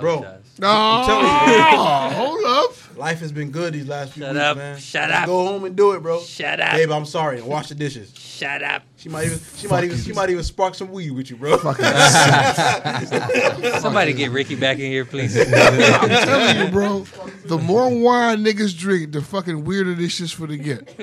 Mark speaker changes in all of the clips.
Speaker 1: Bro,
Speaker 2: No, hold up.
Speaker 1: life has been good these last few
Speaker 3: Shut
Speaker 1: weeks,
Speaker 3: up.
Speaker 1: man.
Speaker 3: Shut
Speaker 1: Let's
Speaker 3: up.
Speaker 1: Go home and do it, bro.
Speaker 3: Shut up.
Speaker 1: Babe, I'm sorry. And wash the dishes.
Speaker 3: Shut up.
Speaker 1: She might even she might even she might even spark some weed with you, bro.
Speaker 3: Somebody get Ricky back in here, please.
Speaker 2: I'm telling you, bro. The more wine niggas drink, the fucking weirder this shit's for to get.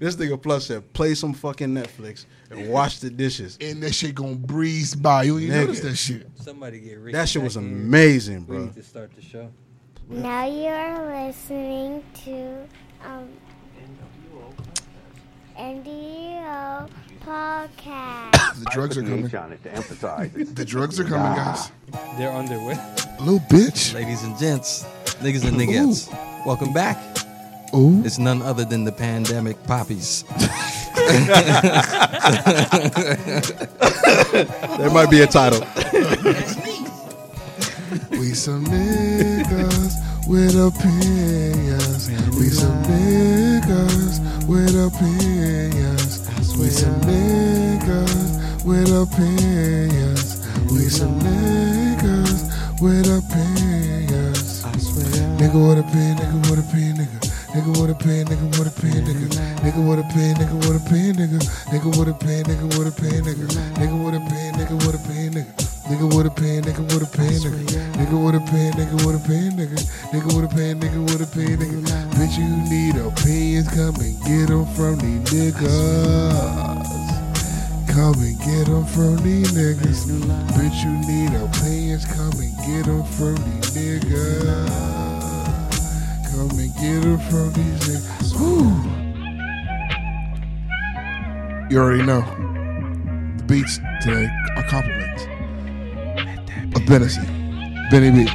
Speaker 1: this nigga plus said, play some fucking Netflix and wash the dishes.
Speaker 2: And that shit gonna breeze by. You ain't
Speaker 1: Nigga.
Speaker 2: notice that shit.
Speaker 3: Somebody get Ricky.
Speaker 1: That shit
Speaker 3: back
Speaker 1: was
Speaker 3: in here.
Speaker 1: amazing,
Speaker 3: We
Speaker 1: bro.
Speaker 3: need to start the show.
Speaker 4: Now you are listening to um, NDO podcast.
Speaker 2: The drugs are coming.
Speaker 5: on it to emphasize it's
Speaker 2: The drugs are coming, guys.
Speaker 3: They're underway.
Speaker 2: Little bitch.
Speaker 6: Ladies and gents, niggas and niggas, welcome back.
Speaker 2: Ooh.
Speaker 6: It's none other than the pandemic poppies.
Speaker 1: There might be a title.
Speaker 2: We some niggas with opinions. We some niggas with opinions. We some niggas with opinions. We some niggas with opinions. Nigga with a pen, nigga with a pen, nigga. Nigga with a pen, nigga with a pen, nigga. Nigga with a pen, nigga with a pen, nigga. Nigga with a pen, nigga with a pen, nigga. Nigga with a pen, nigga with a pen, nigga. Nigga with a pen, nigga with a pen, nigga. Nigga with a pen, nigga with a pen, nigga. Nigga with a pen, nigga with a pen, nigga. Bitch, you need opinions, come and get them from these niggas. Come and get 'em from these niggas. Bitch, you need opinions. Come and get 'em from these niggas. Come and get 'em from these niggas. Woo. You already know. The beats today are compliments of Bennessy. Benny B.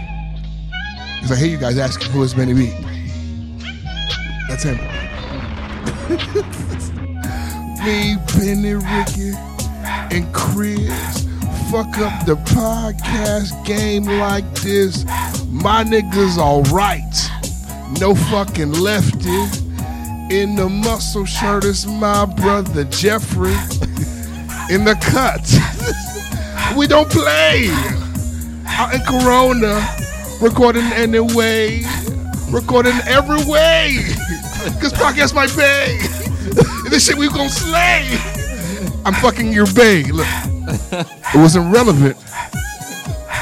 Speaker 2: Because I hear you guys asking, who is Benny B? That's him. Me, Benny, Ricky, and Chris. Fuck up the podcast game like this. My niggas alright. No fucking lefty. In the muscle shirt is my brother Jeffrey. In the cut. we don't play. Out in Corona. Recording anyway. Recording every way. Cause podcast might pay. this shit we gonna slay. I'm fucking your bae. Look, it wasn't relevant,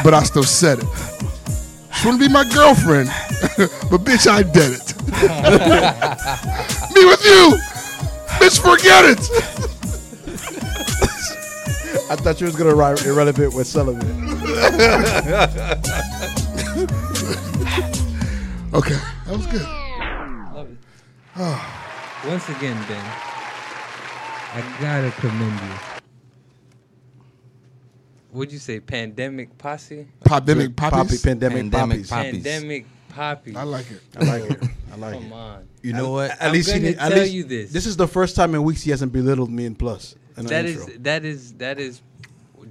Speaker 2: but I still said it. She wanna be my girlfriend, but bitch, I did it. Me with you, bitch, forget it.
Speaker 1: I thought you was gonna write irrelevant with Sullivan.
Speaker 2: Okay, that was good.
Speaker 3: Love it. Once again, Ben, I gotta commend you. What'd you say? Pandemic posse?
Speaker 2: Pandemic poppies.
Speaker 1: pandemic,
Speaker 6: Pandemic
Speaker 1: poppies.
Speaker 6: pop- Poppies.
Speaker 3: Pandemic poppy.
Speaker 2: I like it.
Speaker 1: I like it. I like
Speaker 3: Come
Speaker 1: it.
Speaker 3: on.
Speaker 6: You know what?
Speaker 1: At least
Speaker 3: I'm
Speaker 1: he
Speaker 3: gonna
Speaker 1: did- at
Speaker 3: tell
Speaker 1: least-
Speaker 3: you this.
Speaker 1: This is the first time in weeks he hasn't belittled me in plus. In an
Speaker 3: That is
Speaker 1: intro.
Speaker 3: that is that is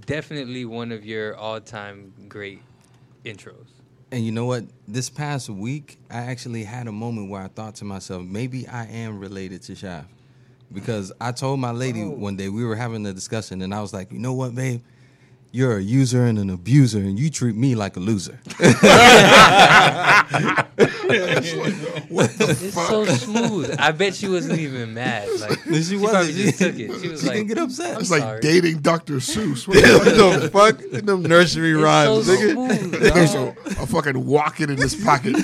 Speaker 3: definitely one of your all-time great intros.
Speaker 6: and you know what? This past week, I actually had a moment where I thought to myself, maybe I am related to Shaft. Because I told my lady one day, we were having a discussion, and I was like, you know what, babe? You're a user and an abuser, and you treat me like a loser.
Speaker 3: It's so smooth. I bet she wasn't even mad. Like probably
Speaker 6: she, wasn't. She,
Speaker 3: just took it. She was like,
Speaker 6: didn't get upset.
Speaker 2: It's
Speaker 3: I'm
Speaker 2: like
Speaker 3: sorry.
Speaker 2: dating Dr. Seuss. What the fuck?
Speaker 1: the fuck? Them nursery
Speaker 3: it's
Speaker 1: rhymes,
Speaker 3: so
Speaker 1: nigga.
Speaker 3: smooth.
Speaker 2: There's
Speaker 3: dog.
Speaker 2: a, a fucking walking in his pocket.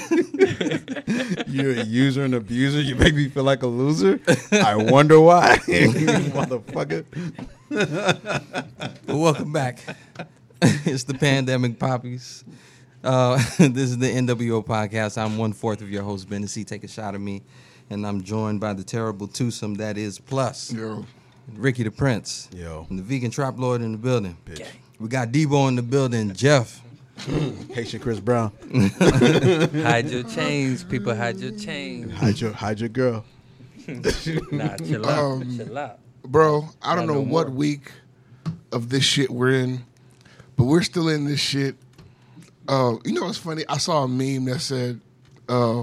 Speaker 1: You're a user and abuser. You make me feel like a loser. I wonder why, motherfucker.
Speaker 6: Well, welcome back. it's the Pandemic Poppies. Uh, this is the NWO podcast. I'm one fourth of your host, Ben C. Take a shot at me. And I'm joined by the terrible twosome that is Plus,
Speaker 2: Yo,
Speaker 6: Ricky the Prince,
Speaker 1: Yo.
Speaker 6: and the vegan trap lord in the building.
Speaker 1: Bitch.
Speaker 6: We got Debo in the building, Jeff.
Speaker 1: Haitian Chris Brown.
Speaker 3: hide your chains, people. Hide your chains.
Speaker 1: Hide your, hide your girl.
Speaker 3: Nah, chill out.
Speaker 2: Um,
Speaker 3: chill out.
Speaker 2: bro, I don't
Speaker 3: Not
Speaker 2: know
Speaker 3: no
Speaker 2: what
Speaker 3: more.
Speaker 2: week of this shit we're in, but we're still in this shit. Uh, you know what's funny? I saw a meme that said uh,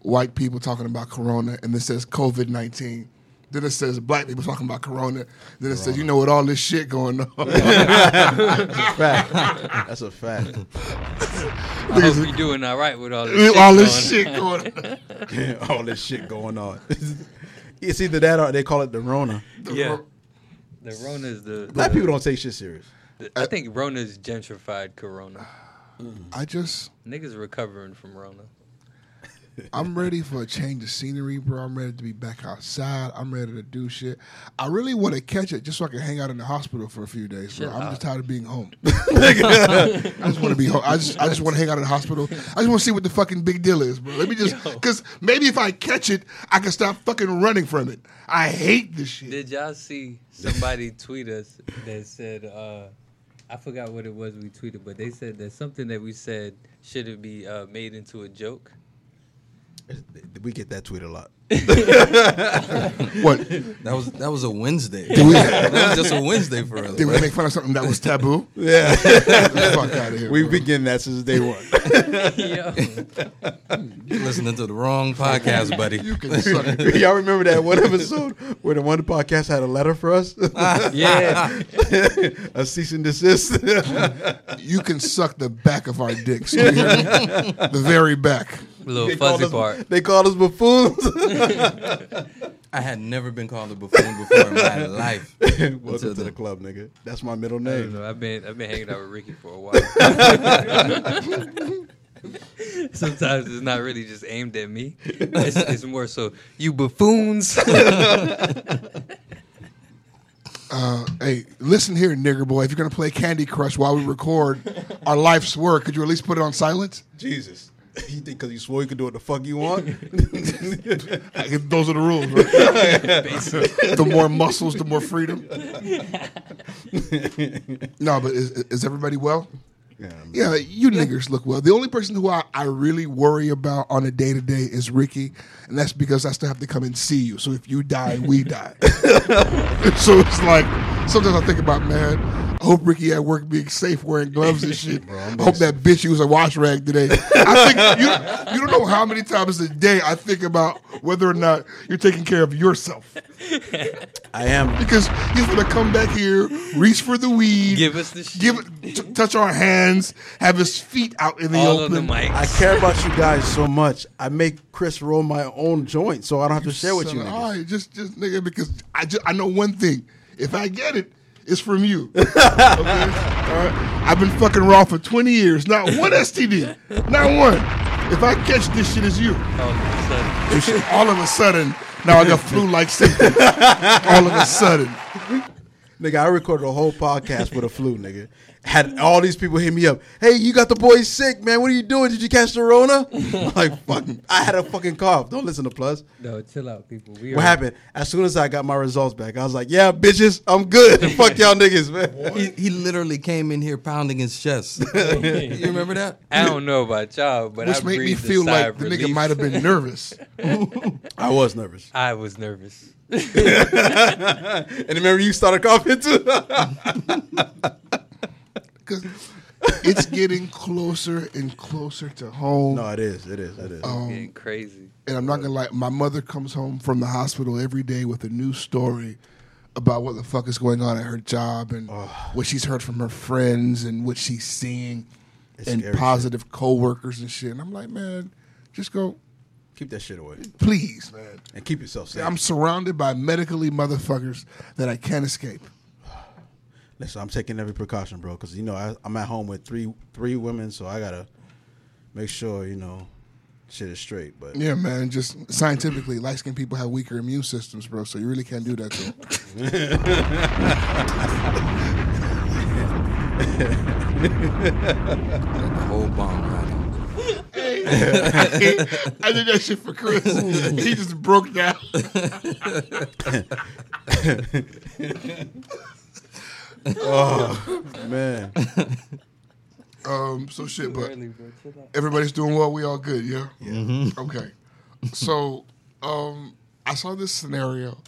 Speaker 2: white people talking about corona, and it says COVID nineteen. Then it says black people talking about corona. Then it says, you know, with all this shit going on,
Speaker 1: Fact. That's a fact.
Speaker 3: I hope you're doing all right with all this shit.
Speaker 2: all this
Speaker 3: going
Speaker 2: shit
Speaker 3: on.
Speaker 2: going on.
Speaker 1: All this shit going on. it's either that or they call it the Rona.
Speaker 3: Yeah. The Rona is the.
Speaker 1: Black
Speaker 3: the-
Speaker 1: people don't take shit serious.
Speaker 3: the- I think Rona is gentrified Corona.
Speaker 2: I just,
Speaker 3: Niggas recovering from Rona.
Speaker 2: I'm ready for a change of scenery, bro. I'm ready to be back outside. I'm ready to do shit. I really want to catch it just so I can hang out in the hospital for a few days, bro.
Speaker 3: Shut
Speaker 2: I'm
Speaker 3: up.
Speaker 2: just tired of being home. I just want to be home. I just, I just want to hang out in the hospital. I just want to see what the fucking big deal is, bro. Let me just, because maybe if I catch it, I can stop fucking running from it. I hate this shit.
Speaker 3: Did y'all see somebody tweet us that said, uh, I forgot what it was we tweeted, but they said that something that we said should it be uh, made into a joke?
Speaker 1: We get that tweet a lot.
Speaker 2: What? Did
Speaker 6: That was that was a Wednesday.
Speaker 2: we,
Speaker 6: that was just a Wednesday for us.
Speaker 2: did we make fun of something that was taboo?
Speaker 1: Yeah.
Speaker 2: Get the fuck out of here.
Speaker 1: We've
Speaker 2: bro.
Speaker 1: been getting that since day one.
Speaker 3: Yo.
Speaker 6: You're listening to the wrong podcast, buddy.
Speaker 2: You can suck it.
Speaker 1: Y'all remember that one episode where the one podcast had a letter for us?
Speaker 3: Yeah.
Speaker 1: a cease and desist.
Speaker 2: You can suck the back of our dicks. You hear me? the very back.
Speaker 3: Little
Speaker 1: They called
Speaker 3: fuzzy
Speaker 1: us-
Speaker 3: part.
Speaker 1: They called us buffoons.
Speaker 6: I had never been called a buffoon before in my life.
Speaker 1: Welcome to the club, nigga. That's my middle
Speaker 3: I don't
Speaker 1: name.
Speaker 3: know. I've been I've been hanging out with Ricky for a while. Sometimes it's not really just aimed at me. It's, it's more so you buffoons.
Speaker 2: Hey, listen here, nigger boy. If you're gonna play Candy Crush while we record our life's work, could you at least put it on silent?
Speaker 1: Jesus. You think because you swore you could do what the fuck you want?
Speaker 2: Those are the rules. Right? the more muscles, the more freedom. no, but is, is everybody well?
Speaker 1: yeah, man.
Speaker 2: Yeah, you niggers look well. The only person who I, I really worry about on a day to day is Ricky, and that's because I still have to come and see you. So if you die, we die. so it's like sometimes I think about man. I hope Ricky at work being safe wearing gloves and shit. I hope that bitch used a wash rag today. I think you, you don't know how many times a day I think about whether or not you're taking care of yourself.
Speaker 1: I am.
Speaker 2: Because he's gonna come back here, reach for the weed,
Speaker 3: Give us the shit.
Speaker 2: give it, t- touch our hands, have his feet out in the
Speaker 3: all on
Speaker 2: open.
Speaker 3: the mic.
Speaker 1: I care about you guys so much. I make Chris roll my own joint so I don't have to share with
Speaker 2: So,
Speaker 1: you
Speaker 2: All
Speaker 1: niggas.
Speaker 2: right, just just nigga, because I just, I know one thing. If I get it, it's from you. Okay? all right? I've been fucking raw for twenty years. Not one STD. Not one. If I catch this shit, it's you.
Speaker 3: All of a sudden.
Speaker 2: And shit, all of a sudden, now I got flu-like symptoms. all of a sudden,
Speaker 1: Nigga, I recorded a whole podcast with a flu, nigga. Had all these people hit me up. Hey, you got the boy sick, man. What are you doing? Did you catch the Rona? I'm like, fuck. I had a fucking cough. Don't listen to Plus.
Speaker 3: No, chill out, people. We
Speaker 1: What
Speaker 3: are-
Speaker 1: happened? As soon as I got my results back, I was like, yeah, bitches, I'm good. fuck y'all niggas, man.
Speaker 6: He, he literally came in here pounding his chest. you remember that?
Speaker 3: I don't know about y'all, but
Speaker 2: which
Speaker 3: I
Speaker 2: made me
Speaker 3: breathed a
Speaker 2: feel
Speaker 3: sigh
Speaker 2: like
Speaker 3: of
Speaker 2: the nigga
Speaker 3: relief.
Speaker 2: might have been nervous.
Speaker 1: I was nervous.
Speaker 3: I was nervous.
Speaker 1: And remember, you started coughing too.
Speaker 2: Because it's getting closer and closer to home. um,
Speaker 1: no, it is. It is. It is.
Speaker 3: Getting crazy.
Speaker 2: and I'm not gonna lie, my mother comes home from the hospital every day with a new story about what the fuck is going on at her job and what she's heard from her friends and what she's seeing
Speaker 1: It's
Speaker 2: and
Speaker 1: scary shit.
Speaker 2: positive coworkers and shit. And I'm like, man, just go,
Speaker 1: Keep that shit away
Speaker 2: please, man.
Speaker 1: and keep yourself safe.
Speaker 2: I'm surrounded by medically motherfuckers that I can't escape.
Speaker 1: Listen, I'm taking every precaution, bro, because you know I, I'm at home with three three women, so I gotta make sure you know shit is straight. But
Speaker 2: Yeah, man. Just scientifically, light skinned people have weaker immune systems, bro. So you really can't do that to 'em.
Speaker 6: The whole bomb. man.
Speaker 2: I did that shit for Chris. he just broke down.
Speaker 1: man,
Speaker 2: Um, so shit, but
Speaker 3: Early, bro. Chill out.
Speaker 2: everybody's doing well. We all good, yeah. Okay. So, um, I saw this scenario,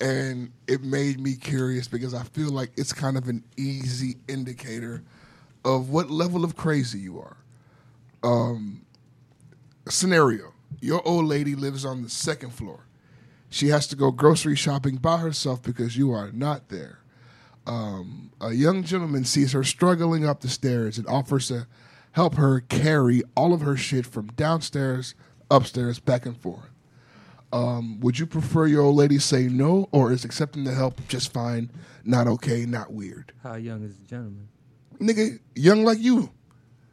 Speaker 2: and it made me curious because I feel like it's kind of an easy indicator of what level of crazy you are. Um, scenario: Your old lady lives on the second floor. She has to go grocery shopping by herself because you are not there. Um, a young gentleman sees her struggling up the stairs and offers to help her carry all of her shit from downstairs, upstairs, back and forth. Um, would you prefer your old lady say no, or is accepting the help just fine, not okay, not weird?
Speaker 3: How young is the gentleman?
Speaker 2: Nigga, young like you,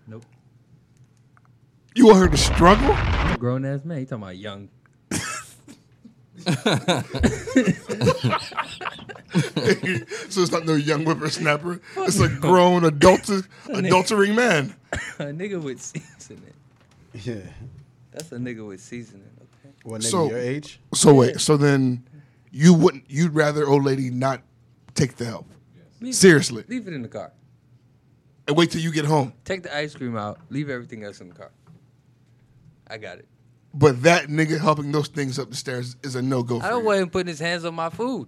Speaker 3: Nope.
Speaker 2: you want her to struggle?
Speaker 3: Grown ass man. You talking about young?
Speaker 2: so it's not no young whippersnapper. It's a grown adulter, adultering man.
Speaker 3: a nigga with seasoning.
Speaker 1: Yeah.
Speaker 3: That's a nigga with seasoning. Okay.
Speaker 1: What nigga
Speaker 2: So-
Speaker 1: your age?
Speaker 2: So wait, so then you wouldn't? You'd rather old lady not take the help?
Speaker 3: Leave-
Speaker 2: Seriously,
Speaker 3: Leave it in the car.
Speaker 2: and wait till you get home.
Speaker 3: Take the ice cream out. Leave everything else in the car. I got it.
Speaker 2: But that nigga helping those things up the stairs is a no go.
Speaker 3: I don't want him putting his hands on my food.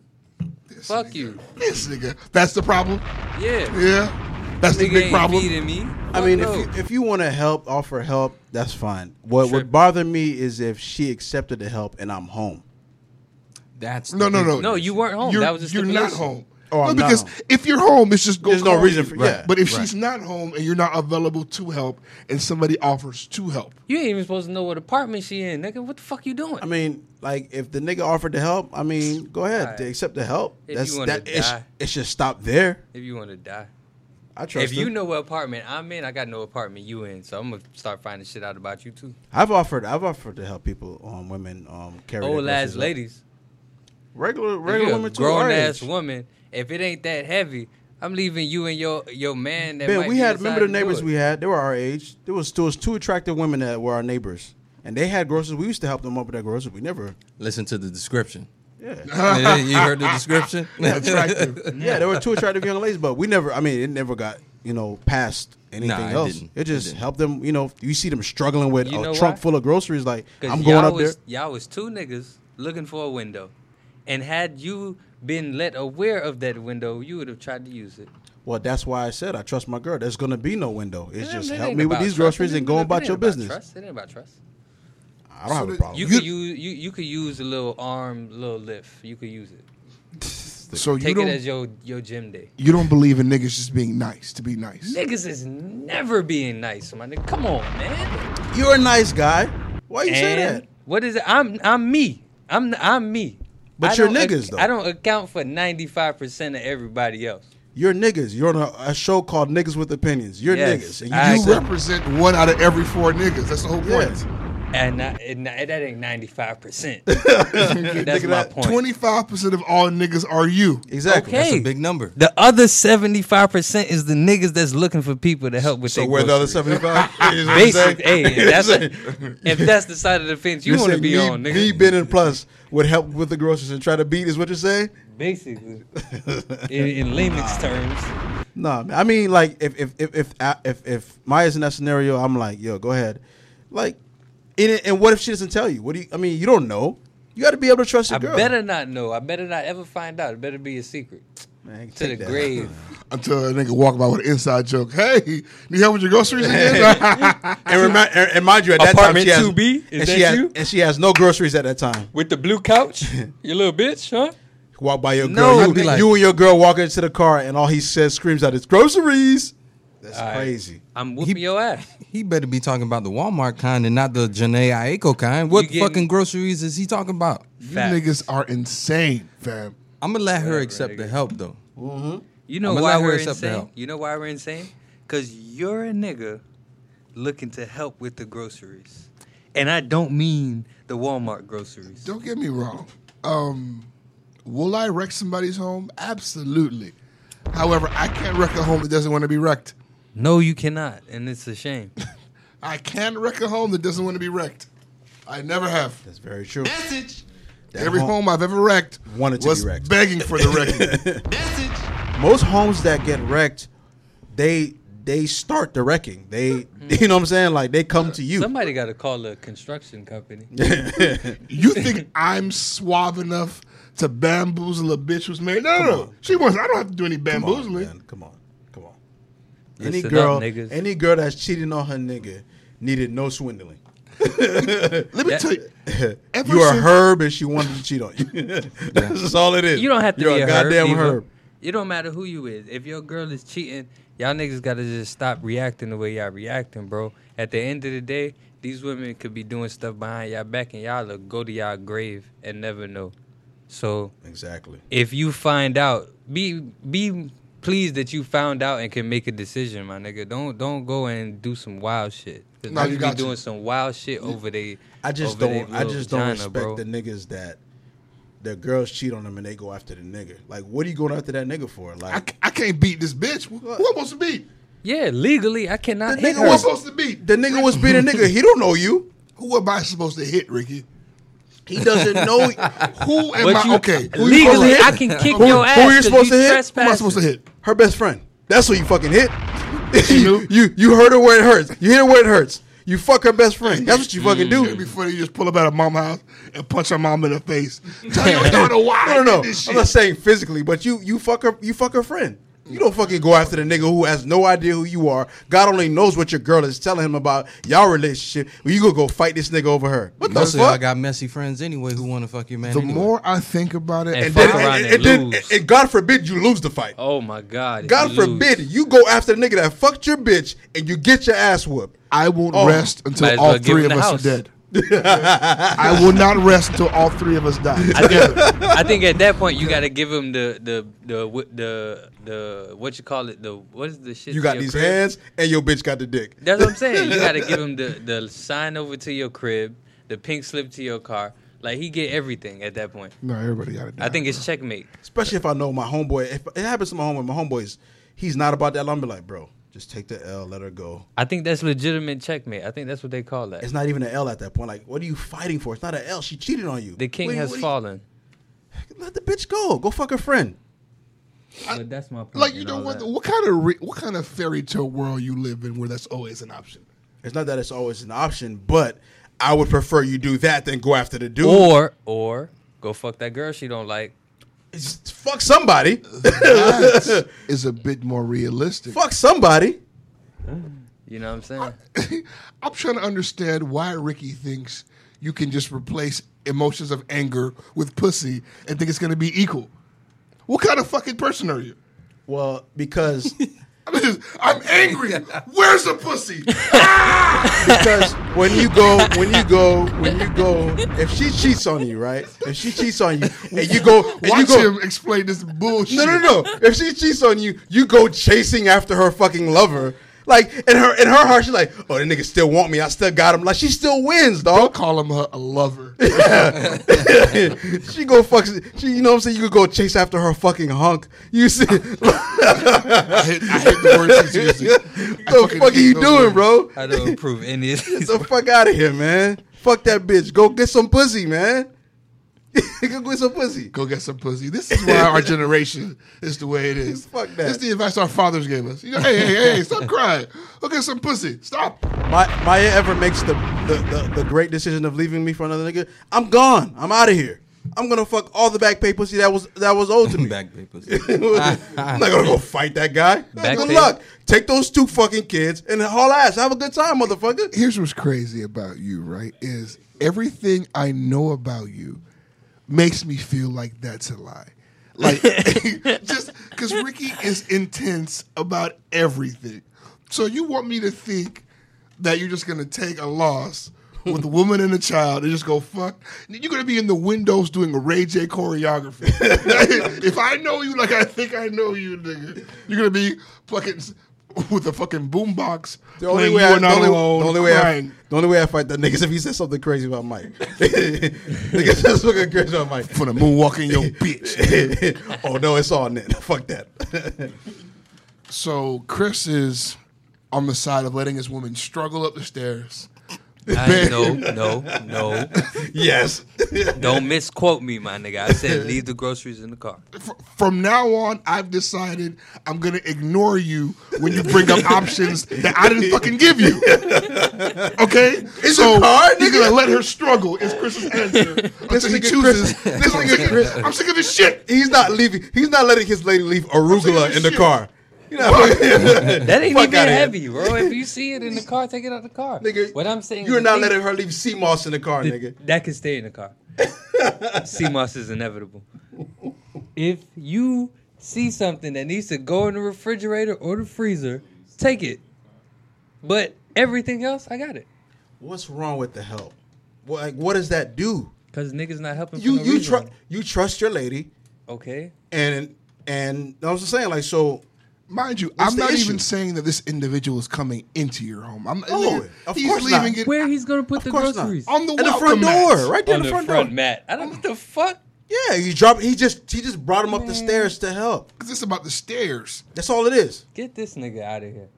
Speaker 3: Fuck you.
Speaker 2: This nigga, that's the problem.
Speaker 3: Yeah.
Speaker 2: Yeah, that's the
Speaker 3: Nigga
Speaker 2: big
Speaker 3: ain't
Speaker 2: problem.
Speaker 3: feeding me.
Speaker 1: I mean,
Speaker 3: Fuck no.
Speaker 1: if you, if you want to help, offer help, that's fine. What
Speaker 3: Sure.
Speaker 1: would bother me is if she accepted the help and I'm home.
Speaker 6: That's
Speaker 2: No,
Speaker 6: the
Speaker 2: no,
Speaker 6: big-
Speaker 2: no.
Speaker 3: No, you weren't home.
Speaker 2: You're,
Speaker 3: That was a
Speaker 2: you're not
Speaker 3: stipulation.
Speaker 2: home.
Speaker 1: Oh,
Speaker 2: no,
Speaker 1: I'm not
Speaker 2: because
Speaker 1: home.
Speaker 2: if you're home, it's just go
Speaker 1: There's no
Speaker 2: call
Speaker 1: reason
Speaker 2: you.
Speaker 1: for- yeah.
Speaker 2: But if
Speaker 1: Right.
Speaker 2: she's not home and you're not available to help, and somebody offers to help,
Speaker 3: You ain't even supposed to know what apartment she in, nigga. What the fuck you doing?
Speaker 1: I mean, like if the nigga offered to help, I mean, go ahead,
Speaker 3: Alright.
Speaker 1: they accept the help.
Speaker 3: If
Speaker 1: that's
Speaker 3: you wanna
Speaker 1: that. It, sh-
Speaker 3: die.
Speaker 1: it should stop there.
Speaker 3: if you want to die.
Speaker 1: I trust
Speaker 3: if you
Speaker 1: him.
Speaker 3: know what apartment I'm in, I got no apartment you in, so I'm gonna start finding shit out about you too.
Speaker 1: I've offered. I've offered to help people, um, women, um, carry their
Speaker 3: Old ass
Speaker 1: groceries up.
Speaker 3: ladies,
Speaker 1: regular,
Speaker 3: If you
Speaker 1: regular
Speaker 3: a
Speaker 1: women, too, our
Speaker 3: grown ass
Speaker 1: age.
Speaker 3: woman. If it ain't that heavy, I'm leaving you and your your man. That
Speaker 1: Ben,
Speaker 3: might
Speaker 1: we
Speaker 3: be
Speaker 1: had remember
Speaker 3: inside to
Speaker 1: the
Speaker 3: do
Speaker 1: neighbors
Speaker 3: it.
Speaker 1: we had. They were our age. There was there was two attractive women that were our neighbors, and they had groceries. We used to help them up with their groceries. We never.
Speaker 6: Listen to the description.
Speaker 1: Yeah,
Speaker 6: you heard the description?
Speaker 2: attractive.
Speaker 1: yeah. There were two attractive young ladies, but we never. I mean, it never got you know past anything
Speaker 6: it
Speaker 1: else.
Speaker 6: didn't.
Speaker 1: It just
Speaker 6: It didn't.
Speaker 1: helped them. You know, you see them struggling with
Speaker 3: You
Speaker 1: a
Speaker 3: know
Speaker 1: trunk
Speaker 3: why?
Speaker 1: full of groceries. Like
Speaker 3: Cause
Speaker 1: I'm going
Speaker 3: y'all
Speaker 1: up there.
Speaker 3: was, Y'all was two niggas looking for a window, and had you been let aware of that window, you would have tried to use it.
Speaker 1: Well, that's why I said I trust my girl. There's gonna be no window. It's
Speaker 3: Yeah,
Speaker 1: just
Speaker 3: it
Speaker 1: help
Speaker 3: ain't
Speaker 1: me with
Speaker 3: about
Speaker 1: these
Speaker 3: trust. It
Speaker 1: groceries and
Speaker 3: ain't-
Speaker 1: go
Speaker 3: it
Speaker 1: about
Speaker 3: ain't
Speaker 1: your
Speaker 3: about
Speaker 1: business.
Speaker 3: Trust. It ain't about trust.
Speaker 1: I don't
Speaker 2: So
Speaker 1: have a
Speaker 2: that-
Speaker 1: problem.
Speaker 3: You
Speaker 2: You-
Speaker 3: could use you you could use a little arm, little lift. You could use it.
Speaker 2: So you
Speaker 3: Take it
Speaker 2: don't
Speaker 3: as your your gym day.
Speaker 2: you don't believe in niggas just being nice to be nice.
Speaker 3: Niggas is never being nice, my nigga. Come on, man.
Speaker 1: You're a nice guy. Why you say
Speaker 3: And
Speaker 1: that?
Speaker 3: what is it? I'm I'm me. I'm I'm me.
Speaker 1: But
Speaker 3: I
Speaker 1: you're
Speaker 3: don't ac-
Speaker 1: niggas, though.
Speaker 3: I don't account for ninety five percent of everybody else.
Speaker 1: You're niggas. You're on a, a show called Niggas with Opinions. You're
Speaker 3: Yes.
Speaker 1: niggas, and you
Speaker 3: I
Speaker 2: You
Speaker 1: just
Speaker 3: accept-
Speaker 2: represent one out of every four niggas. That's the whole point.
Speaker 3: And, I, and I- that ain't ninety five percent. That's my point.
Speaker 2: Twenty five percent of all niggas are you.
Speaker 1: exactly.
Speaker 3: Okay.
Speaker 6: That's a big number.
Speaker 3: the other seventy five percent is the niggas that's looking for people to help with.
Speaker 1: So
Speaker 3: their
Speaker 1: where the other
Speaker 3: groceries.
Speaker 1: seventy five?
Speaker 3: Basic, hey, if that's, if that's the side of the fence you want to be
Speaker 1: me,
Speaker 3: on, nigga.
Speaker 1: Me, Ben, and Plus would help with the groceries and try to beat is what you're saying.
Speaker 3: Basically, in, in layman's terms,
Speaker 1: Nah, man. I mean, like if if if if if, if Maya's in that scenario, I'm like, yo, go ahead. Like, and, and what if she doesn't tell you? What do you? I mean, you don't know. You got to be able to trust your
Speaker 3: I
Speaker 1: girl.
Speaker 3: better not know. I better not ever find out. It better be a secret
Speaker 1: Man,
Speaker 3: to
Speaker 1: take
Speaker 3: the
Speaker 1: that.
Speaker 3: grave.
Speaker 2: Until a nigga walk by with an inside joke. Hey, need help with your groceries again?
Speaker 1: And, remi- and, and mind you, at that
Speaker 3: Apartment
Speaker 1: time, she has-
Speaker 3: 2B? Is
Speaker 1: and she
Speaker 3: that
Speaker 1: has-
Speaker 3: you?
Speaker 1: and she has no groceries at that time.
Speaker 3: With the blue couch, you little bitch, huh?
Speaker 1: walk by your girl.
Speaker 3: No,
Speaker 1: you,
Speaker 6: I'd be like-
Speaker 1: you and your girl walk into the car, and all he says screams out, "It's groceries." That's
Speaker 3: All right.
Speaker 1: crazy.
Speaker 3: I'm whooping your ass.
Speaker 6: He better be talking about the Walmart kind and not the Janae Aiko kind. What
Speaker 3: You getting-
Speaker 6: fucking groceries is he talking about?
Speaker 2: you
Speaker 3: Facts.
Speaker 2: niggas are insane, fam.
Speaker 6: I'm gonna let her
Speaker 3: Whatever,
Speaker 6: accept the
Speaker 3: nigga.
Speaker 6: help though.
Speaker 3: You know
Speaker 6: I'ma
Speaker 3: why
Speaker 6: allow her
Speaker 3: we're
Speaker 6: accept the
Speaker 3: insane?
Speaker 6: help.
Speaker 3: You know why we're insane? Because you're a nigga looking to help with the groceries. And I don't mean the Walmart groceries.
Speaker 2: Don't get me wrong. Um, will I wreck somebody's home? Absolutely. However, I can't wreck a home that doesn't want to be wrecked.
Speaker 3: No, you cannot. And it's a shame.
Speaker 2: I can't wreck a home that doesn't want to be wrecked. I never have.
Speaker 1: That's very true. That
Speaker 2: Every
Speaker 1: home-
Speaker 2: home I've ever wrecked
Speaker 1: Wanted to
Speaker 2: was
Speaker 1: be wrecked.
Speaker 2: begging for the wrecking.
Speaker 1: most homes that get wrecked, they they start the wrecking. They, you know what I'm saying? Like they come to you.
Speaker 3: Somebody got to call a construction company.
Speaker 2: you think I'm suave enough to bamboozle a bitch who's married? No, no, no. She wants. I don't have to do any
Speaker 1: Come on,
Speaker 2: bamboozling.
Speaker 1: man. Come on, come on. Any
Speaker 3: Listen up,
Speaker 1: girl,
Speaker 3: niggas.
Speaker 1: any girl that's cheating on her nigga needed no swindling.
Speaker 2: Let me
Speaker 3: That-
Speaker 2: tell you. Ever
Speaker 1: You are
Speaker 2: since-
Speaker 1: herb, and she wanted to cheat on you. That's just all it is.
Speaker 3: You don't have to
Speaker 1: You're
Speaker 3: be
Speaker 1: a
Speaker 3: a
Speaker 1: goddamn
Speaker 3: herb.
Speaker 1: herb.
Speaker 3: herb. It don't matter who you is. If your girl is cheating, y'all niggas gotta just stop reacting the way y'all reacting, bro. At the end of the day, these women could be doing stuff behind y'all back, and y'all will go to y'all grave and never know. So
Speaker 1: Exactly.
Speaker 3: if you find out, be be pleased that you found out and can make a decision, my nigga. Don't don't go and do some wild shit. 'Cause
Speaker 2: No,
Speaker 3: niggas
Speaker 2: you
Speaker 3: be
Speaker 2: got to.
Speaker 3: doing some wild shit over they.
Speaker 1: I just
Speaker 3: over they
Speaker 1: don't. I
Speaker 3: little
Speaker 1: just don't
Speaker 3: vagina,
Speaker 1: respect
Speaker 3: bro.
Speaker 1: the niggas that the girls cheat on them and they go after the nigga. Like, what are you going after that nigga for?
Speaker 2: I,
Speaker 1: Like,
Speaker 2: ca- I can't beat this bitch. Who, who am I supposed to beat?
Speaker 3: Yeah, legally, I cannot
Speaker 1: The
Speaker 3: hit
Speaker 1: nigga
Speaker 2: Who am I
Speaker 3: her.
Speaker 1: was-
Speaker 2: supposed to beat?
Speaker 1: the nigga was being a nigga. He don't know you.
Speaker 2: Who am I supposed to hit, Ricky?
Speaker 1: He doesn't know.
Speaker 2: Who am
Speaker 3: But
Speaker 2: I?
Speaker 3: you-
Speaker 2: okay. Who you supposed to
Speaker 3: legally,
Speaker 2: hit?
Speaker 3: I can kick
Speaker 1: Who- who
Speaker 3: your ass.
Speaker 1: you
Speaker 3: 'cause
Speaker 1: supposed to hit? Who am I
Speaker 2: Who am I supposed
Speaker 3: trespassing.
Speaker 2: to hit?
Speaker 1: Her best friend. That's who you fucking hit. you, you you hurt her where it hurts. You hit her where it hurts. You fuck her best friend. That's what you fucking
Speaker 3: Mm.
Speaker 2: It'd be
Speaker 1: do.
Speaker 2: funny you just pull up at a mom's house and punch her mom in the face. Tell you I don't know why.
Speaker 1: I don't know.
Speaker 2: This
Speaker 1: I'm
Speaker 2: shit.
Speaker 1: not saying physically, but you you fuck her you fuck her friend. You don't fucking go after the nigga who has no idea who you are. God only knows what your girl is telling him about y'all relationship. Well, you gonna go fight this nigga over her? What the
Speaker 6: Most of y'all
Speaker 1: fuck?
Speaker 6: got messy friends anyway who want to fuck your man.
Speaker 2: the
Speaker 6: anyway.
Speaker 2: more I think about it,
Speaker 3: And
Speaker 2: and
Speaker 3: fuck
Speaker 2: then-
Speaker 3: around
Speaker 1: and,
Speaker 3: and
Speaker 1: and then-
Speaker 3: lose.
Speaker 1: and God forbid you lose the fight.
Speaker 3: Oh my god. if
Speaker 1: God
Speaker 3: you lose,
Speaker 1: forbid you go after the nigga that fucked your bitch and you get your ass whooped.
Speaker 2: I won't
Speaker 1: Oh.
Speaker 2: rest
Speaker 3: Might
Speaker 2: until
Speaker 3: as
Speaker 2: all
Speaker 3: well give
Speaker 2: three
Speaker 3: him
Speaker 2: of
Speaker 3: the
Speaker 2: us
Speaker 3: house.
Speaker 2: are dead. I will not rest until all three of us die.
Speaker 3: I think, I think at that point you gotta give him the the the wh- the the what you call it the what is the shit?
Speaker 1: You
Speaker 3: to
Speaker 1: got
Speaker 3: your
Speaker 1: these
Speaker 3: crib?
Speaker 1: hands and your bitch got the dick.
Speaker 3: That's what I'm saying. You gotta give him the the sign over to your crib, the pink slip to your car. Like he get everything at that point.
Speaker 2: No, everybody got it.
Speaker 3: I think it's checkmate.
Speaker 1: Especially if I know my homeboy. If it happens to my homeboy, my homeboy's he's not about that. I'm be like, bro, just take the L, let her go.
Speaker 3: I think that's legitimate checkmate. I think that's what they call that.
Speaker 1: It's not even an L at that point. Like, what are you fighting for? It's not an L. She cheated on you.
Speaker 3: the king
Speaker 1: What-
Speaker 3: has
Speaker 1: what-
Speaker 3: fallen.
Speaker 1: Let the bitch go. Go fuck her friend.
Speaker 3: but that's my point.
Speaker 2: like you
Speaker 3: in
Speaker 2: know
Speaker 3: all
Speaker 2: what?
Speaker 3: that.
Speaker 2: What kind of re- what kind of fairy tale world you live in where that's always an option?
Speaker 1: It's not that it's always an option, but I would prefer you do that than go after the dude.
Speaker 3: Or or go fuck that girl she don't like.
Speaker 1: Just fuck somebody.
Speaker 2: That is a bit more realistic.
Speaker 1: fuck somebody.
Speaker 3: You know what I'm saying?
Speaker 2: I'm trying to understand why Ricky thinks you can just replace emotions of anger with pussy and think it's going to be equal. What kind of fucking person are you?
Speaker 1: Well, because
Speaker 2: I'm, just, I'm angry. Where's the pussy?
Speaker 1: because when you go, when you go, when you go, if she cheats on you, right? If she cheats on you, and you go, and you
Speaker 2: Watch
Speaker 1: go,
Speaker 2: him explain this bullshit.
Speaker 1: no, no, no. If she cheats on you, you go chasing after her fucking lover. Like in her in her heart, she's like, oh, the nigga still want me. I still got him. Like she still wins,
Speaker 2: Don't
Speaker 1: dog.
Speaker 2: call him a, a lover.
Speaker 1: she go fuck. She, you know what I'm saying? You could go chase after her fucking hunk. You see,
Speaker 2: I hate, I hate the words he's using. I
Speaker 1: the
Speaker 2: fucking
Speaker 1: fuck are
Speaker 2: hate
Speaker 1: you
Speaker 2: those
Speaker 1: doing,
Speaker 2: words.
Speaker 1: bro?
Speaker 3: I don't approve any of
Speaker 1: Get
Speaker 3: these.
Speaker 1: the fuck out of here, man. Fuck that bitch. Go get some pussy, man. go get some pussy.
Speaker 2: Go get some pussy. This is why our generation is the way it is.
Speaker 1: Fuck that.
Speaker 2: This is the advice our fathers gave us. You know, hey, hey, hey, stop crying. Go get some pussy. Stop.
Speaker 1: My, Maya ever makes the, the, the, the great decision of leaving me for another nigga. I'm gone. I'm out of here. I'm gonna fuck all the back pay pussy that was that was owed to me.
Speaker 6: back papers.
Speaker 1: I'm not gonna go fight that guy.
Speaker 3: Back
Speaker 1: good
Speaker 3: pay.
Speaker 1: luck. Take those two fucking kids and haul ass. Have a good time, motherfucker.
Speaker 2: here's what's crazy about you, right? Is everything I know about you makes me feel like that's a lie. Like just because Ricky is intense about everything. So you want me to think that you're just gonna take a loss with a woman and a child and just go fuck. You're gonna be in the windows doing a Ray J choreography. if I know you like I think I know you, nigga, you're gonna be fucking with a fucking boombox.
Speaker 1: The only
Speaker 2: playing
Speaker 1: way
Speaker 2: You
Speaker 1: I,
Speaker 2: Are
Speaker 1: the
Speaker 2: Not
Speaker 1: only,
Speaker 2: Alone,
Speaker 1: the only way I,
Speaker 2: crying.
Speaker 1: the only way I fight that niggas if he said something crazy about Mike. niggas that's fucking crazy about Mike.
Speaker 2: for the moonwalking your bitch.
Speaker 1: oh no, it's all net. Fuck that.
Speaker 2: So Chris is on the side of letting his woman struggle up the stairs.
Speaker 3: I, no, no, no.
Speaker 1: yes.
Speaker 3: Don't misquote me, my nigga. I said leave the groceries in the car.
Speaker 2: F- From now on, I've decided I'm gonna ignore you when you bring up options that I didn't fucking give you. Okay,
Speaker 1: It's
Speaker 2: so
Speaker 1: a card,
Speaker 2: you're
Speaker 1: nigga.
Speaker 2: gonna let her struggle. Is Chris's answer until he
Speaker 1: nigga
Speaker 2: chooses?
Speaker 1: Chris- this
Speaker 2: this I'm,
Speaker 1: nigga
Speaker 2: sick
Speaker 1: Chris-
Speaker 2: of, I'm sick of this shit.
Speaker 1: He's not leaving. He's not letting his lady leave arugula in the car. You know, that
Speaker 3: That ain't even heavy, bro. If you see it in the car, take it out the car.
Speaker 1: Nigga,
Speaker 3: what I'm saying,
Speaker 1: You're
Speaker 3: the
Speaker 1: not
Speaker 3: thing-
Speaker 1: letting her leave sea moss in the car, nigga.
Speaker 3: That can stay in the car. sea moss is inevitable. If you see something that needs to go in the refrigerator or the freezer, take it. But everything else, I got it.
Speaker 1: What's wrong with the help? What, like, what does that do?
Speaker 3: Cause niggas not helping.
Speaker 1: You
Speaker 3: for no
Speaker 1: you
Speaker 3: reason.
Speaker 1: trust you trust your lady,
Speaker 3: Okay.
Speaker 1: and and I was just saying like so.
Speaker 2: Mind you,
Speaker 1: What's
Speaker 2: I'm
Speaker 1: the
Speaker 2: not
Speaker 1: issue?
Speaker 2: even saying that this individual is coming into your home. I'm
Speaker 1: No, Oh, of
Speaker 2: he's
Speaker 1: course
Speaker 2: leaving
Speaker 1: not.
Speaker 2: it
Speaker 3: Where he's gonna put
Speaker 1: Of
Speaker 3: the
Speaker 1: course not.
Speaker 3: groceries?
Speaker 2: on the,
Speaker 1: At the
Speaker 2: welcome
Speaker 1: front
Speaker 2: mat.
Speaker 1: door, right there in the front, door.
Speaker 3: Matt. I don't what the fuck.
Speaker 1: Yeah, you drop. He just he just brought him up the stairs to help.
Speaker 2: 'Cause it's about the stairs.
Speaker 1: That's all it is.
Speaker 3: Get this nigga out of here.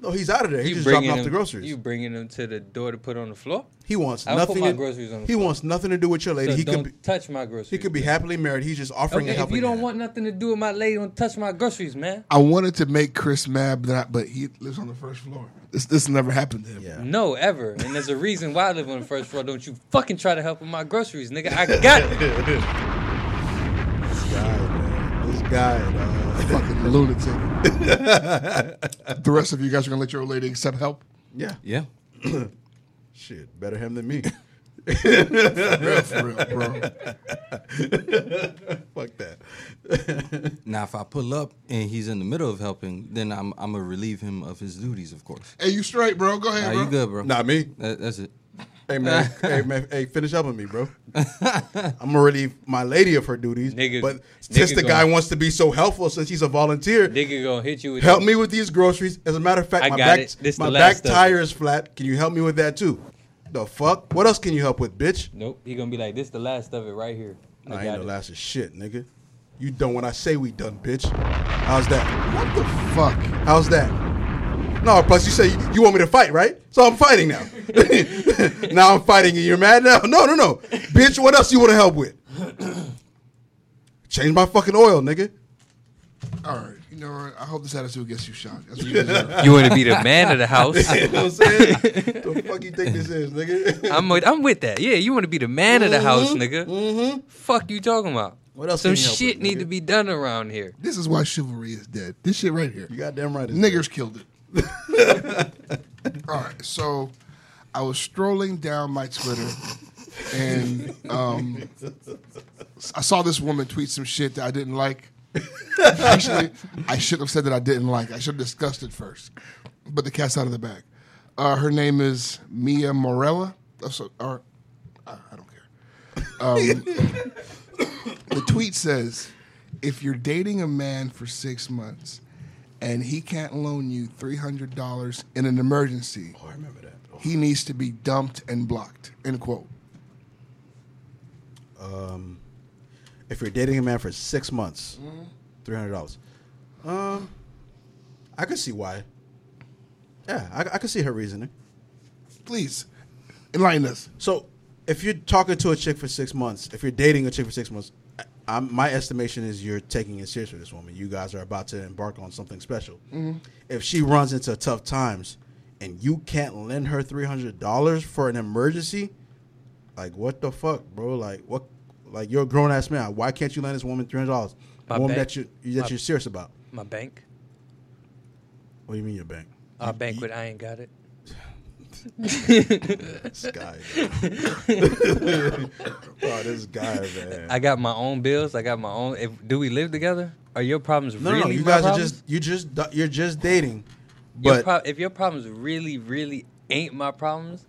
Speaker 1: No, he's out of there. He
Speaker 3: You
Speaker 1: just dropping
Speaker 3: bringing
Speaker 1: off the
Speaker 3: him-
Speaker 1: groceries.
Speaker 3: You bringing him to the door to put on the floor?
Speaker 1: he wants
Speaker 3: I would put
Speaker 1: nothing.
Speaker 3: my
Speaker 1: to-
Speaker 3: groceries on the
Speaker 1: he
Speaker 3: floor.
Speaker 1: wants nothing to do with your lady.
Speaker 3: So
Speaker 1: he
Speaker 3: don't
Speaker 1: could be,
Speaker 3: touch my groceries.
Speaker 1: he could be happily married. He's just offering a
Speaker 3: Okay, if
Speaker 1: helping
Speaker 3: you don't
Speaker 1: hand.
Speaker 3: want nothing to do with my lady, don't touch my groceries, man.
Speaker 2: I wanted to make Chris mad, but I, but he lives on the first floor. This this never happened to him.
Speaker 1: Yeah.
Speaker 3: No, ever. And there's a reason why I live on the first floor. Don't you fucking try to help with my groceries, nigga. I got it.
Speaker 1: guy, man. This guy, uh, dog.
Speaker 2: Fucking lunatic. the rest of you guys are gonna let your old lady accept help.
Speaker 1: Yeah.
Speaker 6: Yeah.
Speaker 1: Shit, better him than me.
Speaker 2: Real for real, bro.
Speaker 1: Fuck that.
Speaker 6: Now, if I pull up and he's in the middle of helping, then I'm I'm gonna relieve him of his duties, of course.
Speaker 2: Hey, you straight, bro? Go ahead,
Speaker 6: Are
Speaker 2: bro.
Speaker 6: you good, bro?
Speaker 1: Not me.
Speaker 6: That, that's it.
Speaker 1: Hey man, hey man, hey, finish up with me, bro. I'm already my lady of her duties,
Speaker 3: Nigga-
Speaker 1: but
Speaker 3: nigga
Speaker 1: since the guy
Speaker 3: gonna-
Speaker 1: wants to be so helpful, since he's a volunteer,
Speaker 3: nigga gonna hit you with
Speaker 1: help
Speaker 3: that.
Speaker 1: me with these groceries. As a matter of fact,
Speaker 3: I
Speaker 1: my
Speaker 3: got
Speaker 1: back
Speaker 3: it. This
Speaker 1: my
Speaker 3: the
Speaker 1: back
Speaker 3: last of it.
Speaker 1: tire is flat. Can you help me with that too? The fuck? What else can you help with, bitch?
Speaker 3: Nope. He gonna be like, this the last of it right here. I,
Speaker 1: I,
Speaker 3: got
Speaker 1: ain't no
Speaker 3: it.
Speaker 1: last of shit, nigga. You done when I say we done, bitch. How's that?
Speaker 2: What the fuck?
Speaker 1: How's that? No, plus you say you, you want me to fight, right? So I'm fighting now. now I'm fighting and you're mad now? No, no, no. bitch, what else you want to help with? Change my fucking oil, nigga.
Speaker 2: All right, you know what? I hope this attitude gets you shot. That's what you deserve.
Speaker 3: You want to be the man of the house?
Speaker 1: You know what I'm saying? the fuck you think this is, nigga?
Speaker 3: I'm with, I'm with that. Yeah, you want to be the man of the house, nigga. Fuck you talking about?
Speaker 1: Mm-hmm. What else
Speaker 3: Some
Speaker 1: can you help
Speaker 3: shit
Speaker 1: with,
Speaker 3: need
Speaker 1: nigga?
Speaker 3: to be done around here.
Speaker 2: this is why chivalry is dead. This shit right here.
Speaker 1: you goddamn right. it's
Speaker 2: Niggers killed it. All right, so I was strolling down my Twitter and um, I saw this woman tweet some shit that I didn't like. Actually, I should have said that I didn't like. I should have discussed it first, but the cat's out of the bag. Uh, her name is Mia Morella. Oh, so, or, I I don't care. Um, The tweet says, if you're dating a man for six months and he can't loan you $300 in an emergency,
Speaker 1: Oh, I remember that. Oh.
Speaker 2: he needs to be dumped and blocked. End quote.
Speaker 1: If you're dating a man for six months, three hundred dollars. Um, I could see why. Yeah, I, I could see her reasoning.
Speaker 2: Please, enlighten us.
Speaker 1: So, if you're talking to a chick for six months, if you're dating a chick for six months, I, I'm, my estimation is you're taking it serious with this woman. You guys are about to embark on something special. If she runs into tough times and you can't lend her three hundred dollars for an emergency, like what the fuck, bro? Like what? Like you're a grown ass man. Why can't you lend this woman three hundred dollars?
Speaker 3: My
Speaker 1: Woman
Speaker 3: bank-
Speaker 1: that you that
Speaker 3: my-
Speaker 1: you're serious about.
Speaker 3: My bank,
Speaker 1: What do you mean your bank?
Speaker 3: our banquet. I ain't got it.
Speaker 1: This guy. oh, this guy, man.
Speaker 3: I got my own bills. I got my own. If, do we live together? Are your problems
Speaker 1: No,
Speaker 3: really?
Speaker 1: no, no. You
Speaker 3: my
Speaker 1: guys are
Speaker 3: problems?
Speaker 1: just you just you're just dating,
Speaker 3: Your
Speaker 1: but
Speaker 3: pro- if your problems really, really ain't my problems,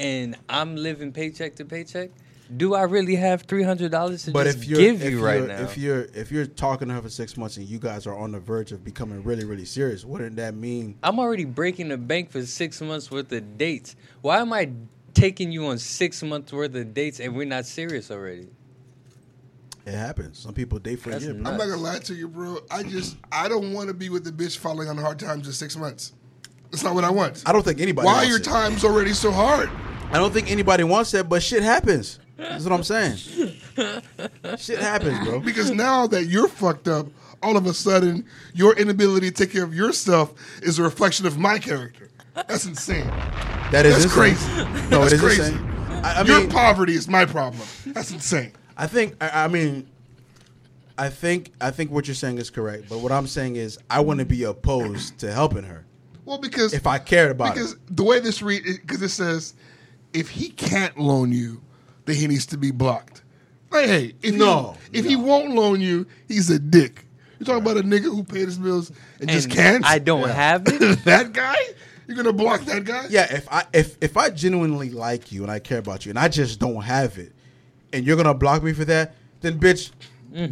Speaker 3: and I'm living paycheck to paycheck, do I really have three hundred dollars to
Speaker 1: but
Speaker 3: just
Speaker 1: if you're
Speaker 3: give
Speaker 1: if
Speaker 3: you
Speaker 1: you're,
Speaker 3: right now?
Speaker 1: if you're if you're talking to her for six months and you guys are on the verge of becoming really really serious, wouldn't that mean?
Speaker 3: I'm already breaking the bank for six months worth of dates. Why am I taking you on six months worth of dates and we're not serious already?
Speaker 1: It happens. Some people date for a
Speaker 3: That's
Speaker 1: year. bro.
Speaker 2: I'm not gonna lie to you, bro. I just I don't want to be with the bitch falling on hard times in six months. That's not what I want.
Speaker 1: I don't think anybody.
Speaker 2: Why
Speaker 1: wants
Speaker 2: your
Speaker 1: it.
Speaker 2: time's already so hard?
Speaker 1: I don't think anybody wants that, but shit happens. That's what I'm saying. shit happens, bro.
Speaker 2: Because now that you're fucked up, all of a sudden your inability to take care of yourself is a reflection of my character. That's insane.
Speaker 1: That is
Speaker 2: That's
Speaker 1: insane.
Speaker 2: crazy.
Speaker 1: No,
Speaker 2: That's
Speaker 1: it is
Speaker 2: crazy.
Speaker 1: insane. I, I
Speaker 2: your
Speaker 1: mean,
Speaker 2: poverty is my problem. That's insane.
Speaker 1: I think I, I mean, I think I think what you're saying is correct, but what I'm saying is I wouldn't be opposed to helping her
Speaker 2: Well, because
Speaker 1: if I cared about
Speaker 2: because
Speaker 1: it.
Speaker 2: the way this read because it says if he can't loan you, then he needs to be blocked. Like, hey, if
Speaker 1: No,
Speaker 2: he, if he won't loan you, he's a dick. You talking about a nigga who paid his bills and, just can't?
Speaker 3: I don't have it.
Speaker 2: that guy. You're gonna block that guy?
Speaker 1: Yeah, if I if if I genuinely like you and I care about you and I just don't have it, and you're gonna block me for that, then bitch,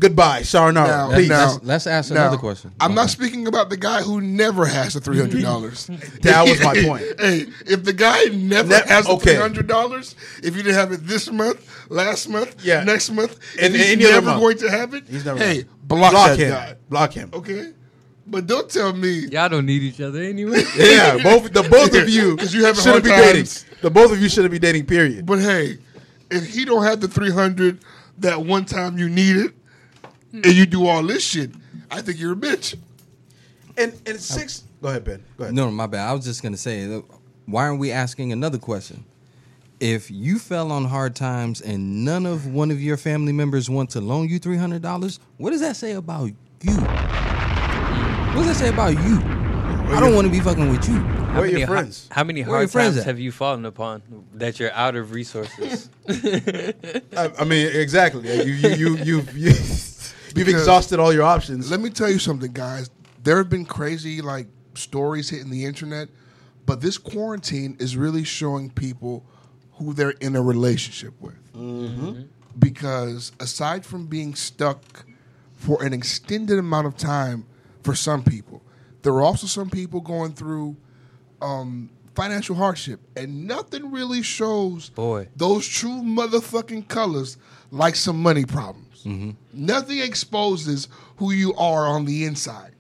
Speaker 1: goodbye,
Speaker 2: Now,
Speaker 1: sayonara, peace.
Speaker 2: now-
Speaker 6: Let's- let's ask another question.
Speaker 2: I'm not
Speaker 6: Okay.
Speaker 2: speaking about the guy who never has the three hundred dollars.
Speaker 1: That was my point.
Speaker 2: Hey, if the guy never
Speaker 1: Ne-
Speaker 2: has the
Speaker 1: okay.
Speaker 2: three hundred dollars, if you didn't have it this month, last month,
Speaker 1: Yeah.
Speaker 2: next month,
Speaker 1: And-
Speaker 2: and he's
Speaker 1: and any other
Speaker 2: never
Speaker 1: month.
Speaker 2: going to have it,
Speaker 1: He's never
Speaker 2: hey,
Speaker 1: gonna-
Speaker 2: block, that
Speaker 1: him,
Speaker 2: guy.
Speaker 1: block him.
Speaker 2: Okay, but don't tell me.
Speaker 3: Y'all don't need each other anyway.
Speaker 1: Yeah, both the both of you,
Speaker 2: 'Cause you having
Speaker 1: shouldn't
Speaker 2: hard
Speaker 1: be
Speaker 2: times.
Speaker 1: dating. The both of you shouldn't be dating. Period.
Speaker 2: But hey, if he don't have the three hundred that one time you needed, and you do all this shit, I think you're a bitch.
Speaker 1: And and six. Go ahead, Ben. Go ahead.
Speaker 6: No, my bad. I was just gonna say, look, why aren't we asking another question? If you fell on hard times and none of one of your family members want to loan you three hundred dollars, what does that say about you? What does that say about you? I don't want to be fucking with you.
Speaker 1: Where are your
Speaker 3: ho-
Speaker 1: friends?
Speaker 3: How many
Speaker 6: Where your
Speaker 3: hard
Speaker 6: friends
Speaker 3: times
Speaker 6: at?
Speaker 3: have you fallen upon that you're out of resources?
Speaker 1: I, I mean, exactly. You you you you. you You've
Speaker 2: Because-
Speaker 1: exhausted all your options.
Speaker 2: Let me tell you something, guys. There have been crazy like stories hitting the internet, but this quarantine is really showing people who they're in a relationship with. Because aside from being stuck for an extended amount of time for some people, there are also some people going through um, financial hardship, and nothing really shows
Speaker 3: Boy.
Speaker 2: those true motherfucking colors like some money problems. Nothing exposes who you are on the inside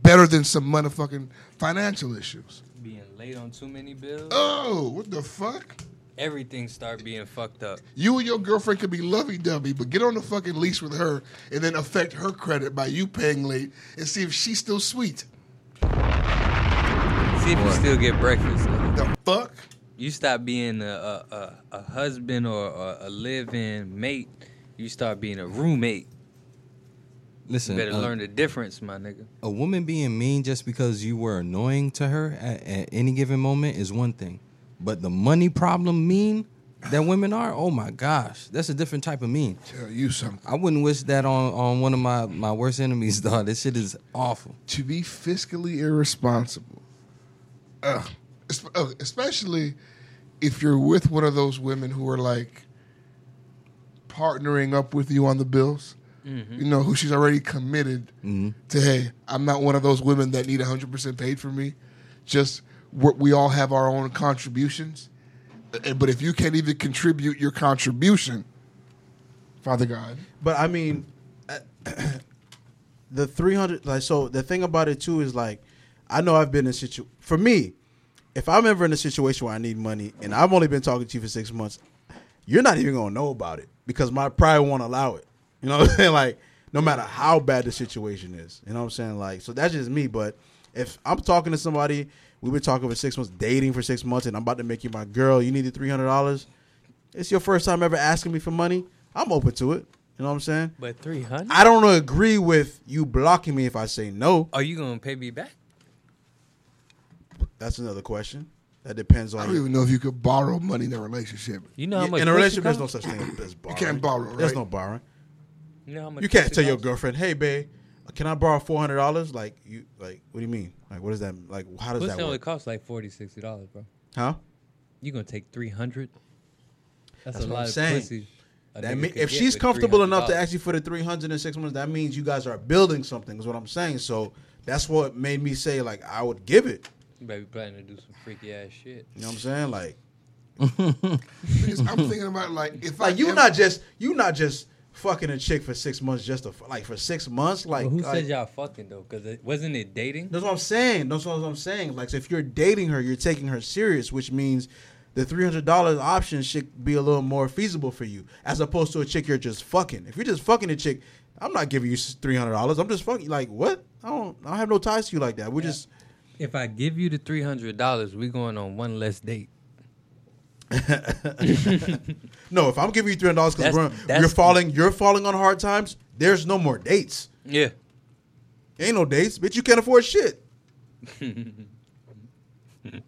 Speaker 2: better than some motherfucking financial issues.
Speaker 3: being late on too many bills.
Speaker 2: Oh, what the fuck?
Speaker 3: Everything start being fucked up.
Speaker 2: You and your girlfriend could be lovey dovey, but get on the fucking lease with her and then affect her credit by you paying late and see if she's still sweet.
Speaker 3: See if you still get breakfast. nigga.
Speaker 2: The fuck?
Speaker 3: You stop being a, a, a, a husband or a, a live-in mate. You start being a roommate. You
Speaker 6: Listen,
Speaker 3: better
Speaker 6: uh,
Speaker 3: learn the difference, my nigga.
Speaker 6: a woman being mean just because you were annoying to her at, at any given moment is one thing, but the money problem mean that women are, oh my gosh, that's a different type of mean.
Speaker 2: Tell you something.
Speaker 6: I wouldn't wish that on, on one of my, my worst enemies, dog. This shit is awful.
Speaker 2: to be fiscally irresponsible, Ugh. Es- ugh, especially if you're with one of those women who are like partnering up with you on the bills, you know, who she's already committed to, hey, I'm not one of those women that need 100% paid for me. Just we we all have our own contributions. Uh, But if you can't even contribute your contribution, Father God,
Speaker 1: But I mean, the three hundred. Like, so the thing about it too is like, I know I've been in situ. For me, if I'm ever in a situation where I need money and I've only been talking to you for six months, you're not even gonna know about it because my pride won't allow it. You know what I'm saying? Like, no matter how bad the situation is, you know what I'm saying? Like, so that's just me. But if I'm talking to somebody, we've been talking for six months, dating for six months, and I'm about to make you my girl, you needed three hundred dollars. It's your first time ever asking me for money. I'm open to it. You know what I'm saying?
Speaker 3: But three hundred.
Speaker 1: I don't agree with you blocking me if I say no.
Speaker 3: Are you gonna pay me back?
Speaker 1: That's another question. That depends
Speaker 2: I
Speaker 1: on
Speaker 2: don't even know if you could borrow money in a relationship.
Speaker 3: You know how much
Speaker 1: in a
Speaker 3: pussy
Speaker 1: relationship. There's no
Speaker 3: costs?
Speaker 1: such thing as borrowing.
Speaker 2: can't borrow,
Speaker 1: There's
Speaker 2: right?
Speaker 1: no borrowing.
Speaker 3: You, know how much
Speaker 1: You can't
Speaker 3: pussy
Speaker 1: tell your
Speaker 3: costs?
Speaker 1: girlfriend, "Hey, babe, can I borrow four hundred dollars?" Like you, like what do you mean? Like what is that? Like how does
Speaker 3: Pussy
Speaker 1: that
Speaker 3: only
Speaker 1: work?
Speaker 3: costs like 40 dollars, bro.
Speaker 1: Huh?
Speaker 3: You gonna take three hundred? That's,
Speaker 1: That's
Speaker 3: a
Speaker 1: what
Speaker 3: lot
Speaker 1: I'm
Speaker 3: of
Speaker 1: saying.
Speaker 3: pussy. a
Speaker 1: That
Speaker 3: nigga
Speaker 1: mean,
Speaker 3: could
Speaker 1: if
Speaker 3: get
Speaker 1: she's
Speaker 3: with
Speaker 1: comfortable enough to
Speaker 3: $300.
Speaker 1: ask you for the three hundred in six months, that means you guys are building something. Is what I'm saying. So that's what made me say like I would give it.
Speaker 3: You better be planning to do some freaky ass shit.
Speaker 1: You know what I'm saying? Like
Speaker 2: Because I'm thinking about like if I
Speaker 1: Like you
Speaker 2: ever-
Speaker 1: not just you not just fucking a chick for six months just to fu- like for six months like,
Speaker 3: But who
Speaker 1: like-
Speaker 3: said y'all fucking though? Because it, wasn't it dating?
Speaker 1: that's what I'm saying. That's what I'm saying. Like so if you're dating her, you're taking her serious, which means the three hundred dollars option should be a little more feasible for you as opposed to a chick you're just fucking. If you're just fucking a chick, I'm not giving you three hundred dollars. I'm just fucking. Like what? I don't. I don't have no ties to you like that. We're just
Speaker 3: If I give you the three hundred dollars, we going on one less date.
Speaker 1: no. If I'm giving you three hundred dollars
Speaker 3: That's-
Speaker 1: because we're
Speaker 3: that's-
Speaker 1: you're falling, you're falling on hard times. There's no more dates.
Speaker 3: Yeah.
Speaker 1: Ain't no dates, bitch. You can't afford shit.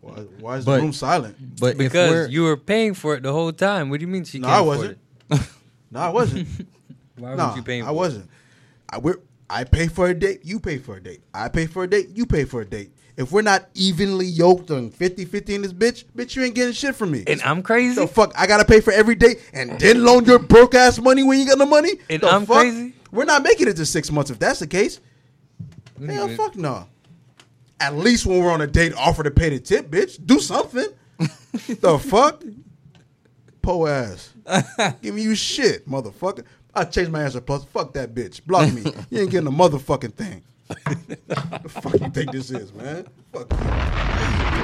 Speaker 1: why, why is
Speaker 6: But-
Speaker 1: the room silent?
Speaker 6: But if we're,
Speaker 3: Because you were paying for it the whole time. What do you mean she
Speaker 1: No,
Speaker 3: can't
Speaker 1: I
Speaker 3: afford
Speaker 1: wasn't. No, I wasn't.
Speaker 3: it? Why
Speaker 1: no,
Speaker 3: was you paying
Speaker 1: I
Speaker 3: for it?
Speaker 1: wasn't. I we're, I pay for a date. You pay for a date. I pay for a date. You pay for a date. If we're not evenly yoked on 50-50 in this bitch, bitch, you ain't getting shit from me.
Speaker 3: And I'm crazy?
Speaker 1: the fuck, I gotta pay for every date and then loan your broke ass money when you got no money.
Speaker 3: And
Speaker 1: The
Speaker 3: I'm
Speaker 1: fuck?
Speaker 3: crazy?
Speaker 1: We're not making it to six months if that's the case.
Speaker 3: What do you
Speaker 1: Hell,
Speaker 3: mean?
Speaker 1: fuck no. At least when we're on a date, offer to pay the tip, bitch. Do something. the fuck? Po ass. Give me you shit, motherfucker. I changed my answer plus. Fuck that bitch. Block me. You ain't getting a motherfucking thing. the fuck you think this is, man? Fuck you.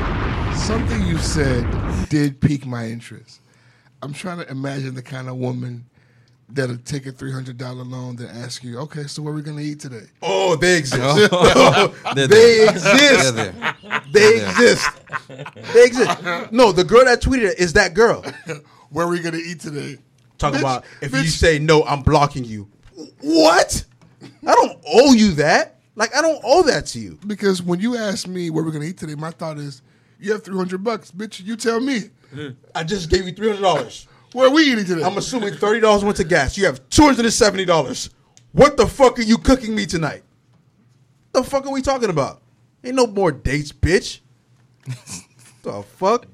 Speaker 2: Something you said did pique my interest. I'm trying to imagine the kind of woman that'll take a three hundred dollar loan then ask you, "Okay, so what are we gonna eat today?"
Speaker 1: Oh, they exist.
Speaker 6: They're
Speaker 1: they
Speaker 6: there. They're
Speaker 1: exist.
Speaker 6: there.
Speaker 1: They
Speaker 6: Yeah.
Speaker 1: exist. They exist. No, the girl that tweeted it is that girl.
Speaker 2: Where are we gonna eat today?
Speaker 1: Talk
Speaker 2: Bitch,
Speaker 1: about if you
Speaker 2: bitch.
Speaker 1: say no, I'm blocking you. What? I don't owe you that. Like I don't owe that to you.
Speaker 2: Because when you ask me what we're gonna eat today, my thought is, "You have three hundred bucks, bitch. You tell me
Speaker 1: I just gave you three hundred dollars.
Speaker 2: where are we eating today."
Speaker 1: I'm assuming thirty dollars went to gas. You have two hundred and seventy dollars. What the fuck are you cooking me tonight? The fuck are we talking about? Ain't no more dates, bitch. the fuck?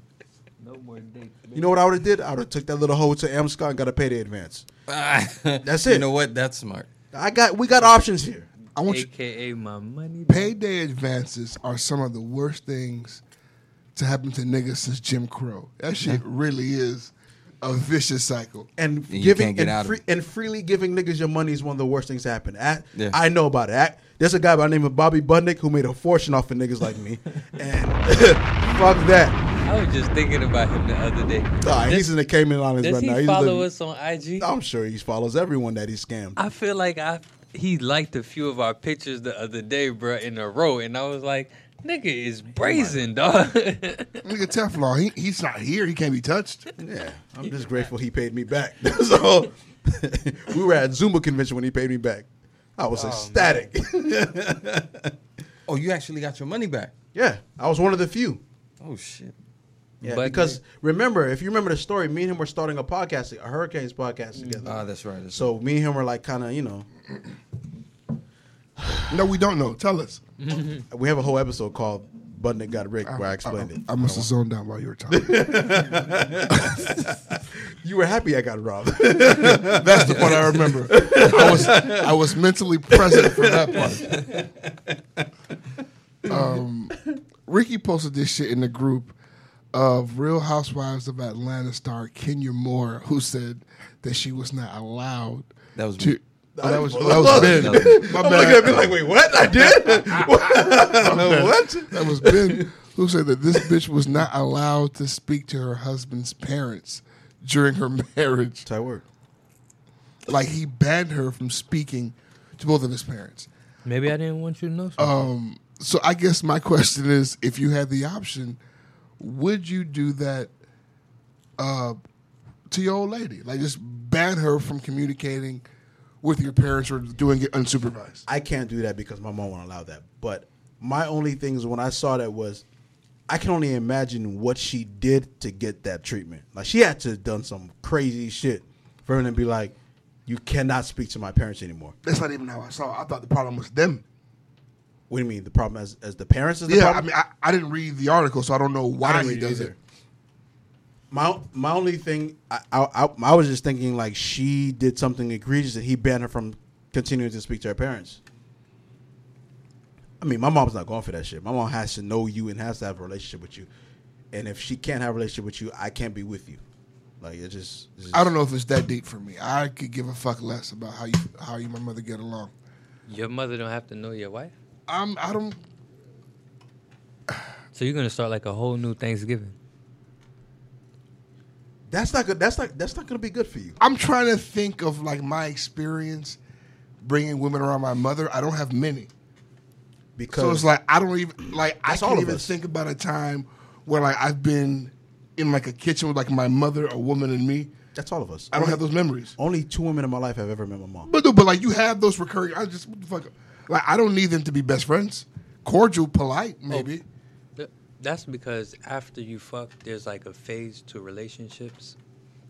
Speaker 3: No more dates.
Speaker 1: You know what I would have did? I would have took that little hoe to Amscot and got a payday advance. That's
Speaker 6: You
Speaker 1: it.
Speaker 6: know what? That's smart.
Speaker 1: I got we got options here.
Speaker 2: I want you.
Speaker 3: AKA my money.
Speaker 2: Payday advances are some of the worst things to happen to niggas since Jim Crow. That shit really is a vicious cycle.
Speaker 1: and
Speaker 6: you
Speaker 1: giving
Speaker 6: can't get
Speaker 1: and,
Speaker 6: out of
Speaker 1: free,
Speaker 6: it.
Speaker 1: and freely giving niggas your money is one of the worst things that happen. I,
Speaker 6: Yeah.
Speaker 1: I know about that. There's a guy by the name of Bobby Budnick who made a fortune off of niggas like me, and fuck that.
Speaker 3: I was just thinking about him the other day.
Speaker 1: All right, he's in the Cayman Islands
Speaker 3: Does
Speaker 1: right
Speaker 3: he
Speaker 1: now. He's
Speaker 3: follow
Speaker 1: living-
Speaker 3: us on IG?
Speaker 1: I'm sure he follows everyone that he scammed.
Speaker 3: I feel like I he liked a few of our pictures the other day, bruh, in a row, and I was like, "Nigga is brazen, dog."
Speaker 2: Nigga Teflon, he, he's not here. He can't be touched.
Speaker 1: yeah, I'm just grateful he paid me back. so we were at Zumba convention when he paid me back. I was ecstatic.
Speaker 6: Oh, you actually got your money back.
Speaker 1: yeah, I was one of the few.
Speaker 6: Oh shit.
Speaker 1: Yeah,
Speaker 3: But-
Speaker 1: because remember, if you remember the story, me and him were starting a podcast, a Hurricanes podcast together.
Speaker 6: Ah, that's right. That's
Speaker 1: So me and him were like kind of, you know,
Speaker 2: No, we don't know. Tell us.
Speaker 1: we have a whole episode called Budnick Got Rick where I explained it.
Speaker 2: I, I must have zoned out while you were talking.
Speaker 1: You were happy I got robbed.
Speaker 2: That's the part I remember. I was I was mentally present for that part. Um, Ricky posted this shit in the group of Real Housewives of Atlanta star Kenya Moore, who said that she was not allowed.
Speaker 6: That was
Speaker 2: to.
Speaker 6: me.
Speaker 2: Oh, that was that
Speaker 1: Look.
Speaker 2: was Ben.
Speaker 6: That was-
Speaker 2: My
Speaker 1: I'm
Speaker 2: bad.
Speaker 1: looking at me like, wait, what? I did? what?
Speaker 2: That was Ben who said that this bitch was not allowed to speak to her husband's parents during her marriage.
Speaker 1: That's how it worked.
Speaker 2: Like he banned her from speaking to both of his parents.
Speaker 3: Maybe I didn't want you to know.
Speaker 2: Um, so I guess my question is, if you had the option, would you do that uh, to your old lady? Like just ban her from communicating with your parents or doing it unsupervised?
Speaker 1: I can't do that because my mom won't allow that. But my only thing is when I saw that was I can only imagine what she did to get that treatment. Like she had to have done some crazy shit for him to be like, You cannot speak to my parents anymore.
Speaker 2: That's not even how I saw. it. I thought the problem was them.
Speaker 1: What do you mean? The problem as as the parents is the
Speaker 2: Yeah, I
Speaker 1: problem?
Speaker 2: mean, I, I didn't read the article, so I don't know why he does it.
Speaker 1: My my only thing I, I I I was just thinking like she did something egregious and he banned her from continuing to speak to her parents. I mean, my mom's not going for that shit. My mom has to know you and has to have a relationship with you. And if she can't have a relationship with you, I can't be with you. Like it just, it's just
Speaker 2: I don't know if it's that deep for me. I could give a fuck less about how you how you and my mother get along.
Speaker 3: Your mother don't have to know your wife,
Speaker 2: I'm I don't
Speaker 3: so you're gonna start like a whole new Thanksgiving.
Speaker 1: That's not good. That's not that's not gonna be good for you.
Speaker 2: I'm trying to think of like my experience bringing women around my mother. I don't have many,
Speaker 1: Because
Speaker 2: so it's like I don't even like I
Speaker 1: That's all
Speaker 2: can't
Speaker 1: of
Speaker 2: even
Speaker 1: us.
Speaker 2: think about a time where like I've been in like a kitchen with like my mother, a woman, and me,
Speaker 1: That's all of us.
Speaker 2: I don't have those memories.
Speaker 1: Only two women in my life have ever met my mom.
Speaker 2: But dude, but like you have those recurring. I just what the fuck. Like I don't need them to be best friends. Cordial, polite, maybe.
Speaker 1: Oh.
Speaker 3: Th- That's because after you fuck, there's like a phase to relationships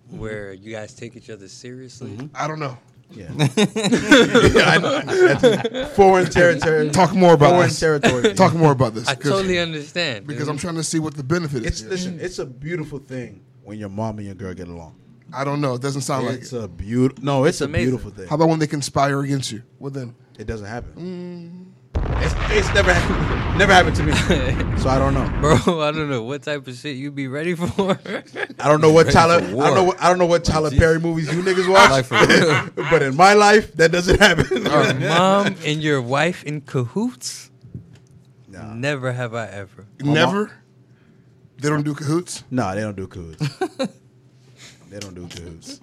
Speaker 3: where you guys take each other seriously.
Speaker 2: I don't know.
Speaker 1: Yeah. Yeah, I know. That's foreign territory.
Speaker 2: Talk more about
Speaker 1: foreign
Speaker 2: this.
Speaker 1: territory.
Speaker 2: Talk more about this.
Speaker 3: I
Speaker 2: 'cause-
Speaker 3: totally understand
Speaker 2: because
Speaker 3: dude.
Speaker 2: I'm trying to see what the benefit is.
Speaker 1: It's
Speaker 2: here.
Speaker 1: listen. It's a beautiful thing when your mom and your girl get along.
Speaker 2: I don't know. It doesn't sound like
Speaker 1: It's
Speaker 2: it.
Speaker 1: a beautiful. No, it's, a
Speaker 3: amazing.
Speaker 1: beautiful thing.
Speaker 2: How about when they conspire against you? Well, then
Speaker 1: It doesn't happen. Mm. It's, it's never happened. Never happened to me. So I don't know.
Speaker 3: bro. I don't know what type of shit you be ready for.
Speaker 1: I don't know what
Speaker 6: Ready for
Speaker 1: Tyler. I don't know.
Speaker 6: war.
Speaker 1: What, I don't know what Tyler
Speaker 6: Jesus.
Speaker 1: Perry movies you niggas watch.
Speaker 6: Like, for real.
Speaker 1: but in my life, that doesn't happen.
Speaker 3: Mom and your wife in cahoots.
Speaker 1: Nah.
Speaker 3: Never have I ever.
Speaker 2: never. They don't do cahoots.
Speaker 1: No, they don't do cahoots. they don't do cahoots.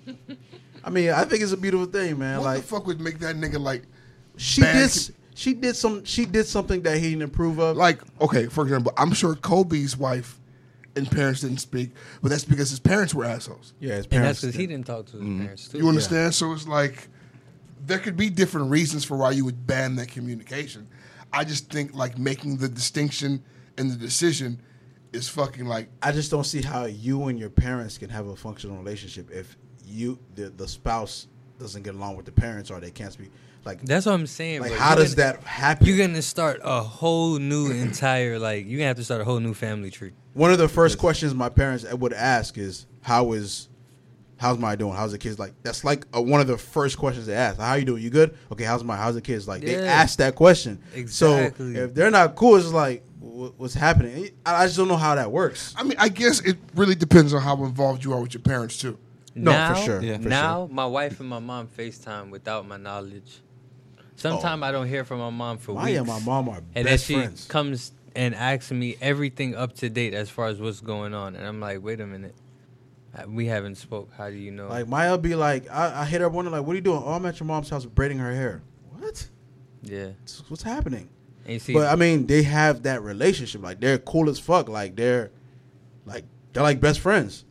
Speaker 1: I mean, I think it's a beautiful thing, man.
Speaker 2: What
Speaker 1: like
Speaker 2: the fuck would make that nigga like?
Speaker 1: she
Speaker 2: bad
Speaker 1: did,
Speaker 2: commu-
Speaker 1: she did some, she did something that he didn't approve of.
Speaker 2: Like okay, for example, I'm sure Kobe's wife and parents didn't speak, but that's because his parents were assholes.
Speaker 1: yeah, his
Speaker 3: And that's
Speaker 1: parents.
Speaker 3: because he
Speaker 1: did. Mm-hmm.
Speaker 3: didn't talk to his parents too.
Speaker 2: You understand? So it's like there could be different reasons for why you would ban that communication. I just think like making the distinction and the decision is fucking like
Speaker 1: I just don't see how you and your parents can have a functional relationship if you the the spouse doesn't get along with the parents or they can't speak. Like,
Speaker 3: That's what I'm saying.
Speaker 1: like
Speaker 3: bro.
Speaker 1: how
Speaker 3: You
Speaker 1: does
Speaker 3: gonna-
Speaker 1: that happen?
Speaker 3: You're gonna start a whole new entire like you're gonna have to start a whole new family tree.
Speaker 1: One of the first questions my parents would ask is, "How is, how's my doing? How's the kids like?" That's like uh one of the first questions they ask. How you doing? You good? Okay, how's my? How's the kids like? They
Speaker 3: Yeah.
Speaker 1: ask that question.
Speaker 3: Exactly.
Speaker 1: So if they're not cool, it's like, wh- what's happening? I I just don't know how that works.
Speaker 2: I mean, I guess it really depends on how involved you are with your parents too.
Speaker 1: No, for
Speaker 3: now,
Speaker 1: sure, Yeah. for
Speaker 3: now my wife and my mom FaceTime without my knowledge. Sometime I don't hear from my mom for
Speaker 1: Maya
Speaker 3: weeks.
Speaker 1: and my mom Oh. are
Speaker 3: and then
Speaker 1: best
Speaker 3: she
Speaker 1: friends.
Speaker 3: comes and asks me everything up to date as far as what's going on, and I'm like, wait a minute, Uh, we haven't spoke. How do you know?
Speaker 1: Like Maya be like, I, I hit her one like, "What are you doing?" Oh, I'm at your mom's house braiding her hair. What?
Speaker 3: yeah,
Speaker 1: What's happening?
Speaker 3: and you see,
Speaker 1: But I mean, they have that relationship. Like they're cool as fuck. Like they're like they're like best friends.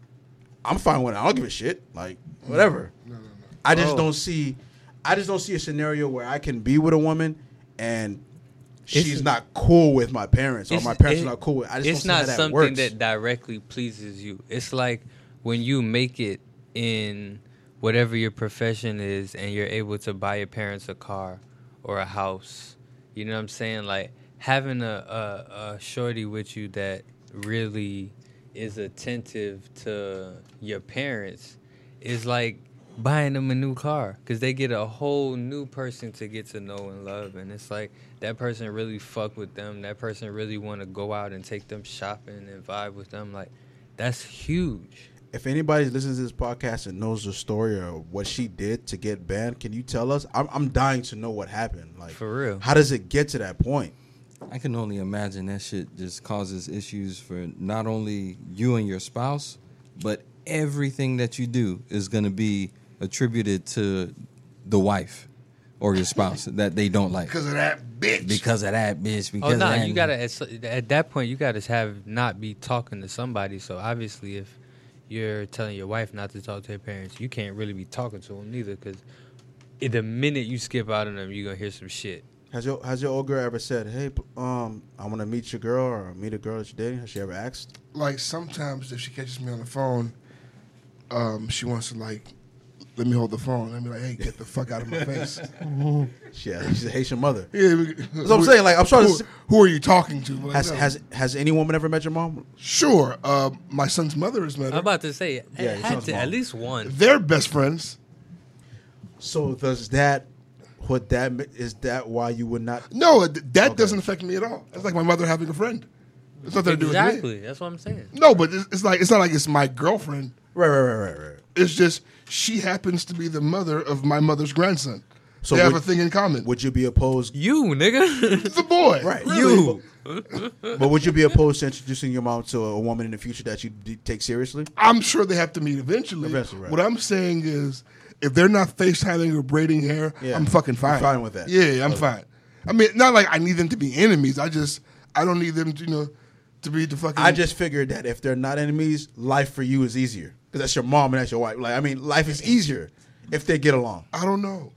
Speaker 1: I'm fine with it. I don't give a shit. Like whatever. I just
Speaker 3: Oh.
Speaker 1: don't see. I just don't see a scenario where I can be with a woman and she's
Speaker 3: It's-
Speaker 1: not cool with my parents or
Speaker 3: it's-
Speaker 1: my parents
Speaker 3: it-
Speaker 1: are not cool with. I just
Speaker 3: it's
Speaker 1: don't see
Speaker 3: not
Speaker 1: how that
Speaker 3: something
Speaker 1: works.
Speaker 3: that directly pleases you. It's like when you make it in whatever your profession is, and you're able to buy your parents a car or a house. You know what I'm saying? Like having a a, a shorty with you that really is attentive to your parents is like buying them a new car because they get a whole new person to get to know and love and it's like that person really fuck with them that person really want to go out and take them shopping and vibe with them like that's huge
Speaker 1: if anybody listens to this podcast and knows the story or what she did to get banned, can you tell us? I'm, I'm dying to know what happened. Like
Speaker 3: For real.
Speaker 1: how does it get to that point?
Speaker 6: I can only imagine that shit just causes issues for not only you and your spouse, but everything that you do is going to be attributed to the wife or your spouse that they don't like
Speaker 2: Because of that bitch.
Speaker 6: because of that bitch. Because
Speaker 3: oh
Speaker 6: of
Speaker 3: no
Speaker 6: that.
Speaker 3: you gotta at, s- at that point you gotta have not be talking to somebody so obviously if you're telling your wife not to talk to her parents you can't really be talking to them neither because the minute you skip out on them you're gonna hear some shit
Speaker 1: Has your has your old girl ever said, "Hey, p- um, I want to meet your girl or meet a girl that you're dating"? Has she ever asked?
Speaker 2: like sometimes if she catches me on the phone, um, she wants to like let me hold the phone. Let me like, hey, get the fuck out of my face.
Speaker 1: She has. She's a Haitian mother.
Speaker 2: Yeah, we-
Speaker 1: what I'm saying, like, I'm trying to
Speaker 2: who,
Speaker 1: s-
Speaker 2: Who are you talking to? Like,
Speaker 1: Has
Speaker 2: no.
Speaker 1: has has any woman ever met your mom?
Speaker 2: sure. Uh, my son's mother is met
Speaker 3: I'm
Speaker 2: her.
Speaker 3: about to say, I
Speaker 1: Yeah, it
Speaker 3: had
Speaker 1: sounds
Speaker 3: to,
Speaker 1: wrong.
Speaker 3: at least one.
Speaker 2: They're best friends.
Speaker 1: So does that what that ma- is that why you would not?
Speaker 2: No, th- that
Speaker 1: Okay.
Speaker 2: doesn't affect me at all. It's like my mother having a friend. It's nothing to do with me.
Speaker 3: Exactly. That's what I'm saying.
Speaker 2: No, but it's, it's like it's not like it's my girlfriend.
Speaker 1: Right, right, right, right, right.
Speaker 2: It's just she happens to be the mother of my mother's grandson.
Speaker 1: So
Speaker 2: So they have
Speaker 1: would-
Speaker 2: a thing in common.
Speaker 1: Would you be opposed?
Speaker 3: You, nigga.
Speaker 2: the boy,
Speaker 1: Right,
Speaker 3: you.
Speaker 1: But would you be opposed to introducing your mom to a woman in the future that you d- take seriously?
Speaker 2: I'm sure they have to meet eventually.
Speaker 1: Eventually, right.
Speaker 2: What I'm saying is, if they're not FaceTiming or braiding hair,
Speaker 1: Yeah.
Speaker 2: I'm fucking fine.
Speaker 1: You're fine with that.
Speaker 2: Yeah, I'm fine. I mean, not like I need them to be enemies. I just, I don't need them to, you know, to be the fucking.
Speaker 1: I just figured that if they're not enemies, life for you is easier. because that's your mom and that's your wife. Like, I mean, life is easier if they get along.
Speaker 2: I don't know.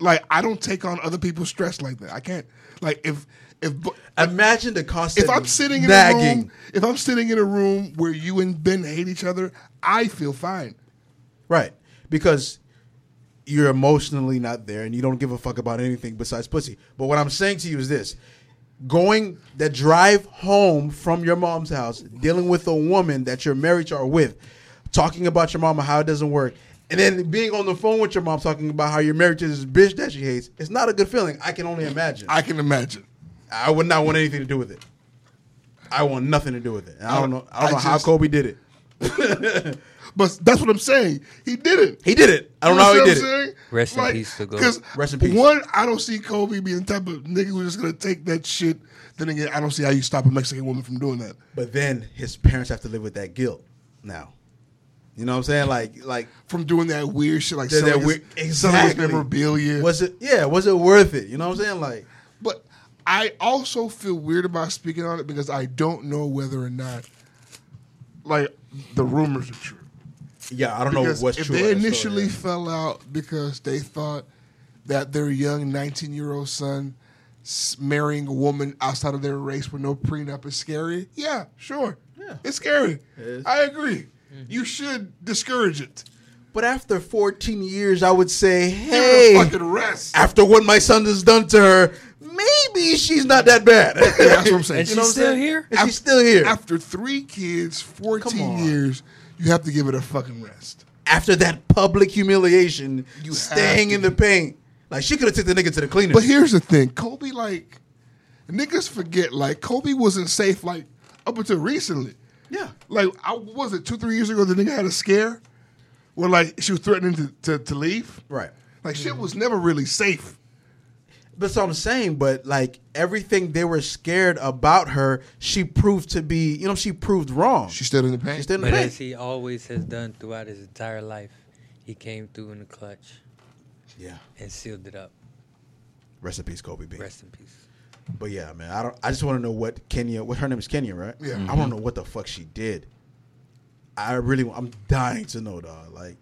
Speaker 2: Like I don't take on other people's stress like that. I can't. Like if if
Speaker 1: Imagine the concept.
Speaker 2: if I'm
Speaker 1: of
Speaker 2: sitting in a
Speaker 1: nagging.
Speaker 2: room, if I'm sitting in a room where you and Ben hate each other, I feel fine.
Speaker 1: Right. Because you're emotionally not there and you don't give a fuck about anything besides pussy. But what I'm saying to you is this going that drive home from your mom's house, dealing with a woman that you're married to or with, talking about your mama, how it doesn't work. And then being on the phone with your mom talking about how you're married to this bitch that she hates, it's not a good feeling. I can only imagine. I,
Speaker 2: I can imagine.
Speaker 1: would not want anything to do with it. I want nothing to do with it. And I don't know. I don't
Speaker 2: I
Speaker 1: know how
Speaker 2: just-
Speaker 1: Kobe did it.
Speaker 2: But that's what I'm saying. He did it.
Speaker 1: He did it. I don't know how he did it.
Speaker 3: Rest in peace to
Speaker 2: go.
Speaker 3: Kobe.
Speaker 1: Rest in peace.
Speaker 2: One, I don't see Kobe being the type of nigga who's just gonna take that shit. Then again, I don't see how you stop a Mexican woman from doing that.
Speaker 1: But then his parents have to live with that guilt now. You know what I'm saying? Like, like
Speaker 2: From doing that weird shit, like
Speaker 1: that,
Speaker 2: selling,
Speaker 1: that
Speaker 2: his,
Speaker 1: weird,
Speaker 2: selling his
Speaker 1: exactly.
Speaker 2: memorabilia.
Speaker 1: Was it? Yeah. Was it worth it? You know what I'm saying? Like,
Speaker 2: But I also feel weird about speaking on it because I don't know whether or not, like, the rumors are true.
Speaker 1: yeah, I don't
Speaker 2: Because
Speaker 1: know what's
Speaker 2: if
Speaker 1: true.
Speaker 2: they
Speaker 1: about that
Speaker 2: initially
Speaker 1: story,
Speaker 2: fell out because they thought that their young 19 year old son s- marrying a woman outside of their race with no prenup is scary, yeah, sure.
Speaker 1: Yeah.
Speaker 2: It's scary.
Speaker 1: is. Mm-hmm.
Speaker 2: I agree. You should discourage it.
Speaker 1: yeah. but after 14 years, I would say,
Speaker 2: Give
Speaker 1: hey,
Speaker 2: it a fucking rest.
Speaker 1: after what my son has done to her, maybe she's not that bad.
Speaker 2: Yeah, that's what I'm saying.
Speaker 3: And
Speaker 2: You
Speaker 3: she's
Speaker 2: know what I'm
Speaker 3: still
Speaker 2: saying?
Speaker 3: here?
Speaker 1: And she's still here.
Speaker 2: After three kids, 14
Speaker 1: on.
Speaker 2: years, you have to give it a fucking rest.
Speaker 1: After that public humiliation,
Speaker 2: You
Speaker 1: staying
Speaker 2: have
Speaker 1: in
Speaker 2: to.
Speaker 1: the paint, like she could have took the nigga to the cleaners.
Speaker 2: But here's the thing, Kobe like niggas forget like Kobe wasn't safe like up until recently.
Speaker 1: yeah,
Speaker 2: Like I what was it two three years ago the nigga had a scare where like she was threatening to to, to leave.
Speaker 1: right.
Speaker 2: Like shit was never really safe.
Speaker 1: That's what I'm saying. But like everything they were scared about her, she proved to be. You know, she proved wrong.
Speaker 2: She stood in the pain.
Speaker 1: She's still in the
Speaker 3: But as
Speaker 1: paint.
Speaker 3: he always has done throughout his entire life, he came through in the clutch
Speaker 1: Yeah.
Speaker 3: and sealed it up.
Speaker 1: Rest in peace, Kobe B.
Speaker 3: Rest in peace.
Speaker 1: But yeah, man, I don't. I just want to know what Kenya. What her name is Kenya, right?
Speaker 2: Yeah.
Speaker 1: I want to know what the fuck she did. I really. I'm dying to know, dog. Like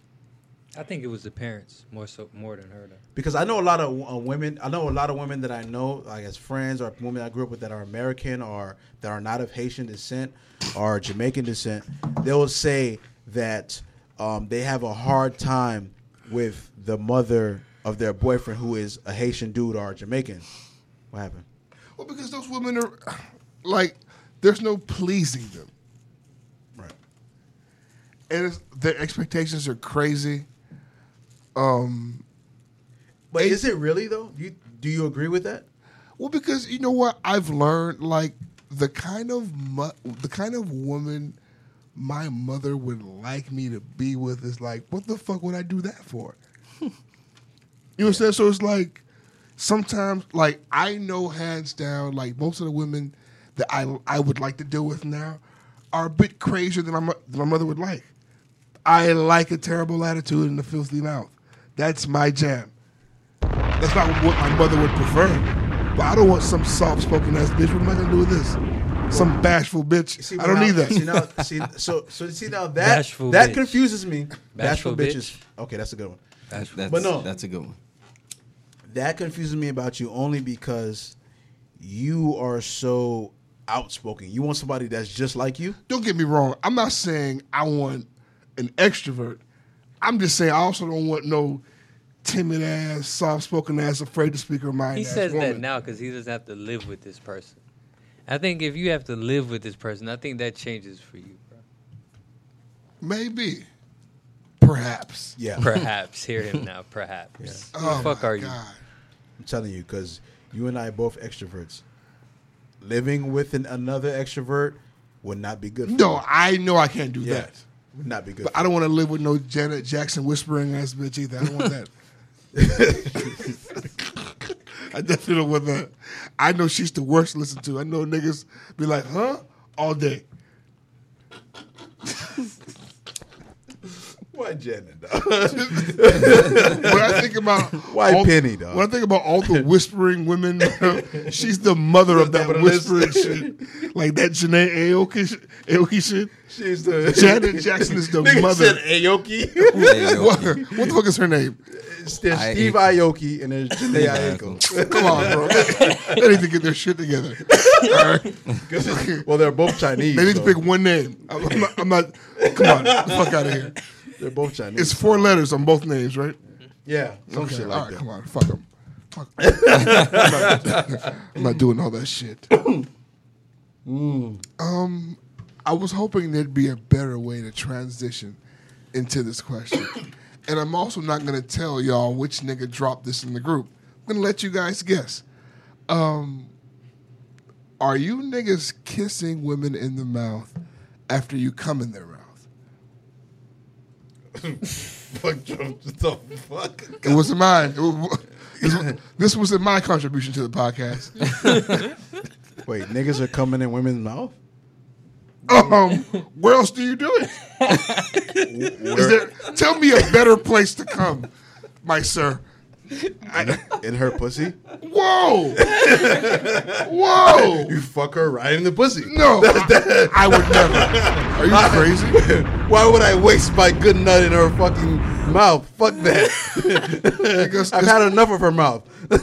Speaker 3: I think it was the parents more so more than her though.
Speaker 1: because I know a lot of uh, women. I know a lot of women that I know, like as friends or women I grew up with that are American or that are not of Haitian descent or Jamaican descent. They will say that um, they have a hard time with the mother of their boyfriend who is a Haitian dude or a Jamaican. What happened?
Speaker 2: Well, because those women are like there's no pleasing them.
Speaker 1: Right.
Speaker 2: And it's, their expectations are crazy. Um
Speaker 1: But is it really though? Do you do you agree with that?
Speaker 2: Well, because you know what I've learned, like the kind of mo- the kind of woman my mother would like me to be with is like, what the fuck would I do that for? you know what I'm saying? So it's like sometimes, like I know hands down, like most of the women that I I would like to deal with now are a bit crazier than my mo- than my mother would like. I like a terrible attitude and a filthy mouth. That's my jam. That's not what my mother would prefer. But I don't want some soft spoken ass bitch. What am I gonna do with this? Some bashful bitch. I don't
Speaker 1: now-
Speaker 2: need that.
Speaker 1: See now, see, so so see now that
Speaker 3: Bashful
Speaker 1: that
Speaker 3: bitch.
Speaker 1: confuses me. Bashful,
Speaker 3: Bashful
Speaker 1: bitches.
Speaker 3: bitch.
Speaker 1: Okay, that's a good one.
Speaker 3: That's
Speaker 6: That's,
Speaker 1: But no.
Speaker 6: that's a good one.
Speaker 1: that confuses me about you only because you are so outspoken. You want somebody that's just like you.
Speaker 2: Don't get me wrong. I'm not saying I want an extrovert. I'm just saying I also don't want no timid ass, soft spoken ass, afraid to speak her mind.
Speaker 3: He
Speaker 2: ass
Speaker 3: says that
Speaker 2: woman.
Speaker 3: now because he doesn't have to live with this person. I think if you have to live with this person, I think that changes for you, bro.
Speaker 2: Maybe. Perhaps. Oh
Speaker 1: Yeah,
Speaker 3: Perhaps hear him now. Perhaps. Who the fuck
Speaker 2: my
Speaker 3: are you?
Speaker 2: God.
Speaker 1: I'm telling you because you and I are both extroverts. Living with an, another extrovert would not be good. For
Speaker 2: No,
Speaker 1: you.
Speaker 2: I know I can't do
Speaker 1: yeah,
Speaker 2: that.
Speaker 1: would not be good.
Speaker 2: But I don't want to live with no Janet Jackson whispering ass bitch either. I don't want that. I definitely don't want that. I know she's the worst to listen to. I know niggas be like, huh? All day.
Speaker 5: Why Janet? dog?
Speaker 2: when I think about
Speaker 1: Why Penny, dog?
Speaker 2: When I think about all the whispering women, she's the mother of that
Speaker 5: Top of the list.
Speaker 2: whispering shit, like that Janae Aoki, sh- Aoki shit.
Speaker 5: She's the
Speaker 2: Janet Jackson is the
Speaker 5: Nigga
Speaker 2: mother.
Speaker 5: Said Aoki.
Speaker 2: what, what the fuck is her name?
Speaker 1: It's- There's
Speaker 6: I-
Speaker 1: Steve Aoki and there's Janae Aiko.
Speaker 2: Come on, bro. they need to get their shit together.
Speaker 1: Well, they're both Chinese.
Speaker 2: They need to
Speaker 1: so
Speaker 2: pick one name. I'm I'm not. I'm not come on, get the fuck out of here.
Speaker 1: They're both Chinese.
Speaker 2: It's four letters on both names, right?
Speaker 1: yeah, some
Speaker 2: Okay,
Speaker 1: shit
Speaker 2: all
Speaker 1: like
Speaker 2: right,
Speaker 1: that.
Speaker 2: come on, fuck them. Fuck. 'em. I'm not doing all that shit. Um, I was hoping there'd be a better way to transition into this question, and I'm also not gonna tell y'all which nigga dropped this in the group. I'm gonna let you guys guess. Um, are you niggas kissing women in the mouth after you come in their mouth?
Speaker 5: fuck Trump. The fuck.
Speaker 2: It wasn't mine. It was, this, this wasn't my contribution to the podcast.
Speaker 1: Wait, niggas are coming in women's mouth.
Speaker 2: Um, where else do you do it? Is there, tell me a better place to come, my sir.
Speaker 1: in her pussy.
Speaker 2: Whoa, whoa.
Speaker 1: You fuck her right in the pussy.
Speaker 2: No, I, I would never. Are you crazy?
Speaker 1: Why would I waste my good nut in her fucking mouth? Fuck that.
Speaker 2: Because
Speaker 1: I've
Speaker 2: that's-
Speaker 1: had enough of her mouth.
Speaker 2: that's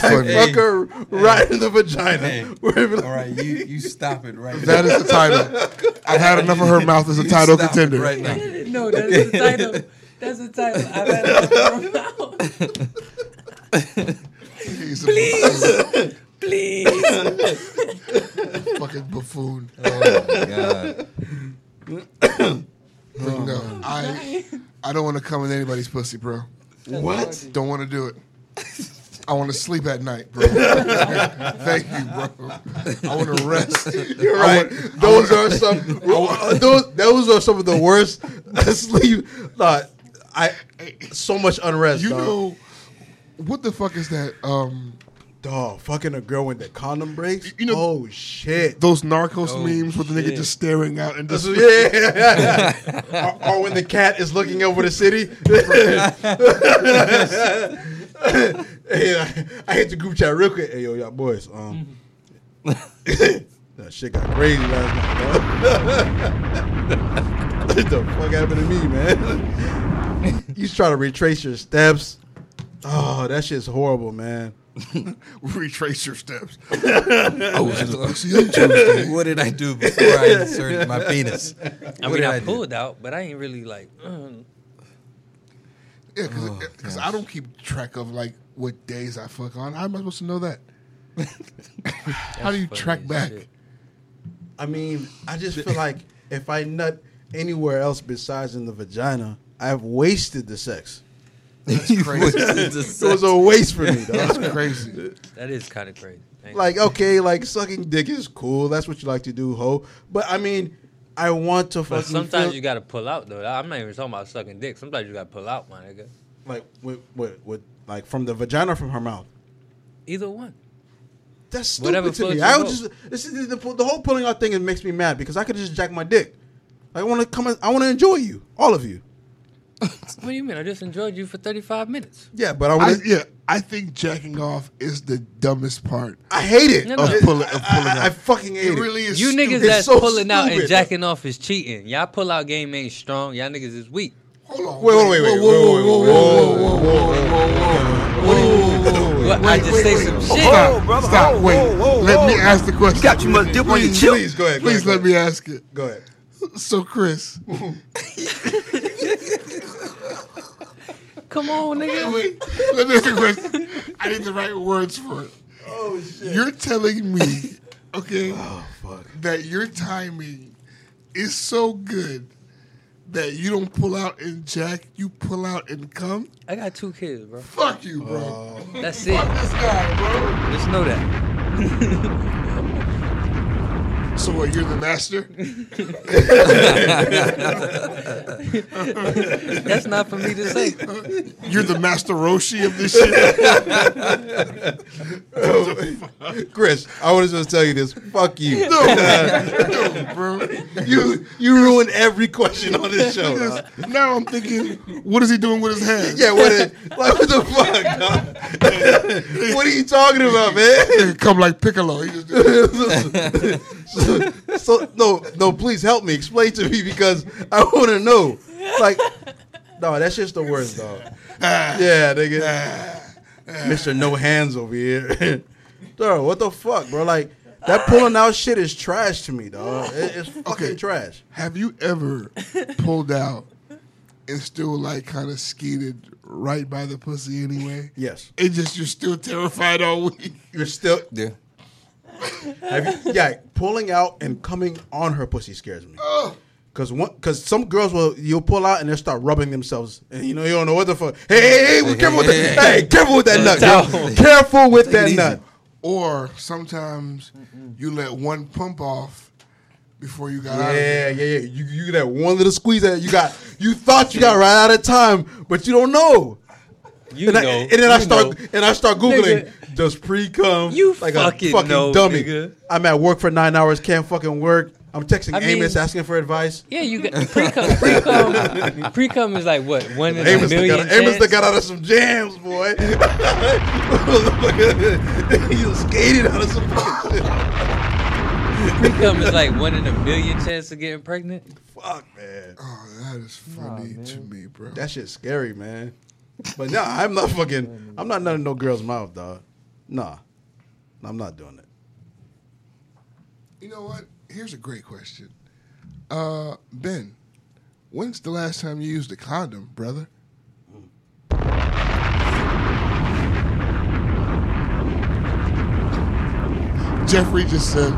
Speaker 2: funny.
Speaker 1: Fuck her right in the vagina.
Speaker 6: Hey.
Speaker 1: Wherever-
Speaker 6: All right, you you stop it right
Speaker 2: That is the title. I've had enough of her mouth as a title
Speaker 6: Stop it
Speaker 2: contender.
Speaker 6: right now.
Speaker 3: No, that's the title. That's the title. I read it from mouth.
Speaker 2: He's a buffoon.
Speaker 3: Please.
Speaker 2: fucking buffoon.
Speaker 6: God.
Speaker 2: But
Speaker 1: Oh,
Speaker 2: no, I, I don't want to come in anybody's pussy, bro.
Speaker 5: What?
Speaker 2: Don't want to do it. I want to sleep at night, bro. Thank you, bro. I want to rest.
Speaker 1: You're right. those are some. those, those are some of the worst sleep. Nah, I so much unrest.
Speaker 2: You
Speaker 1: dog.
Speaker 2: know what the fuck is that? Um,
Speaker 1: dog, fucking a girl when the condom breaks.
Speaker 2: You know-
Speaker 1: oh shit.
Speaker 2: those Narcos
Speaker 3: Oh,
Speaker 2: memes with the nigga
Speaker 3: shit.
Speaker 2: just staring out and just
Speaker 1: yeah, yeah, yeah, yeah. or, or when the cat is looking over the city. hey, I, I hit the group chat real quick. Hey, yo, y'all boys. Um, that shit got crazy last night. Bro. what the fuck happened to me, man? you try to retrace your steps. Oh, that shit's horrible, man.
Speaker 2: retrace your steps.
Speaker 6: I was in the pussy on Tuesday. What did I do before I inserted my penis?
Speaker 3: I
Speaker 6: What
Speaker 3: mean,
Speaker 6: did
Speaker 3: I,
Speaker 6: I do?
Speaker 3: pulled out, but I ain't really like. mm.
Speaker 2: Yeah,
Speaker 3: oh,
Speaker 2: because I don't keep track of like what days I fuck on. How am I supposed to know that? How do you
Speaker 3: funny
Speaker 2: track
Speaker 3: as
Speaker 2: back?
Speaker 3: shit.
Speaker 1: I mean, I just feel like if I nut anywhere else besides in the vagina, I've wasted the sex.
Speaker 6: You wasted the
Speaker 1: It was
Speaker 6: sex.
Speaker 1: a waste for me, dog.
Speaker 2: That's crazy.
Speaker 3: That is kind of crazy. Thank
Speaker 1: like, okay, like sucking dick is cool. That's what you like to do, ho. But I mean, I want to
Speaker 3: But
Speaker 1: fucking.
Speaker 3: sometimes
Speaker 1: feel-
Speaker 3: you gotta pull out though. I'm not even talking about sucking dick. Sometimes you gotta pull out, my nigga.
Speaker 1: like with, with with like from the vagina or from her mouth.
Speaker 3: Either one.
Speaker 1: That's stupid
Speaker 3: Whatever
Speaker 1: to
Speaker 3: floats
Speaker 1: me.
Speaker 3: your
Speaker 1: I would
Speaker 3: boat.
Speaker 1: just this is the, the whole pulling out thing. It makes me mad because I could just jack my dick. I want to come. In, I want to enjoy you, all of you.
Speaker 3: What do you mean? I just enjoyed you for 35 minutes.
Speaker 1: Yeah, but I
Speaker 2: I,
Speaker 1: want. to
Speaker 2: yeah, I think jacking off is the dumbest part
Speaker 1: I hate it.
Speaker 3: No,
Speaker 2: of
Speaker 3: no.
Speaker 2: pulling. Of pulling
Speaker 1: I, I, I
Speaker 2: out.
Speaker 1: fucking hate
Speaker 2: it
Speaker 1: it.
Speaker 2: really is.
Speaker 3: You
Speaker 2: stupid.
Speaker 3: niggas
Speaker 1: It's
Speaker 3: that's
Speaker 1: so
Speaker 3: pulling out and
Speaker 1: stupid.
Speaker 3: jacking off is cheating. Y'all pull out game ain't strong. Y'all niggas is weak.
Speaker 2: Hold on.
Speaker 1: Wait, wait, wait, wait, wait, wait, wait, wait, wait, wait,
Speaker 3: What, I just say some shit.
Speaker 1: Oh,
Speaker 2: Stop, stop, wait. Let me ask the question.
Speaker 7: Got you must dip on your
Speaker 2: Please,
Speaker 7: chip.
Speaker 1: Please go ahead. go
Speaker 2: Please
Speaker 1: ahead,
Speaker 2: let me ask it.
Speaker 1: go ahead.
Speaker 2: So, Chris,
Speaker 3: Come on, nigga.
Speaker 2: wait, let me ask you a question. I need the right words for it.
Speaker 1: Oh shit. Oh,
Speaker 2: You're telling me, okay,
Speaker 1: fuck.
Speaker 2: that your timing is so good that you don't pull out and jack, you pull out and come?
Speaker 3: I got two kids, bro.
Speaker 2: Fuck you,
Speaker 1: Oh,
Speaker 2: bro.
Speaker 3: That's
Speaker 2: Fuck
Speaker 3: it.
Speaker 2: this guy,
Speaker 3: Just know that.
Speaker 2: bro. So, what, you're the master?
Speaker 3: That's not for me to say.
Speaker 2: You're the master Roshi of this shit?
Speaker 1: Chris, I was just tell you this. Fuck you.
Speaker 2: No, no. bro.
Speaker 1: You you ruin every question on this show. dog.
Speaker 2: now I'm thinking, what is he doing with his hands?
Speaker 1: Yeah, what is, like what the fuck? dog? what are you talking about, man?
Speaker 2: It come like Piccolo. He just,
Speaker 1: so, so- no, no, please help me explain to me because I want to know. Like, no, that's just the worst, dog. Yeah, nigga, Mister No Hands over here, dog. What the fuck, bro? Like that pulling out shit is trash to me, dog. It, it's fucking
Speaker 2: Okay.
Speaker 1: trash.
Speaker 2: have you ever pulled out and still like kind of skated right by the pussy anyway?
Speaker 1: Yes,
Speaker 2: It just you're still terrified all week.
Speaker 1: you're still
Speaker 6: Yeah.
Speaker 1: Have you, yeah, pulling out and coming on her pussy scares me. Cause one, cause some girls will you'll pull out and they'll start rubbing themselves, and you know you don't know what the fuck. Hey, hey, hey, well, careful with that. Hey, careful with that nut. yo. Careful with that
Speaker 6: easy.
Speaker 1: nut.
Speaker 2: Or sometimes you let one pump off before you got out of
Speaker 1: Yeah, yeah,
Speaker 2: there.
Speaker 1: yeah. You you that one little squeeze that you got. You thought you got right out of time, but you don't know.
Speaker 3: You
Speaker 1: And,
Speaker 3: know.
Speaker 1: I, and then I
Speaker 3: you
Speaker 1: start
Speaker 3: know.
Speaker 1: and I start googling. Does pre cum
Speaker 3: You fucking know, nigga.
Speaker 1: I'm at work for nine hours, can't fucking work. I'm texting
Speaker 3: I mean-
Speaker 1: Amos asking for advice.
Speaker 3: Yeah, you got pre cum. Pre cum. Pre cum is like what one in
Speaker 1: Amos
Speaker 3: a
Speaker 1: done,
Speaker 3: million.
Speaker 1: got, Amos done
Speaker 3: chance?
Speaker 1: got out of some jams, boy. he was skated out of some fucking shit.
Speaker 3: Pre-cum is like one in a million chance of getting pregnant.
Speaker 1: Fuck, man.
Speaker 2: Oh, that is funny to me, bro.
Speaker 1: That shit's scary, man. But no, I'm not fucking. I'm not nutting no girl's mouth, dog. Nah, I'm not doing it.
Speaker 2: You know what? Here's a great question. Uh, ben, when's the last time you used a condom, brother? Jeffrey just said,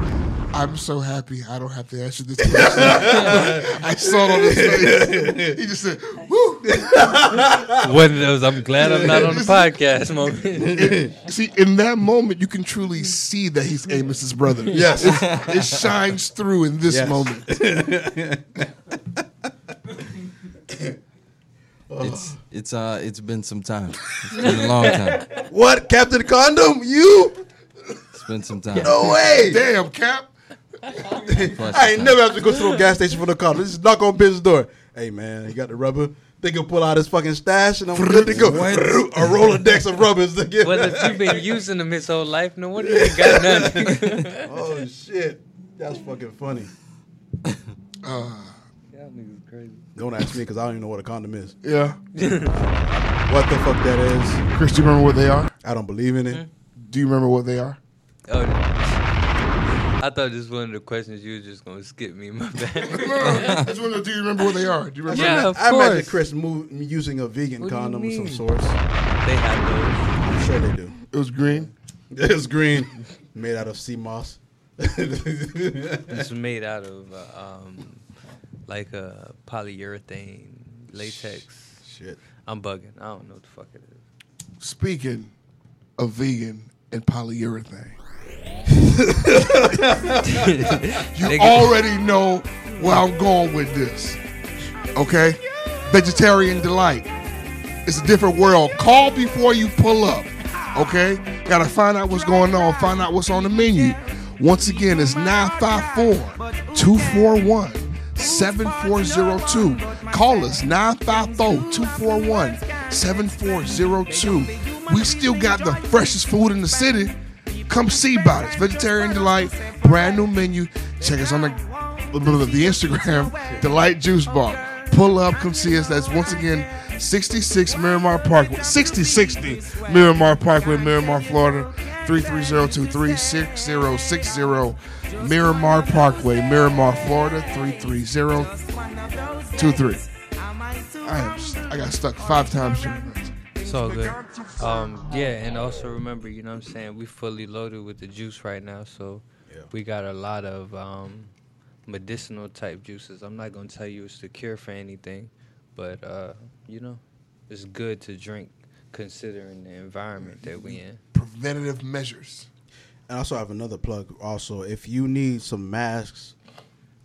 Speaker 2: I'm so happy I don't have to answer this question. I saw it on his face. He just said, woo.
Speaker 3: One of those. I'm glad I'm not on the podcast moment.
Speaker 2: See, in that moment, you can truly see that he's Amos's brother.
Speaker 1: Yes.
Speaker 2: It shines through in this
Speaker 1: Yes.
Speaker 2: moment.
Speaker 6: It's it's uh it's been some time. It's been a long time.
Speaker 1: what, Captain Condom? You?
Speaker 6: It's been some time.
Speaker 1: No way.
Speaker 2: Damn, Cap.
Speaker 6: Plus
Speaker 1: I ain't
Speaker 6: time.
Speaker 1: never have to go to no gas station for the condom. Just knock on Ben's door. Hey, man, you got the rubber? They can pull out his fucking stash and I'm good to go.
Speaker 6: What?
Speaker 1: A Rolodex of rubbers. to get.
Speaker 3: well, if you've been using them his whole life, no wonder you got none.
Speaker 1: Oh shit, that's fucking funny.
Speaker 2: Uh,
Speaker 3: Y'all niggas crazy.
Speaker 1: Don't ask me because I don't even know what a condom is.
Speaker 2: Yeah.
Speaker 1: What the fuck that is?
Speaker 2: Chris, do you remember what they are?
Speaker 1: I don't believe in
Speaker 3: Mm.
Speaker 1: it.
Speaker 2: Do you remember what they are?
Speaker 3: Oh, no. I thought this was one of the questions you was just gonna skip me. My bad.
Speaker 2: I just wonder, do you remember what they are? Do you remember?
Speaker 3: yeah, of
Speaker 1: I imagine
Speaker 3: course.
Speaker 1: Chris move, using a vegan
Speaker 3: What do you
Speaker 1: condom of some
Speaker 3: mean?
Speaker 1: sort.
Speaker 3: They had
Speaker 1: I'm sure they do.
Speaker 2: It was green.
Speaker 1: It's green, made out of sea moss. That's
Speaker 3: those. It's made out of uh, um, like a polyurethane latex.
Speaker 1: Shit.
Speaker 3: I'm bugging. I don't know what the fuck it is.
Speaker 2: Speaking of vegan and polyurethane, you
Speaker 3: Nigga.
Speaker 2: already know where I'm going with this. Okay? Vegetarian delight. It's a different world. Call before you pull up. Okay? Gotta find out what's going on, find out what's on the menu. Once again, it's 954 241 7402. Call us 954 241 7402. We still got the freshest food in the city. Come see about it. Vegetarian Delight, brand new menu. Check us on the, the, the Instagram, Delight Juice Bar. Pull up, come see us. That's once again 66 Miramar Parkway, 6060 Miramar Parkway, Miramar, Florida, 33023 6060. Miramar Parkway, Miramar, Florida, 33023. I, am, s- I got stuck five times. during that.
Speaker 3: It's all good. Um, yeah, and also remember, you know what I'm saying? We fully loaded with the juice right now, so we got a lot of um, medicinal type juices. I'm not gonna tell you it's the cure for anything, but uh, you know, it's good to drink considering the
Speaker 1: Mm,
Speaker 3: environment that we in.
Speaker 2: Preventative measures.
Speaker 1: And also, I have another plug. Also, if you need some masks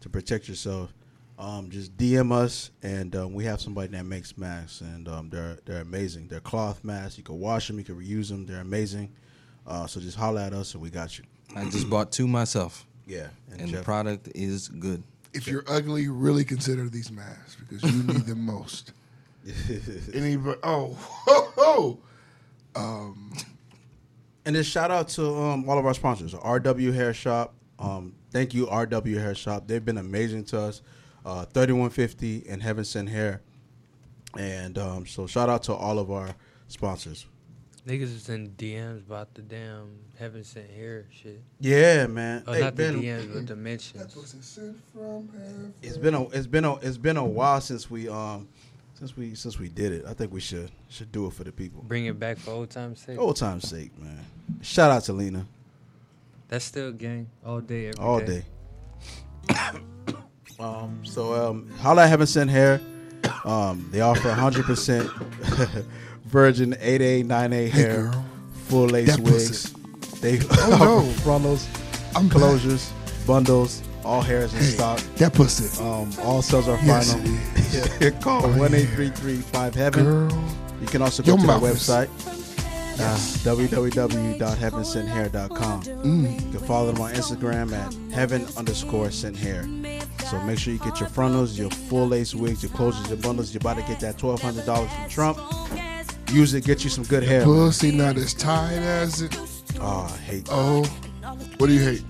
Speaker 1: to protect yourself, um, just DM us, and um, we have somebody that makes masks, and um, they're they're amazing. They're cloth masks. You can wash them, you can reuse them. They're amazing. Uh, so just holler at us, and we got you.
Speaker 6: I just bought two myself.
Speaker 1: Yeah.
Speaker 6: and the product is good.
Speaker 2: If you're ugly, really consider these masks because you need them most. Anybody? Oh, ho, ho.
Speaker 1: And then shout out to um, all of our sponsors, RW Hair Shop. Um, thank you, RW Hair Shop. They've been amazing to us. Uh, Thirty-one fifty and Heaven Sent Hair. And um, so shout out to all of our sponsors.
Speaker 3: Niggas was in DMs about the damn heaven sent hair shit.
Speaker 1: Yeah, man.
Speaker 3: Oh,
Speaker 1: Hey,
Speaker 3: not
Speaker 1: Ben, mm-hmm.
Speaker 3: the DMs, but the
Speaker 2: That
Speaker 3: mentions.
Speaker 2: was a sin from heaven.
Speaker 1: It's been a it's been a it's been a while since we um since we since we did it. I think we should should do it for the people.
Speaker 3: Bring it back for old time's sake.
Speaker 1: Old time's sake, man. Shout out to Lena
Speaker 3: That's still gang all day, every
Speaker 1: all day. um, so um, holla at Heaven Sent Hair. Um, they offer 100 percent virgin 8A 9A hair,
Speaker 2: girl.
Speaker 1: full lace
Speaker 2: That Oh,
Speaker 1: wigs. They
Speaker 2: no.
Speaker 1: offer frontals,
Speaker 2: I'm closure.
Speaker 1: closures, bundles. All hairs in stock.
Speaker 2: That pussy.
Speaker 1: Um, all sales are
Speaker 2: Yes,
Speaker 1: final.
Speaker 2: it
Speaker 1: Call
Speaker 2: Oh,
Speaker 1: one eight
Speaker 2: yeah.
Speaker 1: three three five heaven.
Speaker 2: Girl.
Speaker 1: You can also go
Speaker 2: Your
Speaker 1: to our
Speaker 2: mouth is-
Speaker 1: website, uh, www.heavensenthair.com.
Speaker 2: Mm.
Speaker 1: You can follow them on Instagram at heaven underscore sent hair. So make sure you get your frontals, your full lace wigs, your closures, your bundles. You're about to get that $1,200 from Trump. Use it, get you some good hair.
Speaker 2: Pussy not as tight as it.
Speaker 1: Oh, I hate
Speaker 2: Oh, what do you hate?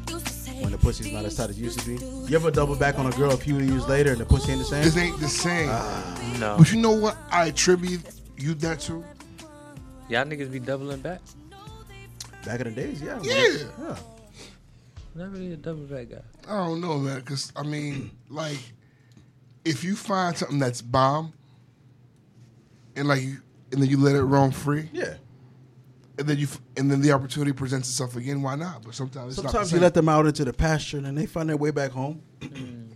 Speaker 1: when the pussy's not as tight as it used to be. You ever double back on a girl a few years later and the pussy ain't the
Speaker 2: This
Speaker 1: same?
Speaker 2: ain't the same.
Speaker 1: Uh,
Speaker 3: No.
Speaker 2: But you know what? I attribute you that to.
Speaker 3: Y'all niggas be doubling back.
Speaker 1: Back in the days, yeah.
Speaker 2: Yeah.
Speaker 1: yeah.
Speaker 3: Not really a double back guy.
Speaker 2: I don't know, man. Because I mean, like, if you find something that's bomb, and like, you, and then you let it roam free,
Speaker 1: Yeah.
Speaker 2: and then you, f- and then the opportunity presents itself again. Why not? But sometimes it's not.
Speaker 1: Sometimes
Speaker 2: The
Speaker 1: you
Speaker 2: same.
Speaker 1: let them out into the pasture and then they find their way back home.
Speaker 2: Mm.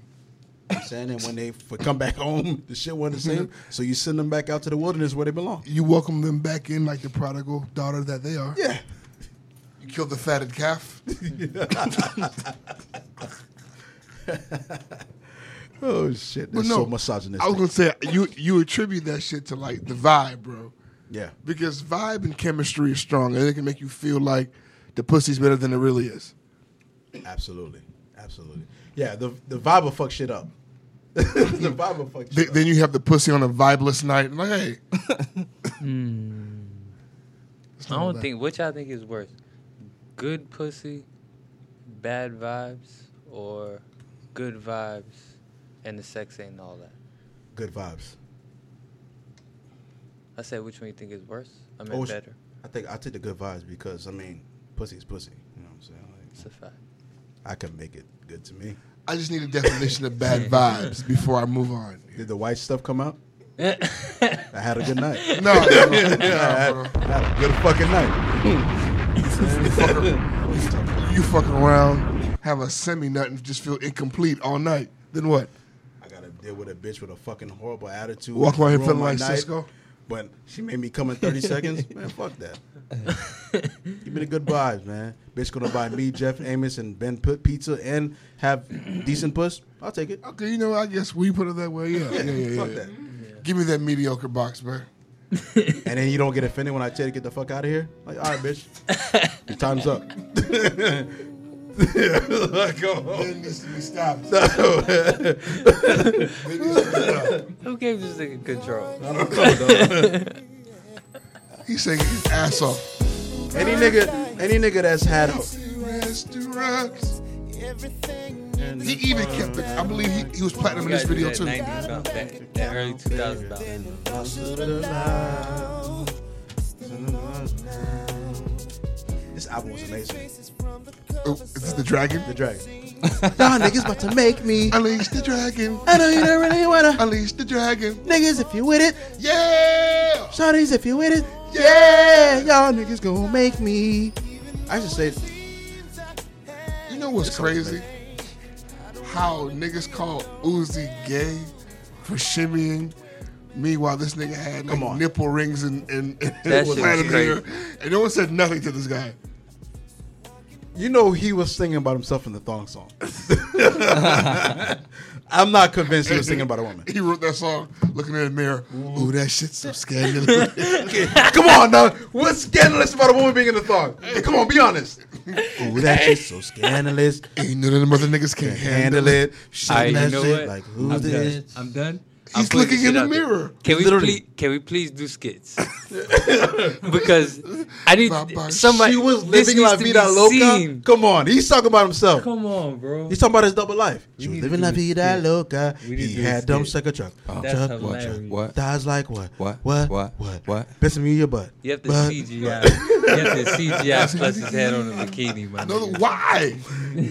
Speaker 1: I'm saying, and when they f- come back home, the shit wasn't the same.
Speaker 2: Mm-hmm.
Speaker 1: So you send them back out to the wilderness where they belong.
Speaker 2: you welcome them back in like the prodigal daughter that they are.
Speaker 1: Yeah.
Speaker 2: You kill the fatted calf.
Speaker 1: Oh shit,
Speaker 2: But
Speaker 1: that's so
Speaker 2: no,
Speaker 1: misogynistic.
Speaker 2: I was gonna say you you attribute that shit to like the vibe, bro.
Speaker 1: yeah,
Speaker 2: Because vibe and chemistry is strong, and it can make you feel like the pussy's better than it really is.
Speaker 1: absolutely, absolutely. Yeah, the the vibe will fuck shit up. the vibe will fuck shit
Speaker 2: Th-
Speaker 1: up.
Speaker 2: then you have the pussy on a vibeless night, and like, hey,
Speaker 3: Mm. I don't think which I think is worse, good pussy, bad vibes, or good vibes, and the sex ain't all that.
Speaker 1: Good vibes.
Speaker 3: I said which one you think is worse? I mean
Speaker 1: Oh, sh-
Speaker 3: better.
Speaker 1: I think I take the good vibes because I mean, pussy is pussy. You know what I'm saying?
Speaker 3: It's
Speaker 1: Like,
Speaker 3: a fact.
Speaker 1: I can make it good to me.
Speaker 2: I just need a definition of bad vibes before I move on.
Speaker 1: Did the white stuff come out? I had a good night.
Speaker 2: No, no, no,
Speaker 1: I
Speaker 2: bro.
Speaker 1: had, I had a good fucking night.
Speaker 2: you fuck around, have a semi nut, and just feel incomplete all night. Then what?
Speaker 1: I gotta deal with a bitch with a fucking horrible attitude.
Speaker 2: Walk around here
Speaker 1: ruin
Speaker 2: feeling
Speaker 1: my
Speaker 2: like Cisco?
Speaker 1: But she made me come in 30 seconds. Man, fuck that. Give me the good vibes, man. Bitch gonna buy me, Jeff Amos, and Ben Put Pizza and have decent puss. I'll take it.
Speaker 2: Okay, you know, what? I guess we put it that way. Yeah, yeah, yeah. yeah,
Speaker 1: fuck
Speaker 2: yeah.
Speaker 1: that.
Speaker 2: Give me that mediocre box, man.
Speaker 1: And then you don't get offended when I tell you to get the fuck out of here. Like, all right, bitch. Your time's up.
Speaker 2: It needs to be stopped.
Speaker 3: Who gave this nigga control?
Speaker 2: He's singing his ass off.
Speaker 1: any nigga, any nigga that's had a
Speaker 2: Restaurants. He even kept it. I believe he, he was platinum in this video too.
Speaker 3: that, early 2000 dollars.
Speaker 1: This album was amazing.
Speaker 2: Oh, is this the dragon?
Speaker 1: The Dragon. Y'all niggas about to make me.
Speaker 2: Unleash the dragon.
Speaker 1: I know you don't really wanna.
Speaker 2: Unleash the dragon.
Speaker 1: Niggas, if you with it.
Speaker 2: Yeah.
Speaker 1: Shawty's, if you with it. Yeah. Y'all niggas gonna make me. I should say,
Speaker 2: You know what's crazy? How niggas call Uzi gay for shimmying. Meanwhile, this nigga had like,
Speaker 1: Come on.
Speaker 2: nipple rings and and, and,
Speaker 3: That shit was
Speaker 2: platinum
Speaker 3: crazy.
Speaker 2: ear, and no one said nothing to this guy.
Speaker 1: you know, he was singing about himself in the thong song. I'm not convinced he was singing about a woman.
Speaker 2: He wrote that song looking in the mirror. Ooh, that shit's so scandalous.
Speaker 1: Come on, now. What's scandalous about a woman being in the thong? Come on, be honest. Ooh, that shit's so scandalous.
Speaker 2: Ain't none of them other niggas can handle it. Shit,
Speaker 3: All right, you
Speaker 2: that
Speaker 3: know
Speaker 2: shit.
Speaker 3: what?
Speaker 1: like, who
Speaker 3: I'm done.
Speaker 1: this?
Speaker 3: I'm done. I'm
Speaker 2: He's
Speaker 3: putting
Speaker 2: looking
Speaker 3: shit
Speaker 2: in the
Speaker 3: out there.
Speaker 2: mirror.
Speaker 3: Can we
Speaker 1: Literally.
Speaker 3: please, can we please do skits? because I need
Speaker 2: My bad.
Speaker 3: somebody.
Speaker 1: She was
Speaker 3: this
Speaker 1: living la
Speaker 3: needs to
Speaker 1: vida
Speaker 3: be
Speaker 1: loca.
Speaker 3: seen.
Speaker 1: Come on, he's talking about himself.
Speaker 3: Come on, bro.
Speaker 1: He's talking about his double life. She
Speaker 3: need
Speaker 1: was
Speaker 3: to
Speaker 1: living
Speaker 3: do
Speaker 1: la
Speaker 3: this
Speaker 1: vida
Speaker 3: shit.
Speaker 1: loca.
Speaker 3: We need to
Speaker 1: He
Speaker 3: do
Speaker 1: had
Speaker 3: this
Speaker 1: dumb
Speaker 3: shit.
Speaker 1: suck a truck. Oh.
Speaker 3: That's
Speaker 1: Chuck,
Speaker 6: What?
Speaker 3: hilarious.
Speaker 6: What?
Speaker 1: Thighs like what?
Speaker 6: What?
Speaker 1: What?
Speaker 6: What?
Speaker 1: What?
Speaker 6: What?
Speaker 1: Pissing me in your butt.
Speaker 3: You have to
Speaker 1: But-
Speaker 3: CGI. you have to CGI plus his head on a bikini, man.
Speaker 2: Another, why?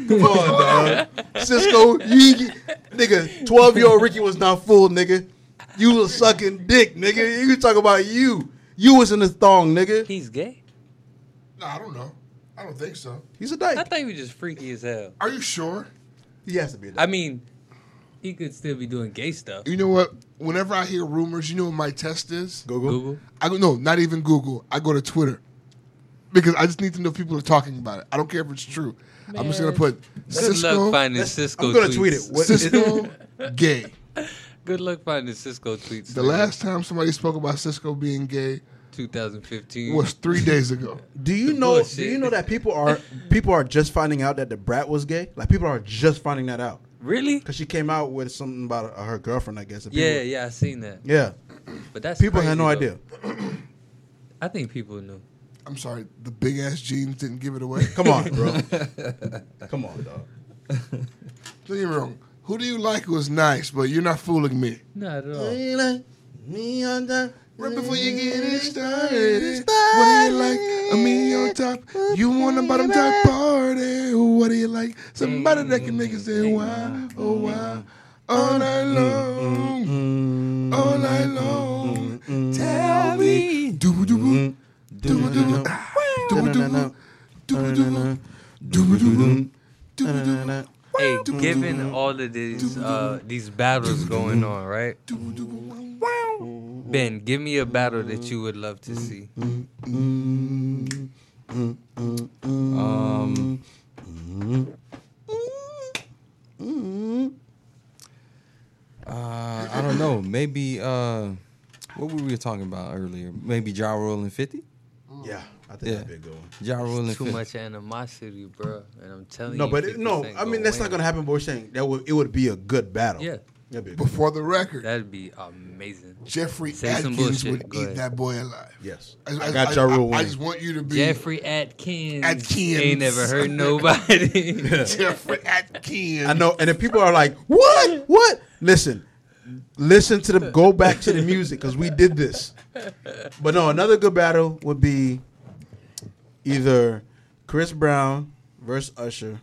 Speaker 1: Come on, dog. Cisco, you, nigga, 12 year old Ricky was not fooled, nigga. You was sucking dick, nigga. You talk about you. You was in the thong, nigga.
Speaker 3: He's gay.
Speaker 2: No, I don't know. I don't think so.
Speaker 1: He's a
Speaker 3: I
Speaker 1: dyke.
Speaker 3: thought he was just freaky as hell.
Speaker 2: Are you sure?
Speaker 1: He has to be a
Speaker 3: I
Speaker 1: dyke.
Speaker 3: mean, he could still be doing gay stuff.
Speaker 2: You know what? Whenever I hear rumors, you know what my test is?
Speaker 1: Google.
Speaker 3: Google.
Speaker 2: I go no, not even Google. I go to Twitter because I just need to know if people are talking about it. I don't care if it's true. I'm just gonna put
Speaker 3: Good luck
Speaker 2: Cisco,
Speaker 3: finding Cisco.
Speaker 1: I'm going
Speaker 3: tweets.
Speaker 1: to tweet it. What is-
Speaker 2: Cisco gay.
Speaker 3: Good luck finding Cisco tweets.
Speaker 2: The last time somebody spoke about Cisco being gay
Speaker 3: 2015.
Speaker 2: was three days ago.
Speaker 1: Do you know?
Speaker 3: Bullshit.
Speaker 1: Do you know that people are people are just finding out that the brat was gay? Like people are just finding that out
Speaker 3: Really?
Speaker 1: because she came out with something about uh, her girlfriend, I guess. and people-
Speaker 3: Yeah, yeah, I seen that.
Speaker 1: yeah.
Speaker 3: But that's
Speaker 1: People had
Speaker 3: crazy,
Speaker 1: no
Speaker 3: though.
Speaker 1: idea.
Speaker 3: I think people knew.
Speaker 2: I'm sorry, the big ass jeans didn't give it away.
Speaker 1: Come on, bro. Come on, dog.
Speaker 2: Don't get me wrong. Who do you like was nice, but you're not fooling me.
Speaker 3: Not at all.
Speaker 2: Right before you get it started, what do you like? A me on top, you want a bottom top party? What do you like? Somebody that can make it say why, oh why, all night long, all night long. Mm-hmm. Tell me, Mm-hmm. do do do do do do do do do do do
Speaker 3: Hey, given all of these uh, these battles going on, right? Ben, give me a battle that you would love
Speaker 1: Mm.
Speaker 3: to see.
Speaker 6: Um, uh, I don't know. Maybe uh, what were we talking about earlier? Maybe Ja Rule and Fifty.
Speaker 1: Yeah, I think
Speaker 6: Yeah,
Speaker 1: that'd be a good one.
Speaker 6: Ja Rule and
Speaker 3: Too
Speaker 6: 50.
Speaker 3: much animosity, bro. And I'm telling
Speaker 1: No,
Speaker 3: you,
Speaker 1: but it, no,
Speaker 3: 50%
Speaker 1: I mean that's not
Speaker 3: win.
Speaker 1: gonna happen. But we're saying that would, it would be a good battle.
Speaker 3: Yeah.
Speaker 1: That'd be a good,
Speaker 2: Before the record,
Speaker 3: That'd be amazing.
Speaker 2: Jeffrey
Speaker 3: Say some
Speaker 2: Atkins
Speaker 3: bullshit.
Speaker 2: would
Speaker 3: Go
Speaker 2: eat
Speaker 3: ahead.
Speaker 2: that boy alive.
Speaker 1: yes.
Speaker 2: I,
Speaker 1: I got Ja Rule
Speaker 2: I,
Speaker 1: winning.
Speaker 2: just want you to be
Speaker 3: Jeffrey Atkins.
Speaker 2: Atkins.
Speaker 3: Ain't never hurt nobody.
Speaker 2: Jeffrey Atkins.
Speaker 1: I know, and if people are like, "What? What?" Listen, listen to the go back to the music because we did this. But no, another good battle would be either Chris Brown versus Usher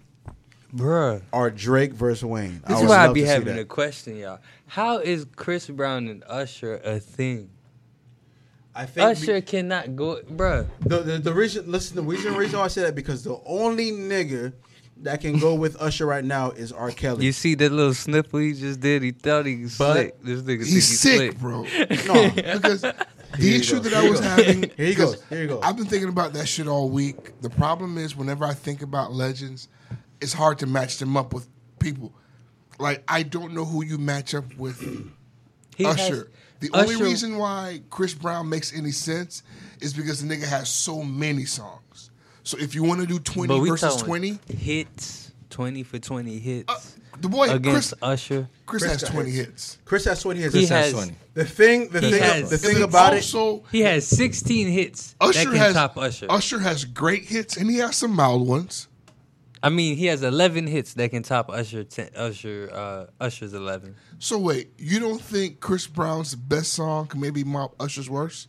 Speaker 3: Bruh.
Speaker 1: or Drake versus Wayne.
Speaker 3: This
Speaker 1: I
Speaker 3: is
Speaker 1: would
Speaker 3: why I
Speaker 1: love
Speaker 3: be
Speaker 1: to see
Speaker 3: having
Speaker 1: that.
Speaker 3: a question, y'all. How is Chris Brown and Usher a thing?
Speaker 1: I think be-
Speaker 3: Usher cannot go, bruh.
Speaker 1: The, the, the reason, listen, the reason, reason why I say that because the only nigga that can go with Usher right now is R. Kelly.
Speaker 3: You see that little sniffle he just did? He thought he was
Speaker 1: But
Speaker 3: slick. This nigga think
Speaker 2: He's
Speaker 3: he
Speaker 2: sick,
Speaker 3: slick.
Speaker 2: bro.
Speaker 1: No,
Speaker 2: Because the issue
Speaker 1: goes.
Speaker 2: that
Speaker 1: Here
Speaker 2: I
Speaker 1: you
Speaker 2: was
Speaker 1: go.
Speaker 2: having.
Speaker 1: Here you go.
Speaker 2: because
Speaker 1: Here you go.
Speaker 2: I've been thinking about that shit all week. The problem is, whenever I think about legends, it's hard to match them up with people. Like I don't know who you match up with
Speaker 3: He has-
Speaker 2: Usher. the only
Speaker 3: Usher-
Speaker 2: reason why Chris Brown makes any sense is because the nigga has so many songs. So if you want to do twenty
Speaker 3: but we
Speaker 2: versus
Speaker 3: talking
Speaker 2: twenty,
Speaker 3: hits, twenty for twenty hits
Speaker 2: uh, the boy
Speaker 3: against
Speaker 2: Chris,
Speaker 3: Usher.
Speaker 2: Chris
Speaker 1: Chris
Speaker 2: has
Speaker 1: got
Speaker 2: twenty
Speaker 1: hits.
Speaker 2: hits.
Speaker 1: Chris has 20 hits.
Speaker 3: He
Speaker 1: Chris
Speaker 3: has,
Speaker 1: has
Speaker 6: 20.
Speaker 1: the thing, the
Speaker 3: He
Speaker 1: thing,
Speaker 3: has-
Speaker 1: the
Speaker 2: And
Speaker 1: thing
Speaker 2: then
Speaker 1: about it.
Speaker 2: also,
Speaker 3: he has sixteen hits that
Speaker 2: Usher
Speaker 3: can
Speaker 2: has
Speaker 3: top Usher.
Speaker 2: Usher has great hits and he has some mild ones.
Speaker 3: I mean, he has eleven hits that can top Usher. Ten, Usher, uh, Usher's eleven.
Speaker 2: So wait, you don't think Chris Brown's best song can maybe mop Usher's worst?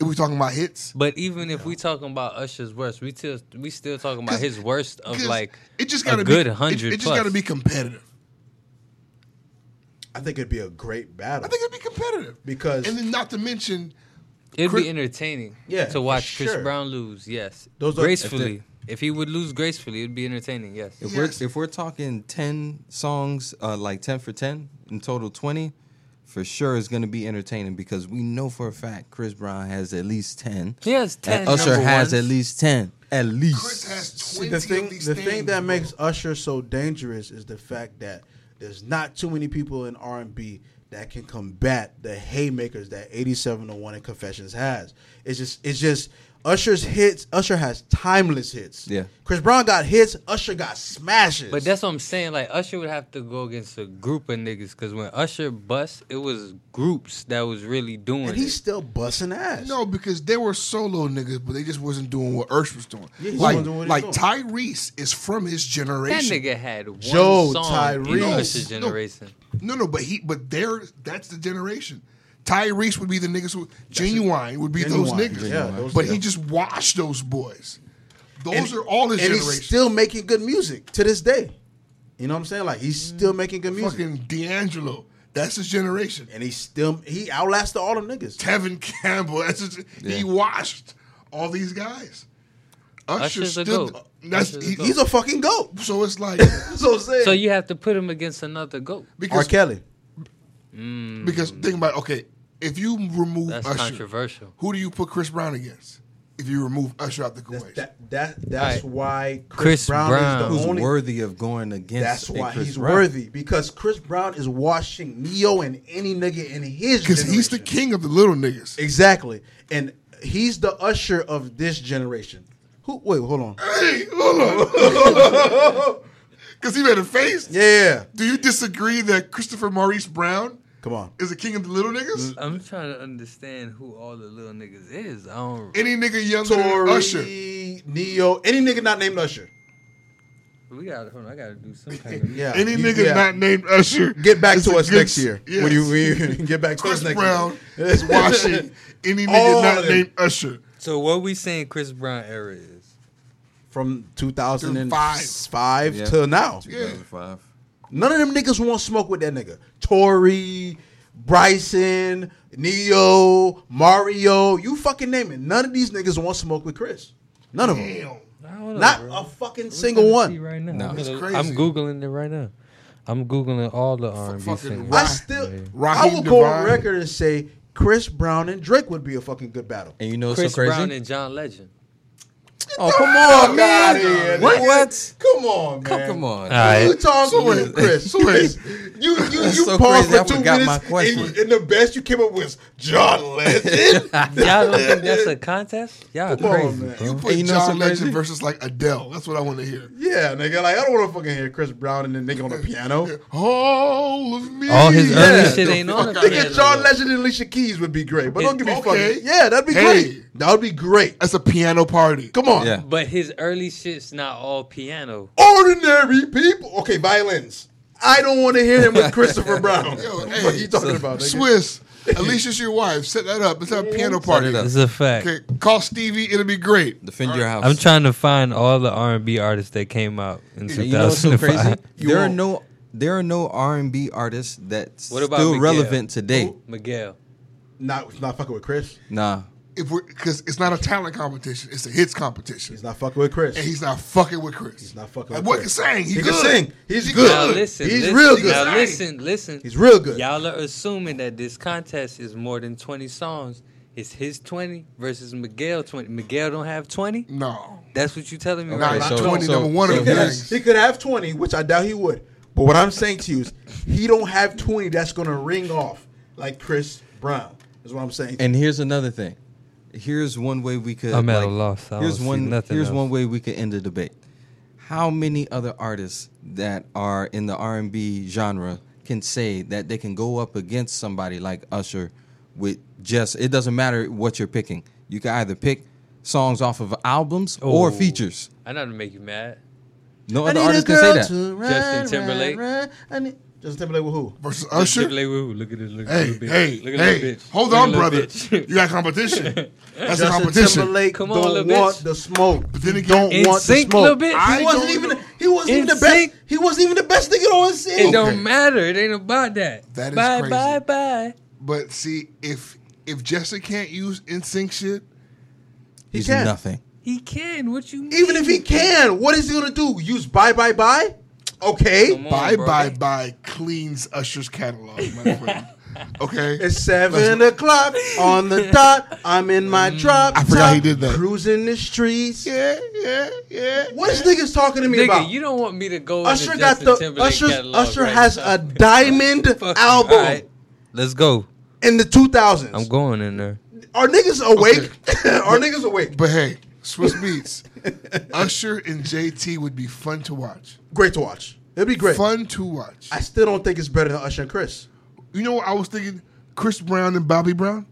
Speaker 2: If we're talking about hits,
Speaker 3: But even if we talking about Usher's worst, we still we still talking about
Speaker 2: 'Cause-
Speaker 3: his worst of
Speaker 2: 'Cause
Speaker 3: like
Speaker 2: it just
Speaker 3: a
Speaker 2: gotta
Speaker 3: good
Speaker 2: be
Speaker 3: 100
Speaker 2: It, it just
Speaker 3: plus.
Speaker 2: got to be competitive.
Speaker 1: I think it'd be a great battle
Speaker 2: I think it'd be competitive
Speaker 1: because
Speaker 2: and then not to mention
Speaker 3: it'd
Speaker 2: Chris-
Speaker 3: be entertaining.
Speaker 1: Yeah,
Speaker 3: to
Speaker 1: for
Speaker 3: watch
Speaker 1: sure.
Speaker 3: Chris Brown lose. Yes,
Speaker 1: Those are-
Speaker 3: gracefully. if, he would lose gracefully, it'd be entertaining. Yes.
Speaker 6: If
Speaker 2: Yes.
Speaker 6: we're if we're talking ten songs, uh, like ten for ten in total twenty, for sure it's gonna be entertaining because we know for a fact Chris Brown has at least ten.
Speaker 3: He has ten.
Speaker 6: And Usher
Speaker 3: number
Speaker 6: has
Speaker 3: ones.
Speaker 6: at least ten. At least.
Speaker 2: Chris has
Speaker 1: See,
Speaker 2: twenty
Speaker 1: the
Speaker 2: of
Speaker 1: thing,
Speaker 2: these
Speaker 1: the
Speaker 2: things,
Speaker 1: thing that
Speaker 2: bro.
Speaker 1: makes Usher so dangerous is the fact that There's not too many people in R and B that can combat the haymakers that 8701 and Confessions has. It's just it's just Usher's hits. Usher has timeless hits.
Speaker 6: Yeah.
Speaker 1: Chris Brown got hits. Usher got smashes.
Speaker 3: But that's what I'm saying. Like Usher would have to go against a group of niggas because when Usher bust, it was groups that was really doing
Speaker 1: and
Speaker 3: it.
Speaker 1: he's still busting ass.
Speaker 2: No, because they were solo niggas, but they just wasn't doing what Ursh was doing.
Speaker 1: Yeah, he
Speaker 2: like
Speaker 1: wasn't doing what he
Speaker 2: like
Speaker 1: was
Speaker 2: Tyrese is from his
Speaker 3: that
Speaker 2: generation.
Speaker 3: nigga had one
Speaker 1: Joe
Speaker 3: song in
Speaker 1: Tyrese.
Speaker 3: Usher's
Speaker 2: No.
Speaker 3: generation.
Speaker 2: No, no, but he but they're that's the generation. Tyrese would be the niggas who genuine would be those
Speaker 1: Genuine,
Speaker 2: niggas.
Speaker 1: yeah, those-
Speaker 2: but
Speaker 1: yeah.
Speaker 2: he just washed those boys. Those
Speaker 1: And-
Speaker 2: are all his
Speaker 1: and
Speaker 2: generation.
Speaker 1: he's still making good music to this day. You know what I'm saying? Like he's still making good music,
Speaker 2: Fucking D'Angelo. That's his generation.
Speaker 1: and he's still he outlasted all them niggas.
Speaker 2: Tevin Campbell. That's his, He
Speaker 6: Yeah.
Speaker 2: washed all these guys. Usher
Speaker 3: Usher's a
Speaker 2: stood.
Speaker 3: goat.
Speaker 2: That's,
Speaker 3: Usher's a
Speaker 2: he,
Speaker 3: goat.
Speaker 1: He's a fucking goat.
Speaker 2: so it's like
Speaker 1: That's what I'm saying.
Speaker 3: So you have to put him against another goat.
Speaker 1: R.
Speaker 2: because
Speaker 1: Kelly.
Speaker 2: because think about it, okay if you remove
Speaker 3: That's
Speaker 2: Usher,
Speaker 3: controversial.
Speaker 2: who do you put Chris Brown against? If you remove Usher out the equation,
Speaker 1: That's, that, that,
Speaker 3: Alright.
Speaker 1: that's why Chris,
Speaker 3: Chris
Speaker 1: Brown,
Speaker 3: Brown.
Speaker 1: is
Speaker 6: Who's
Speaker 1: the only.
Speaker 6: worthy of going against?
Speaker 1: That's
Speaker 6: a
Speaker 1: why
Speaker 6: Chris
Speaker 1: he's
Speaker 6: Brown?
Speaker 1: worthy because Chris Brown is washing Neo and any nigga in his.
Speaker 2: because he's the
Speaker 1: generation.
Speaker 2: king of the little niggas.
Speaker 1: Exactly, and he's the usher of this generation. Who? Wait, hold on.
Speaker 2: Hey, hold on, because he made a face.
Speaker 1: Yeah,
Speaker 2: Do you disagree that Christopher Maurice Brown
Speaker 1: come on.
Speaker 2: is the king of the little niggas?
Speaker 3: I'm trying to understand who all the little niggas is. I don't.
Speaker 2: Any nigga younger than
Speaker 1: Tory,
Speaker 2: Usher?
Speaker 1: Neo, any nigga not named Usher.
Speaker 3: We got. to Hold on. I got to do some kind of.
Speaker 1: Yeah,
Speaker 2: Any
Speaker 1: you-
Speaker 2: nigga
Speaker 1: yeah.
Speaker 2: not named Usher.
Speaker 1: Get back
Speaker 2: is
Speaker 1: to
Speaker 2: a
Speaker 1: us
Speaker 2: good-
Speaker 1: next year.
Speaker 2: Yes.
Speaker 1: When you, when you get back to us
Speaker 2: Chris
Speaker 1: next
Speaker 2: Brown
Speaker 1: year.
Speaker 2: is watching any
Speaker 1: All
Speaker 2: nigga not
Speaker 1: of them.
Speaker 2: named Usher.
Speaker 3: So what we saying Chris Brown era is?
Speaker 1: from 2005
Speaker 6: Yeah.
Speaker 1: till now.
Speaker 6: 2005.
Speaker 1: None of them niggas want smoke with that nigga. Tory, Bryson, Neo, Mario, you fucking name it. None of these niggas want smoke with Chris. None of them.
Speaker 2: Damn.
Speaker 1: Not a fucking single one.
Speaker 3: Right now.
Speaker 6: No.
Speaker 3: I'm,
Speaker 6: It's
Speaker 3: gonna-
Speaker 2: crazy.
Speaker 3: I'm googling it right now. I'm googling all the R&B
Speaker 2: fucking
Speaker 3: singers.
Speaker 1: I
Speaker 2: Rock-
Speaker 1: still, I
Speaker 2: Raheem
Speaker 1: will go on
Speaker 2: Devine.
Speaker 1: record and say Chris Brown and Drake would be a fucking good battle.
Speaker 6: And you know what's
Speaker 3: Chris
Speaker 6: so crazy?
Speaker 3: Brown and John Legend.
Speaker 6: oh come on,
Speaker 1: outta here,
Speaker 6: man! What?
Speaker 1: nigga.
Speaker 6: what?
Speaker 1: Come on, man.
Speaker 6: Come on!
Speaker 1: You talking
Speaker 2: So
Speaker 1: with
Speaker 2: wait,
Speaker 1: Chris?
Speaker 2: so wait.
Speaker 1: You you you
Speaker 6: That's so
Speaker 1: paused
Speaker 6: crazy.
Speaker 1: for
Speaker 6: I
Speaker 1: two
Speaker 6: forgot my
Speaker 1: minutes,
Speaker 6: question.
Speaker 1: and, you- and the best you came up with was John Legend.
Speaker 3: Y'all don't think that's a contest? Y'all
Speaker 1: Come on,
Speaker 3: crazy.
Speaker 1: man.
Speaker 3: bro.
Speaker 2: You put
Speaker 6: you know
Speaker 2: John
Speaker 6: something
Speaker 2: Legend
Speaker 6: crazy?
Speaker 2: versus like Adele. That's what I want to hear.
Speaker 1: yeah, nigga. Like I don't want to fucking hear Chris Brown and the nigga on the piano.
Speaker 2: All of me.
Speaker 3: All his
Speaker 1: Yeah.
Speaker 3: early shit ain't on the
Speaker 1: Nigga,
Speaker 3: piano.
Speaker 1: John Legend and Alicia Keys would be great, but don't give me
Speaker 2: Okay.
Speaker 1: fucking. Yeah, that'd be
Speaker 2: Hey.
Speaker 1: great. That would be great.
Speaker 2: That's a piano party.
Speaker 1: Come on,
Speaker 6: Yeah.
Speaker 3: But his early shit's not all piano.
Speaker 1: ordinary people. Okay, violins. I don't want to hear him with Christopher Brown.
Speaker 2: Yo,
Speaker 1: what
Speaker 2: hey,
Speaker 1: are you talking about, nigga?
Speaker 2: Swiss, Alicia's your wife. Set that up. Let's have a piano party.
Speaker 6: it up.
Speaker 3: It's a fact.
Speaker 2: Okay, call Stevie. It'll be great.
Speaker 6: Defend your house.
Speaker 3: I'm trying to find all the R&B artists that came out in
Speaker 6: And you know what's so
Speaker 3: 2005.
Speaker 6: crazy?
Speaker 1: You
Speaker 6: there are
Speaker 1: won't.
Speaker 6: no there are no R and B artists that's
Speaker 3: What about
Speaker 6: still
Speaker 3: Miguel?
Speaker 6: relevant today.
Speaker 3: Miguel.
Speaker 1: Not not fucking with Chris.
Speaker 6: Nah.
Speaker 2: If we're because it's not a talent competition, it's a hits competition,
Speaker 1: He's not fucking with Chris.
Speaker 2: and he's not fucking with Chris.
Speaker 1: He's not fucking
Speaker 2: Like,
Speaker 1: with
Speaker 2: boy
Speaker 1: Chris.
Speaker 2: can sing. He,
Speaker 1: He can
Speaker 2: good.
Speaker 1: sing. He's
Speaker 2: He
Speaker 1: good.
Speaker 3: Now
Speaker 2: good.
Speaker 3: listen,
Speaker 1: He's
Speaker 3: listen,
Speaker 1: real good.
Speaker 3: Now listen, listen.
Speaker 1: He's real good.
Speaker 3: Y'all are assuming that this contest is more than 20 songs. It's his 20 versus Miguel 20. Miguel don't have 20?
Speaker 2: No.
Speaker 3: That's what you telling me
Speaker 6: Okay,
Speaker 3: right
Speaker 2: not
Speaker 3: now?
Speaker 6: so-
Speaker 2: 20,
Speaker 6: so-
Speaker 2: number one
Speaker 6: so
Speaker 2: of the
Speaker 1: He could
Speaker 6: here's-
Speaker 2: gangs.
Speaker 1: have- He could have 20, which I doubt he would. But what I'm saying to you is he don't have 20 that's going to ring off like Chris Brown. Is what I'm saying.
Speaker 6: And here's another thing. Here's one way we could.
Speaker 3: I'm at a
Speaker 6: like,
Speaker 3: loss. I don't
Speaker 6: here's
Speaker 3: see
Speaker 6: one.
Speaker 3: nothing
Speaker 6: here's
Speaker 3: else.
Speaker 6: one way we could end the debate. How many other artists that are in the R and B genre can say that they can go up against somebody like Usher with just? It doesn't matter what you're picking. You can either pick songs off of albums or
Speaker 3: Oh.
Speaker 6: features.
Speaker 3: I know to make you mad.
Speaker 6: No other artist can say that.
Speaker 1: run,
Speaker 3: Justin
Speaker 1: run,
Speaker 3: Timberlake.
Speaker 1: run. I need- Justin Timberlake with who?
Speaker 2: Versus
Speaker 3: Look
Speaker 2: Usher.
Speaker 3: at little- Look at this. Look at
Speaker 2: Oh, Hey,
Speaker 3: this bitch.
Speaker 2: hey,
Speaker 3: Look at
Speaker 2: hey.
Speaker 3: this bitch.
Speaker 2: Hold
Speaker 3: Look at
Speaker 2: on,
Speaker 3: this
Speaker 2: brother.
Speaker 3: bitch.
Speaker 2: You got competition. That's a
Speaker 1: Justin
Speaker 2: competition.
Speaker 1: Timberlake
Speaker 3: Come on,
Speaker 1: don't
Speaker 3: little
Speaker 1: want
Speaker 3: bitch.
Speaker 1: the smoke.
Speaker 2: But then
Speaker 1: He
Speaker 2: again-
Speaker 1: don't
Speaker 3: In
Speaker 1: want the
Speaker 3: sync, little
Speaker 1: smoke.
Speaker 3: bitch.
Speaker 1: He
Speaker 2: I
Speaker 1: wasn't
Speaker 2: don't
Speaker 1: even.
Speaker 2: know.
Speaker 1: He wasn't
Speaker 3: In
Speaker 1: even the best.
Speaker 3: sync.
Speaker 1: He wasn't even the best nigga on
Speaker 3: It
Speaker 1: scene.
Speaker 2: Okay.
Speaker 3: don't matter. It ain't about that.
Speaker 2: That is
Speaker 3: bye,
Speaker 2: crazy.
Speaker 3: bye, bye.
Speaker 2: But see, if if Jesse can't use NSYNC shit,
Speaker 1: He
Speaker 6: He's
Speaker 1: can.
Speaker 6: nothing.
Speaker 3: He can. What you mean?
Speaker 1: Even if he can, what is he gonna do? Use bye bye bye? Okay.
Speaker 3: Come on,
Speaker 2: Bye
Speaker 3: bro.
Speaker 2: bye bye cleans Usher's catalog, my friend. Okay.
Speaker 1: It's seven o'clock on the dot. I'm in
Speaker 3: Mm.
Speaker 1: my drop.
Speaker 2: I forgot
Speaker 1: top,
Speaker 2: he did that.
Speaker 1: Cruising the streets.
Speaker 2: Yeah, yeah, yeah.
Speaker 1: What is niggas talking to me
Speaker 3: Nigga,
Speaker 1: about?
Speaker 3: you don't want me to go.
Speaker 1: Usher
Speaker 3: into
Speaker 1: got
Speaker 3: Justin
Speaker 1: the
Speaker 3: Timberlake
Speaker 1: Usher.
Speaker 3: catalog
Speaker 1: Usher
Speaker 3: right
Speaker 1: has
Speaker 3: now.
Speaker 1: a diamond
Speaker 3: Fuck you.
Speaker 1: album
Speaker 3: All right, let's go.
Speaker 1: in the 2000s.
Speaker 3: I'm going in there.
Speaker 1: Are niggas awake? Are niggas awake?
Speaker 2: But hey, Swiss Beats, Usher and JT would be fun to watch.
Speaker 1: Great to watch. It'd be great.
Speaker 2: Fun to watch.
Speaker 1: I still don't think it's better than Usher and Chris.
Speaker 2: you know what I was thinking? Chris Brown and Bobby Brown?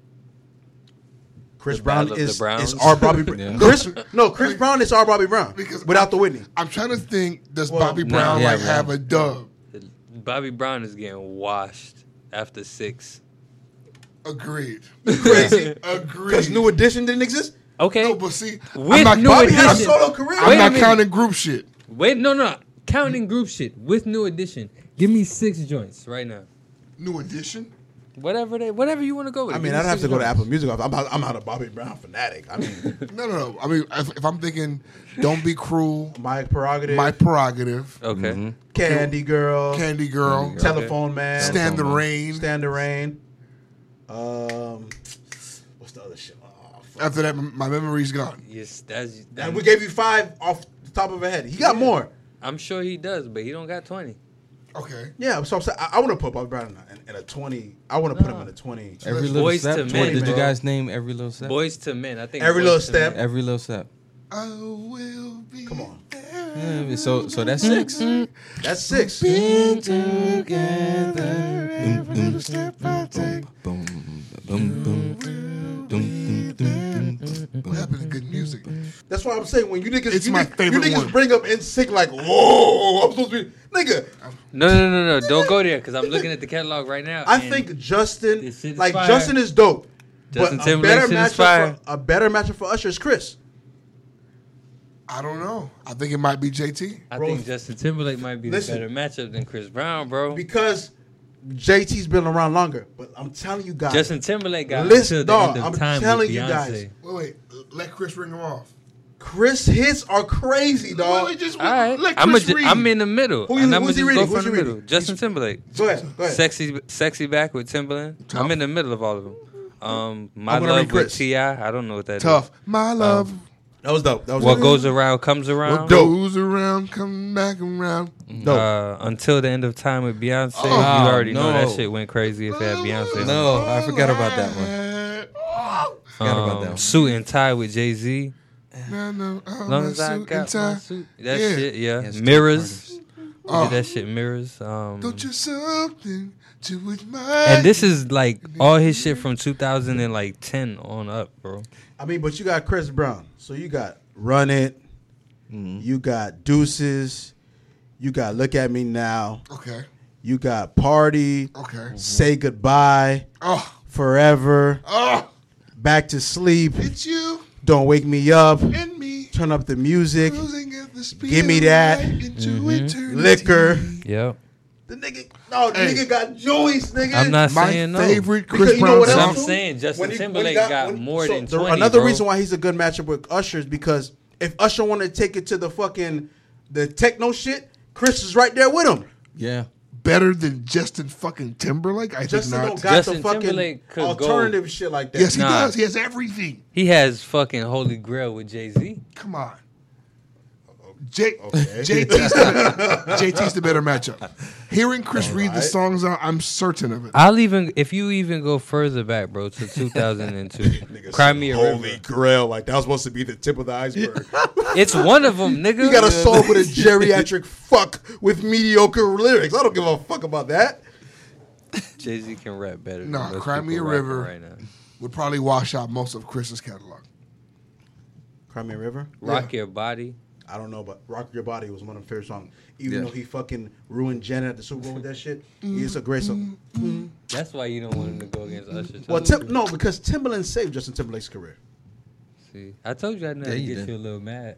Speaker 1: Chris
Speaker 3: The
Speaker 1: Brown
Speaker 3: Battle of the
Speaker 1: is,
Speaker 3: Browns.
Speaker 1: is our Bobby Brown.
Speaker 6: Yeah.
Speaker 1: Chris no Chris Brown is our Bobby Brown
Speaker 2: Because-
Speaker 1: without the Whitney.
Speaker 2: I'm trying to think, does
Speaker 1: Well,
Speaker 2: Bobby
Speaker 1: no,
Speaker 2: Brown
Speaker 3: yeah,
Speaker 2: like
Speaker 3: man.
Speaker 2: have a dub?
Speaker 3: Bobby Brown is getting washed after six.
Speaker 2: Agreed.
Speaker 1: Crazy because
Speaker 2: Agreed.
Speaker 1: New Edition didn't exist.
Speaker 3: Okay.
Speaker 2: no, but see,
Speaker 3: With
Speaker 2: I'm not,
Speaker 3: New
Speaker 1: Bobby had a
Speaker 3: Edition.
Speaker 1: solo career.
Speaker 2: I'm
Speaker 3: Wait a
Speaker 2: not
Speaker 3: minute.
Speaker 2: counting group shit.
Speaker 3: Wait, no, no. Counting group shit with new edition. Give me six joints right now.
Speaker 2: New edition?
Speaker 3: Whatever they, whatever you want to go with.
Speaker 1: I mean,
Speaker 3: Give me
Speaker 1: I'd have
Speaker 3: six
Speaker 1: to go to
Speaker 3: joints.
Speaker 1: Apple Music. I'm out, I'm out of Bobby Brown fanatic. I mean,
Speaker 2: No, no, no. I mean, if, if I'm thinking, don't be cruel,
Speaker 1: my prerogative,
Speaker 2: my prerogative,
Speaker 3: Okay.
Speaker 1: Candy Girl,
Speaker 2: Candy Girl,
Speaker 3: Girl.
Speaker 1: Telephone Man,
Speaker 2: Stand the
Speaker 6: Telephone Man.
Speaker 2: Rain.
Speaker 1: Stand the Rain. Um, what's the other shit? Oh, fuck.
Speaker 2: After that, m- my memory's gone.
Speaker 3: Yes, that's.
Speaker 1: And
Speaker 3: that's
Speaker 1: we gave you five off the top of our head. He got more.
Speaker 3: I'm sure he does, but he don't got twenty.
Speaker 2: Okay.
Speaker 1: Yeah, so I'm saying I, I want to put Bobby Brown in, in, in a twenty. I want to put him in a twenty.
Speaker 6: Every
Speaker 2: Boys
Speaker 6: little
Speaker 3: to
Speaker 6: step.
Speaker 3: Men,
Speaker 6: Did
Speaker 1: bro.
Speaker 6: you guys name every little step?
Speaker 3: Boys to men. I think
Speaker 1: Every
Speaker 3: Boys
Speaker 1: Little
Speaker 3: to
Speaker 1: Step.
Speaker 3: Men.
Speaker 6: Every little step.
Speaker 2: I will be.
Speaker 1: Come on,
Speaker 6: Yeah, So so that's six.
Speaker 1: that's six.
Speaker 6: Boom, boom, boom, boom, boom, boom, boom,
Speaker 2: What
Speaker 6: boom.
Speaker 2: happened to good music?
Speaker 1: That's why I'm saying when you niggas,
Speaker 2: It's
Speaker 1: you,
Speaker 2: my
Speaker 1: niggas-
Speaker 2: favorite
Speaker 1: you niggas
Speaker 2: one.
Speaker 1: bring up NSYNC like, whoa, I'm supposed to be nigga.
Speaker 3: No, no, no, no. Don't go there because I'm looking at the catalog right now.
Speaker 1: I
Speaker 3: and
Speaker 1: think Justin,
Speaker 3: This shit is
Speaker 1: like
Speaker 3: fire.
Speaker 1: Justin is dope.
Speaker 3: Justin
Speaker 1: but a
Speaker 3: Timberlake
Speaker 1: better
Speaker 3: shit is
Speaker 1: matchup
Speaker 3: fire.
Speaker 1: for a better matchup for Usher is Chris.
Speaker 2: I don't know. I think it might be JT.
Speaker 3: I
Speaker 1: bro,
Speaker 3: think Justin Timberlake might be
Speaker 1: listen.
Speaker 3: the better matchup than Chris Brown, bro.
Speaker 1: Because JT's been around longer. But I'm telling you guys,
Speaker 3: Justin Timberlake got
Speaker 1: Listen,
Speaker 3: until the
Speaker 1: dog,
Speaker 3: end of
Speaker 1: I'm
Speaker 3: time
Speaker 1: telling
Speaker 3: with
Speaker 1: you
Speaker 3: Beyonce.
Speaker 1: guys.
Speaker 2: Wait, wait. Let Chris ring him off.
Speaker 1: Chris hits are crazy,
Speaker 2: Wait,
Speaker 1: dog.
Speaker 2: wait, just
Speaker 3: All right,
Speaker 2: let
Speaker 3: I'm, a,
Speaker 2: Chris
Speaker 3: ju-
Speaker 2: read.
Speaker 3: I'm in the middle,
Speaker 1: Who you-
Speaker 3: and I'm
Speaker 1: who's
Speaker 3: gonna
Speaker 1: he
Speaker 3: just
Speaker 1: reading?
Speaker 3: go from
Speaker 1: Who's
Speaker 3: the
Speaker 1: he
Speaker 3: middle.
Speaker 1: reading?
Speaker 3: Justin Timberlake,
Speaker 1: go ahead, go ahead.
Speaker 3: sexy, sexy back with Timberland. I'm in the middle of all of them. Um, my
Speaker 1: I'm gonna read
Speaker 3: love with
Speaker 1: Chris.
Speaker 3: Ti. I don't know what that is.
Speaker 2: Tough.
Speaker 3: Oh.
Speaker 2: My love.
Speaker 1: That was dope. That was
Speaker 3: What
Speaker 1: dope.
Speaker 3: goes around comes
Speaker 2: what
Speaker 3: around.
Speaker 2: goes around, come back around.
Speaker 1: dope.
Speaker 3: Uh, until the end of time with Beyonce. you
Speaker 6: Oh,
Speaker 3: already know
Speaker 6: no.
Speaker 3: that shit went crazy if it had Beyonce. on it.
Speaker 6: No, I forgot about that one.
Speaker 2: Oh,
Speaker 6: Forgot about that
Speaker 3: Um,
Speaker 6: one.
Speaker 3: Suit and tie with Jay Z.
Speaker 2: no, no. Oh,
Speaker 3: Long
Speaker 2: my
Speaker 3: as I
Speaker 2: suit and
Speaker 3: got
Speaker 2: tie.
Speaker 3: my suit. That
Speaker 2: Yeah.
Speaker 3: shit, yeah. Uh,
Speaker 6: Yes,
Speaker 3: mirrors.
Speaker 2: Oh.
Speaker 3: Did that shit mirrors. Um,
Speaker 2: Don't you something to admire.
Speaker 3: and this is like all his shit from 2010 on up, bro.
Speaker 1: I mean, but you got Chris Brown. So you got Run It. You got Deuces. You got Look at Me Now.
Speaker 2: Okay.
Speaker 1: You got Party.
Speaker 2: Okay.
Speaker 1: Mm-hmm. Say Goodbye.
Speaker 2: Oh,
Speaker 1: Forever.
Speaker 2: oh.
Speaker 1: Back to Sleep.
Speaker 2: It's you
Speaker 1: Don't Wake Me Up.
Speaker 2: and me.
Speaker 1: Turn up the music.
Speaker 2: Cruising at the speed
Speaker 1: Gimme
Speaker 2: of
Speaker 1: that.
Speaker 2: light into
Speaker 3: Mm-hmm.
Speaker 2: eternity.
Speaker 1: Liquor.
Speaker 3: Yep.
Speaker 1: The nigga, no, the
Speaker 2: Hey.
Speaker 1: nigga got joints, nigga.
Speaker 3: I'm not
Speaker 2: My
Speaker 3: saying no.
Speaker 2: favorite
Speaker 1: Because
Speaker 2: Chris
Speaker 1: you know
Speaker 2: Brown
Speaker 1: what
Speaker 3: But
Speaker 1: else?
Speaker 2: song.
Speaker 3: I'm saying Justin
Speaker 1: When he- when he
Speaker 3: Timberlake got,
Speaker 1: when-
Speaker 3: more
Speaker 1: so
Speaker 3: than
Speaker 1: the-
Speaker 3: 20.
Speaker 1: Another
Speaker 3: bro.
Speaker 1: reason why he's a good matchup with Usher is because if Usher wanted to take it to the fucking the techno shit, Chris is right there with him.
Speaker 6: Yeah.
Speaker 2: Better than Justin fucking Timberlake? I
Speaker 1: Justin
Speaker 2: think
Speaker 1: don't
Speaker 2: not.
Speaker 1: got
Speaker 3: Justin
Speaker 1: the fucking
Speaker 3: Timberlake could
Speaker 1: alternative shit like that.
Speaker 2: yes, he
Speaker 3: Nah.
Speaker 2: does. He has everything.
Speaker 3: he has fucking Holy Grail with Jay Z.
Speaker 2: Come on. J- JT's, the, JT's the better matchup. Hearing Chris read the songs out, I'm certain of it.
Speaker 3: I'll even if you even go further back, bro, to 2002. Cry me a river.
Speaker 1: grail, like that was supposed to be the tip of the iceberg.
Speaker 3: It's one of them, nigga.
Speaker 1: you got a song with a geriatric fuck with mediocre lyrics. I don't give a fuck about that.
Speaker 3: Jay Z can rap better. than
Speaker 2: Nah,
Speaker 3: most
Speaker 2: Cry Me
Speaker 3: people
Speaker 2: a
Speaker 3: rapping
Speaker 2: River.
Speaker 3: Right now.
Speaker 2: Would probably wash out most of Chris's catalog.
Speaker 1: Crimea River.
Speaker 3: Rock your body.
Speaker 1: I don't know, but Rock Your Body was one of the favorite songs. Even
Speaker 6: Yeah.
Speaker 1: though he fucking ruined Janet at the Super Bowl with that shit, it's a great song.
Speaker 6: Mm-hmm.
Speaker 3: That's why you don't want him to go against Usher.
Speaker 1: Well,
Speaker 3: Tell him
Speaker 1: Tim, no, because Timberland saved Justin Timberlake's career.
Speaker 3: to see. I told you I know
Speaker 6: Yeah,
Speaker 3: to
Speaker 6: you
Speaker 3: get
Speaker 6: did.
Speaker 3: you a little mad.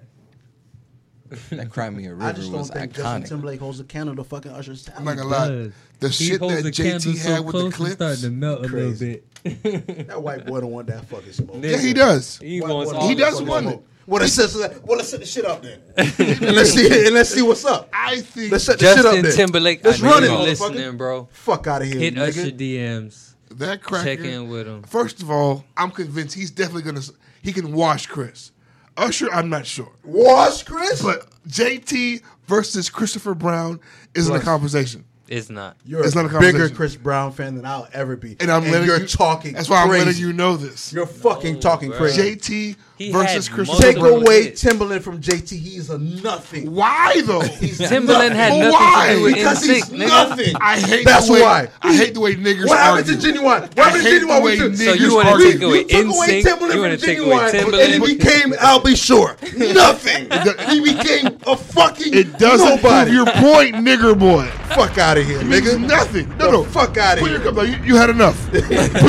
Speaker 6: That Cry Me a
Speaker 1: I
Speaker 6: River
Speaker 1: just don't
Speaker 6: was
Speaker 1: think Justin
Speaker 6: iconic.
Speaker 1: Timberlake holds a candle to fucking Usher's talent.
Speaker 2: I'm not gonna lie. The shit that JT had with the clips.
Speaker 3: melt
Speaker 1: Crazy.
Speaker 3: a little bit.
Speaker 1: that white boy don't want that fucking smoke.
Speaker 2: Yeah, he does.
Speaker 3: He
Speaker 1: White
Speaker 3: wants
Speaker 1: boy
Speaker 3: all
Speaker 2: He
Speaker 3: the
Speaker 1: don't
Speaker 2: does
Speaker 1: fucking
Speaker 3: smoke.
Speaker 2: want it.
Speaker 1: smoke. Well, let's set, well, let's set the shit up then, and let's see and let's see what's up.
Speaker 2: I think
Speaker 1: Let's set the shit up
Speaker 3: Justin
Speaker 1: then.
Speaker 3: Timberlake,
Speaker 1: Let's
Speaker 3: I know
Speaker 1: run it,
Speaker 3: you
Speaker 1: motherfucker.
Speaker 3: listening, bro.
Speaker 1: Fuck out of here,
Speaker 3: Hit
Speaker 1: nigga.
Speaker 3: us your DMs.
Speaker 2: that cracker.
Speaker 3: Check in with him.
Speaker 2: First of all, I'm convinced he's definitely gonna. s- He can wash Chris. Usher, I'm not sure,
Speaker 1: Wash, Chris.
Speaker 2: but JT versus Christopher Brown is in the
Speaker 1: Plus.
Speaker 2: conversation.
Speaker 3: It's not.
Speaker 1: you're a
Speaker 2: it's not a
Speaker 1: bigger
Speaker 2: conversation.
Speaker 1: Chris Brown fan than I'll ever be,
Speaker 2: And I'm letting
Speaker 1: you're
Speaker 2: you,
Speaker 1: talking.
Speaker 2: That's why
Speaker 1: crazy.
Speaker 2: I'm letting you know this.
Speaker 1: You're fucking talking
Speaker 3: Oh, bro.
Speaker 1: crazy.
Speaker 2: JT
Speaker 3: He
Speaker 2: versus
Speaker 3: had
Speaker 2: Christopher.
Speaker 1: Take
Speaker 3: Multiple
Speaker 1: away
Speaker 3: hits.
Speaker 1: Timberland from JT. He's a nothing.
Speaker 2: Why though?
Speaker 3: Timberland had nothing
Speaker 2: Well, why?
Speaker 3: to do with
Speaker 1: Because he's
Speaker 3: NSYNC, nigga.
Speaker 1: nothing.
Speaker 2: I hate
Speaker 1: That's
Speaker 2: the way,
Speaker 1: why.
Speaker 2: I hate the way niggers.
Speaker 1: What happened
Speaker 2: argue.
Speaker 1: to Genuine? What
Speaker 2: I
Speaker 1: happened to
Speaker 2: hate the
Speaker 1: Genuine?
Speaker 2: way
Speaker 1: with
Speaker 2: So
Speaker 1: you
Speaker 2: you
Speaker 1: you
Speaker 2: wanna take
Speaker 3: away
Speaker 1: took away
Speaker 3: NSYNC?
Speaker 1: Timberland
Speaker 3: You wanna
Speaker 1: from
Speaker 3: take away
Speaker 1: Genuine,
Speaker 3: Timberland?
Speaker 1: and he became I'll be sure. Nothing. he became a fucking
Speaker 2: It doesn't
Speaker 1: nobody.
Speaker 2: prove your point, nigger boy.
Speaker 1: fuck out of here,
Speaker 2: Nigga,
Speaker 1: nigga.
Speaker 2: nothing. No, no.
Speaker 1: fuck out of
Speaker 2: Put
Speaker 1: here.
Speaker 2: your cup down. You, you had enough. Put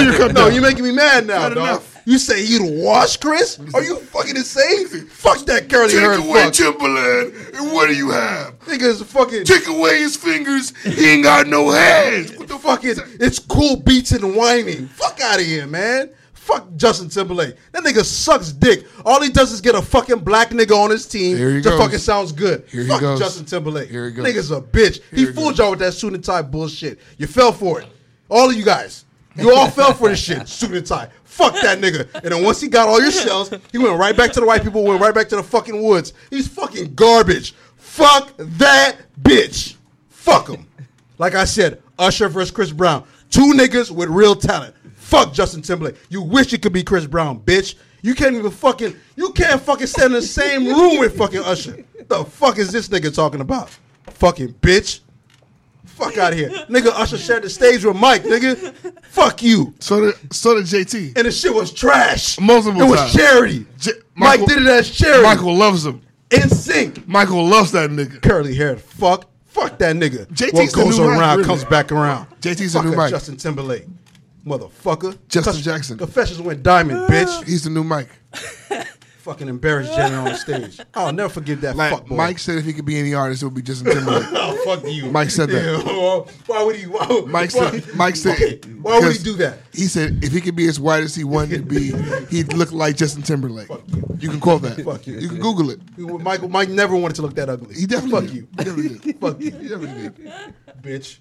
Speaker 2: your cup
Speaker 1: No,
Speaker 2: down.
Speaker 1: you making me mad now,
Speaker 2: Not
Speaker 1: dog.
Speaker 2: enough.
Speaker 1: You say he'd wash Chris? Are you fucking insane? Fuck that curly
Speaker 2: take
Speaker 1: hair.
Speaker 2: away
Speaker 1: Fuck.
Speaker 2: Timberland, and what do you have?
Speaker 1: Nigga's fucking.
Speaker 2: Take away his fingers. He ain't got no hands.
Speaker 1: What the fuck is it's cool beats and whining? Fuck out of here, man. Fuck Justin Timberlake. That nigga sucks dick. All he does is get a fucking black nigga on his team
Speaker 2: Here he
Speaker 1: that
Speaker 2: goes.
Speaker 1: fucking sounds good.
Speaker 2: Here he
Speaker 1: fuck
Speaker 2: goes.
Speaker 1: Justin Timberlake.
Speaker 2: Here he goes.
Speaker 1: Nigga's a bitch.
Speaker 2: Here
Speaker 1: he
Speaker 2: he
Speaker 1: fooled
Speaker 2: goes.
Speaker 1: y'all with that suit and tie bullshit. You fell for it. All of you guys. You all fell for this shit, suit and tie. Fuck that nigga. And then once he got all your shells, he went right back to the white people, went right back to the fucking woods. He's fucking garbage. Fuck that bitch. Fuck him. Like I said, Usher versus Chris Brown. Two niggas with real talent. Fuck Justin Timberlake. You wish you could be Chris Brown, bitch. You can't even fucking you can't fucking stand in the same room with fucking Usher. The fuck is this nigga talking about? Fucking bitch. Fuck out of here. Nigga Usher shared the stage with Mike, nigga. Fuck you.
Speaker 2: So did, so did JT.
Speaker 1: And the shit was trash.
Speaker 2: Multiple
Speaker 1: It was
Speaker 2: times.
Speaker 1: charity.
Speaker 2: J-
Speaker 1: Mike
Speaker 2: Michael-
Speaker 1: did it as charity.
Speaker 2: Michael loves him.
Speaker 1: in sync.
Speaker 2: Michael loves that nigga.
Speaker 1: Curly haired fuck. Fuck that nigga.
Speaker 2: JT's
Speaker 1: what
Speaker 2: the new
Speaker 1: goes
Speaker 2: Mike,
Speaker 1: around
Speaker 2: really.
Speaker 1: comes back around.
Speaker 2: JT's the
Speaker 1: Fucker,
Speaker 2: new Mike.
Speaker 1: Justin Timberlake. Motherfucker.
Speaker 2: Justin
Speaker 1: Cuss-
Speaker 2: Jackson.
Speaker 1: Confessions went diamond, bitch.
Speaker 2: He's the new Mike.
Speaker 1: Fucking embarrassed Jenny on stage. I'll never forgive that
Speaker 2: Like
Speaker 1: fuck boy.
Speaker 2: Mike said, if he could be any artist, it would be Justin Timberlake.
Speaker 1: Oh, fuck you.
Speaker 2: Mike said that.
Speaker 1: Yeah, well, why would he? Why, would-
Speaker 2: Mike said.
Speaker 1: why-
Speaker 2: Mike said.
Speaker 1: okay, Why would he
Speaker 2: because
Speaker 1: do that?
Speaker 2: He said if he could be as white as he wanted to be, he'd look like Justin Timberlake. You can quote that.
Speaker 1: Fuck you.
Speaker 2: you can Google it.
Speaker 1: Mike, Mike never wanted to look that ugly.
Speaker 2: He definitely
Speaker 1: fuck
Speaker 2: did.
Speaker 1: you,
Speaker 2: He definitely did.
Speaker 1: fuck you,
Speaker 2: He definitely did.
Speaker 1: bitch.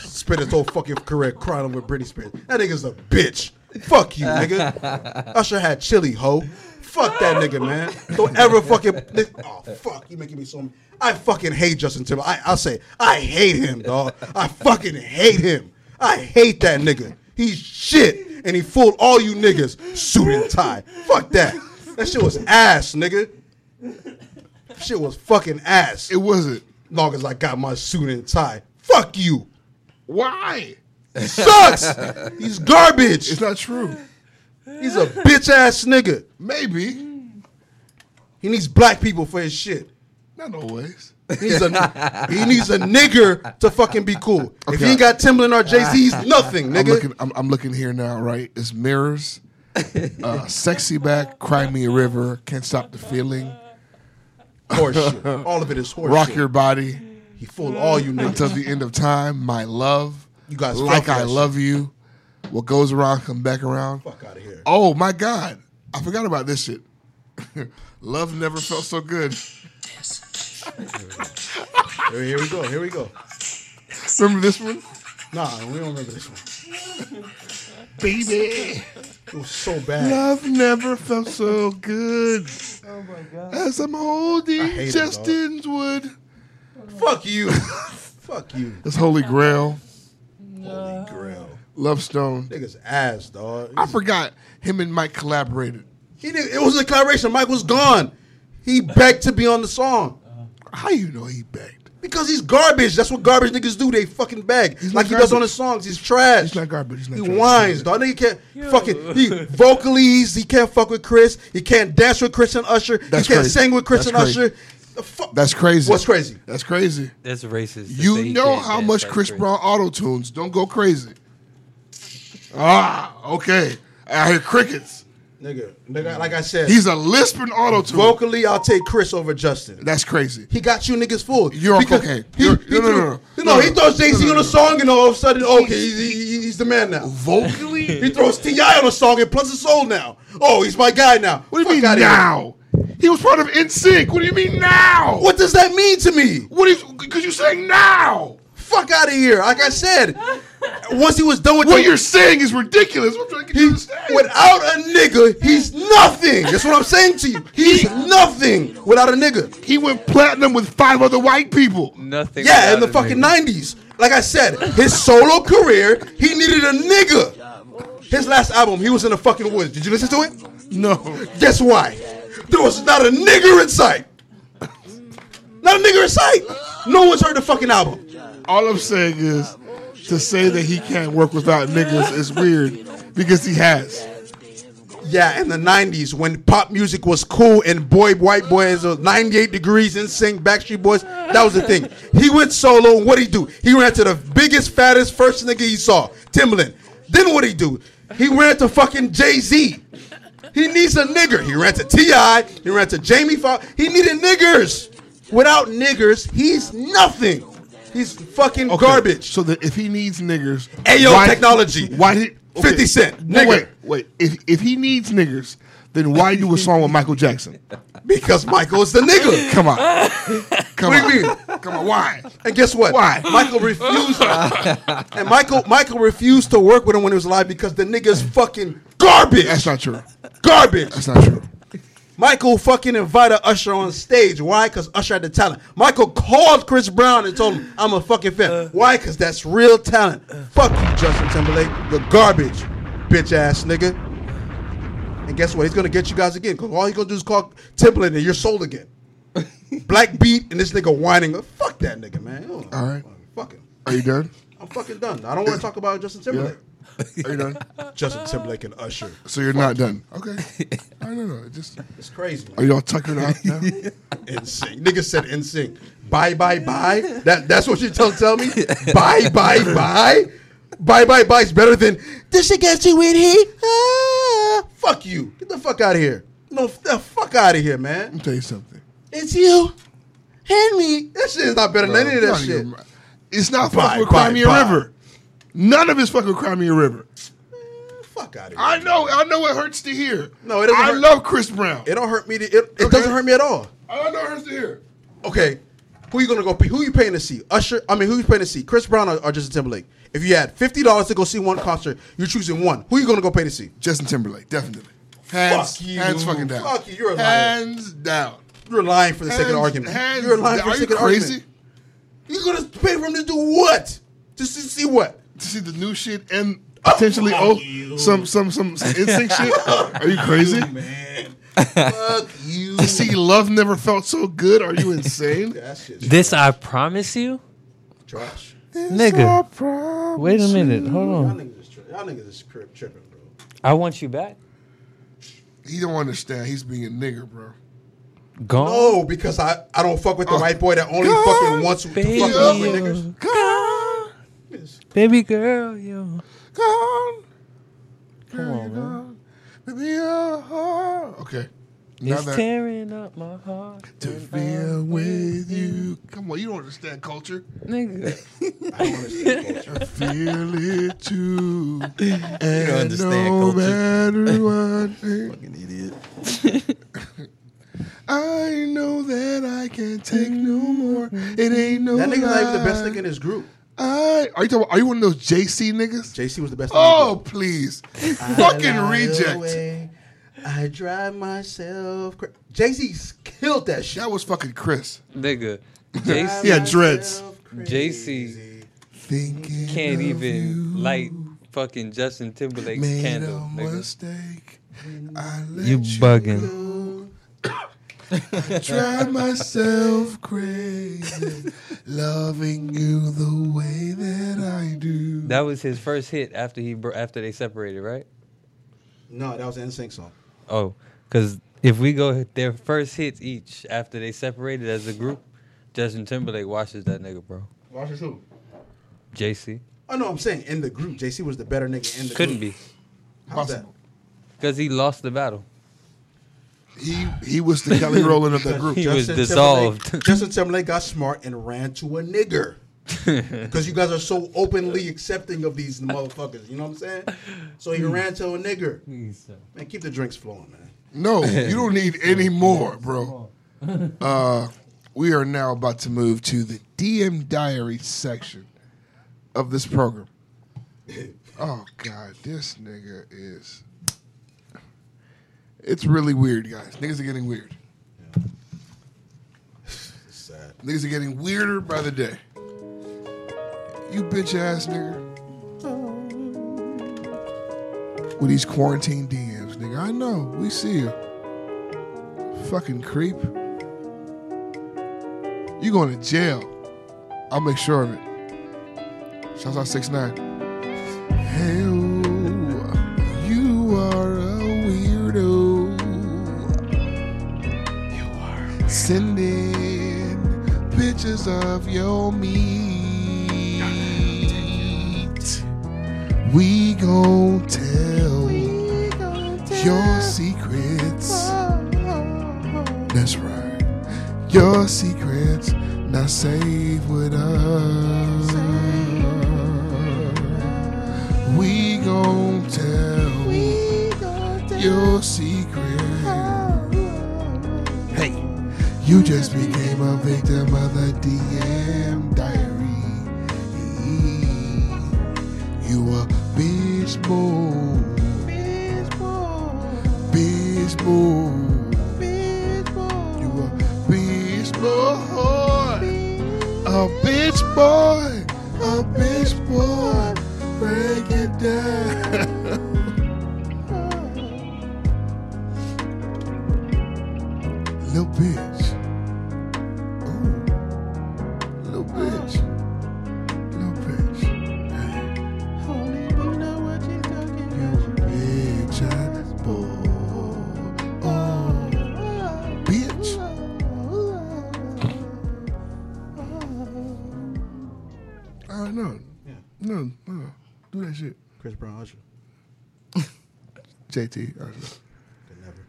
Speaker 1: Spent his whole fucking career crying over Britney Spears. That nigga's a bitch. Fuck you, nigga. Usher had chili, ho. Fuck that nigga, man. Don't ever fucking. Nigga. Oh fuck, you making me so. mad. I fucking hate Justin Timberlake. I, I'll say I hate him, dog. I fucking hate him. I hate that nigga. He's shit, and he fooled all you niggas. Suit and tie. Fuck that. That shit was ass, nigga. Shit was fucking ass.
Speaker 2: It wasn't.
Speaker 1: long as I got my suit and tie. Fuck you.
Speaker 2: Why?
Speaker 1: Sucks. He's garbage.
Speaker 2: It's not true.
Speaker 1: He's a bitch ass nigga.
Speaker 2: Maybe.
Speaker 1: He needs black people for his shit.
Speaker 2: Not always.
Speaker 1: He needs a, he needs a nigger to fucking be cool. If he
Speaker 2: Okay.
Speaker 1: ain't got Timberland or Jay Z, he's nothing,
Speaker 2: I'm
Speaker 1: nigga.
Speaker 2: looking. I'm, I'm looking here now. Right? It's mirrors. Uh, sexy back. Cry me a river. Can't stop the feeling.
Speaker 1: Horseshit. All of it is horseshit.
Speaker 2: Rock your body
Speaker 1: He fooled all you niggas.
Speaker 2: until the end of time. My love.
Speaker 1: You guys fuck
Speaker 2: like
Speaker 1: that
Speaker 2: I
Speaker 1: shit.
Speaker 2: love you. What goes around come back around.
Speaker 1: Fuck out of here.
Speaker 2: Oh my God! I forgot about this shit. love never felt so good.
Speaker 1: Here, here we go. Here we go.
Speaker 2: Remember this one?
Speaker 1: Nah, we don't remember this one.
Speaker 2: Baby.
Speaker 1: It was so bad.
Speaker 2: Love never felt so good. Oh my god. As I'm holding
Speaker 1: hate it,
Speaker 2: Justin's wood.
Speaker 1: Fuck you. Fuck you.
Speaker 2: That's Holy Grail.
Speaker 1: Holy grail.
Speaker 2: Love Stone.
Speaker 1: Nigga's ass, dog.
Speaker 2: I forgot him and Mike collaborated.
Speaker 1: He did, it was a collaboration. Mike was gone. He begged to be on the song
Speaker 2: How you know he begged?
Speaker 1: because he's garbage. That's what garbage niggas do. They fucking beg
Speaker 2: He's
Speaker 1: like
Speaker 2: not
Speaker 1: he does on
Speaker 2: garbage.
Speaker 1: his songs. He's trash.
Speaker 2: He's not garbage. He's not
Speaker 1: he
Speaker 2: trash.
Speaker 1: whines, dog. Nigga can't fucking. He vocally, he's- he can't fuck with Chris. He can't dance with Chris and Usher.
Speaker 2: That's
Speaker 1: he can't
Speaker 2: crazy.
Speaker 1: sing with Chris
Speaker 2: That's
Speaker 1: and
Speaker 2: crazy.
Speaker 1: Usher. The fuck-
Speaker 2: That's crazy.
Speaker 1: What's crazy?
Speaker 2: That's crazy.
Speaker 3: That's racist. to say
Speaker 2: You
Speaker 3: he
Speaker 2: know
Speaker 3: can't
Speaker 2: how
Speaker 3: dance
Speaker 2: much
Speaker 3: like
Speaker 2: Chris Brown auto tunes. Don't go crazy. Ah, okay. I hear crickets.
Speaker 1: Nigga, nigga, like I said,
Speaker 2: He's a lisping auto tune.
Speaker 1: vocally. I'll take Chris over Justin.
Speaker 2: That's crazy.
Speaker 1: He got you niggas fooled.
Speaker 2: You're on
Speaker 1: Because
Speaker 2: cocaine.
Speaker 1: He,
Speaker 2: You're-
Speaker 1: he
Speaker 2: no, no,
Speaker 1: threw-
Speaker 2: no, no.
Speaker 1: no,
Speaker 2: No,
Speaker 1: he
Speaker 2: no.
Speaker 1: throws Jay Z
Speaker 2: No, no,
Speaker 1: on a
Speaker 2: no.
Speaker 1: song, and all of a sudden, okay, he's, he- he's the man now.
Speaker 2: Vocally?
Speaker 1: He throws Ti on a song and plus his soul now. Oh, he's my guy now.
Speaker 2: What do
Speaker 1: Fuck
Speaker 2: you mean
Speaker 1: outta here.
Speaker 2: now? He was part of NSYNC. What do you mean now?
Speaker 1: What does that mean to me?
Speaker 2: What is? Because you're saying now.
Speaker 1: Fuck out of here! Like I said, once he was done with
Speaker 2: What
Speaker 1: the,
Speaker 2: you're saying is ridiculous. I'm trying to get you to understand.
Speaker 1: without a nigga, he's nothing. That's what I'm saying to you. He's nothing without a nigga.
Speaker 2: he went platinum with five other white people.
Speaker 3: Nothing.
Speaker 1: Yeah, in the
Speaker 3: without a
Speaker 1: fucking
Speaker 3: nigga.
Speaker 1: nineties. Like I said, his solo career, he needed a nigga. His last album, he was in the fucking woods. Did you listen to it? No. Guess why? There was not a nigger in sight. Not a nigger in sight. No one's heard the fucking album.
Speaker 2: All I'm saying is to say that he can't work without niggas is weird because he has.
Speaker 1: Yeah, in the '90s when pop music was cool and boy, white boys, uh, 98 degrees, in sync, Backstreet Boys, that was the thing. He went solo. and What would he do? He ran to the biggest, fattest first nigga he saw, Timbaland. Then what would he do? He ran to fucking Jay Z. He needs a nigger. He ran to Ti. He ran to Jamie Foxx. He needed niggers. Without niggers, he's nothing. He's fucking
Speaker 2: Okay,
Speaker 1: garbage.
Speaker 2: So that if he needs niggers,
Speaker 1: Ayo Technology.
Speaker 2: Why did
Speaker 1: 50 Cent,
Speaker 2: No,
Speaker 1: nigger.
Speaker 2: wait, wait. If if he needs niggers, then why do a song with Michael Jackson?
Speaker 1: Because Michael's the nigga.
Speaker 2: Come on, come
Speaker 1: What do
Speaker 2: on,
Speaker 1: you mean?
Speaker 2: come on. Why?
Speaker 1: And guess what?
Speaker 2: Why?
Speaker 1: Michael refused. and Michael Michael refused to work with him when he was alive because the nigga's fucking garbage.
Speaker 2: That's not true.
Speaker 1: garbage.
Speaker 2: That's not true.
Speaker 1: Michael fucking invited Usher on stage. Why? Because Usher had the talent. Michael called Chris Brown and told him, I'm a fucking fan.
Speaker 2: Uh.
Speaker 1: Why? Because that's real talent. Fuck you, Justin Timberlake. You're garbage, bitch ass nigga. And guess what? He's going to get you guys again because all he's going to do is call Timberlake and you're sold again. Black beat and this nigga whining. Fuck that nigga, man.
Speaker 2: All right.
Speaker 1: Fuck him.
Speaker 2: Are you done?
Speaker 1: I'm fucking done. I don't want to talk about Justin Timberlake.
Speaker 2: Are you done?
Speaker 1: Justin Timberlake and Usher.
Speaker 2: So you're not done. Okay. I don't know. Just
Speaker 1: It's crazy.
Speaker 2: are y'all tuckered out now?
Speaker 1: In sync. Niggas said in sync. Bye bye bye. That that's what you tell tell me. bye bye bye. Bye bye bye is better than this shit gets you in here. Ah, fuck you. Get the fuck out of here. No, f- the fuck out of here, man.
Speaker 2: Let me tell you something.
Speaker 1: It's you. Hand me. That shit is not better than any of that
Speaker 2: Not
Speaker 1: shit.
Speaker 2: even- It's not
Speaker 1: Bye,
Speaker 2: fucking with
Speaker 1: bye,
Speaker 2: Crimea
Speaker 1: bye.
Speaker 2: River. None of it's fucking with Crimea River.
Speaker 1: Mm, Fuck out of here.
Speaker 2: I know. I know it hurts to hear.
Speaker 1: No, it doesn't
Speaker 2: I
Speaker 1: hurt.
Speaker 2: love Chris Brown.
Speaker 1: It don't hurt me. To, it it
Speaker 2: Okay.
Speaker 1: doesn't hurt me at all.
Speaker 2: I know it hurts to hear.
Speaker 1: okay, who you gonna go? Pay, who you paying to see? Usher? I mean, who you paying to see? Chris Brown or, or Justin Timberlake? If you had fifty dollars to go see one concert, you're choosing one. Who you gonna go pay to see?
Speaker 2: Justin Timberlake, definitely. Hands,
Speaker 1: Fuck you.
Speaker 2: hands fucking down.
Speaker 1: Fuck you, you're a liar.
Speaker 2: hands down.
Speaker 1: You're lying for the sake of the
Speaker 2: Hands-
Speaker 1: argument.
Speaker 2: hands
Speaker 1: you're lying
Speaker 2: down.
Speaker 1: for the
Speaker 2: Are you
Speaker 1: sake of the
Speaker 2: crazy?
Speaker 1: argument. You're gonna pay for him to do what? Just to see what?
Speaker 2: To see the new shit and potentially oh, some some some, some instinct shit. Are you crazy?
Speaker 1: Man, fuck you.
Speaker 2: To see love never felt so good. Are you insane?
Speaker 1: That shit's
Speaker 3: This I promise you,
Speaker 1: trash.
Speaker 3: nigga. Wait a minute. Hold
Speaker 1: Y'all
Speaker 3: on.
Speaker 1: niggas is tri- y'all niggas is cri- tripping, bro.
Speaker 3: I want you back.
Speaker 2: He don't understand. He's being a nigger, bro.
Speaker 3: Gone.
Speaker 1: No, because I, I don't fuck with
Speaker 2: Oh.
Speaker 1: the white boy that only fucking wants to fuck
Speaker 3: baby,
Speaker 1: with other niggas.
Speaker 3: yo. baby girl, yo.
Speaker 2: Gone.
Speaker 3: Come on, man.
Speaker 2: Be a whore. Okay. Now
Speaker 3: It's
Speaker 2: that
Speaker 3: tearing up my heart.
Speaker 2: to feel with you. Come on, you don't understand culture.
Speaker 3: Nigga.
Speaker 2: Feel it too. And
Speaker 6: understand
Speaker 2: no
Speaker 6: culture.
Speaker 2: matter what thing,
Speaker 6: Fucking idiot.
Speaker 2: I know that I can't take no more. It ain't no
Speaker 1: That nigga's not even the best
Speaker 2: lie.
Speaker 1: nigga in his group.
Speaker 2: I, are you talking about, are you one of those JC niggas?
Speaker 1: JC was the best. nigga in his
Speaker 2: Oh
Speaker 1: group.
Speaker 2: please. Fucking
Speaker 1: Fly
Speaker 2: reject.
Speaker 1: away, I drive myself. Cra- Jay Z killed that shit.
Speaker 2: That was fucking Chris.
Speaker 3: Nigga.
Speaker 1: Drive
Speaker 3: JC.
Speaker 2: Yeah, dreads.
Speaker 1: myself
Speaker 3: JC.
Speaker 2: Thinking
Speaker 3: can't
Speaker 2: of
Speaker 3: even
Speaker 2: you
Speaker 3: light fucking Justin Timberlake's
Speaker 2: made
Speaker 3: candle,
Speaker 2: a
Speaker 3: nigga.
Speaker 2: mistake. I let
Speaker 3: You bugging.
Speaker 2: drive myself crazy loving you the way that I do.
Speaker 3: That was his first hit after he bro- after they separated, right?
Speaker 1: No, that was an NSYNC song.
Speaker 3: Oh, because if we go their first hits each after they separated as a group, Justin Timberlake watches that nigga, bro.
Speaker 1: Watch this who?
Speaker 3: JC
Speaker 1: Oh no, I'm saying in the group, JC was the better nigga in the
Speaker 3: couldn't
Speaker 1: group.
Speaker 3: be
Speaker 1: How's that?
Speaker 3: because he lost the battle.
Speaker 2: He he was the Kelly Rowland of that group.
Speaker 3: He was
Speaker 1: Timberlake-
Speaker 3: dissolved.
Speaker 1: Justin Timberlake got smart and ran to a nigger. Because you guys are so openly accepting of
Speaker 3: Mm.
Speaker 1: these motherfuckers. You know what I'm saying? So he ran to a nigger. Man, keep the drinks flowing, man.
Speaker 2: No, you don't need any more, bro. Uh, we are now about to move to the DM diary section of this program. Oh God, this nigga is. It's really weird, guys. Niggas are getting weird.
Speaker 5: It's sad.
Speaker 2: Niggas are getting weirder by the day. You bitch ass nigga. With these quarantine DMs, nigga. I know. We see you. Fucking creep. You going to jail. I'll make sure of it. Shouts out 6 9 Hey, oh, you are a weirdo sending pictures of your meat. We gon' tell your secrets. That's right. Your secrets not safe with us. We gon' tell your secrets. You just became a victim of the DM diary. You a bitch boy. Bitch boy. You a bitch boy. A bitch boy. A bitch boy. Break it down. Little bitch. Ooh. Little bitch. Little bitch. Hey. You bitch ass boy. Oh. Bitch. I don't know. No, no. Do that shit.
Speaker 1: Chris Brown Usher.
Speaker 2: JT. I don't know.
Speaker 1: Could never.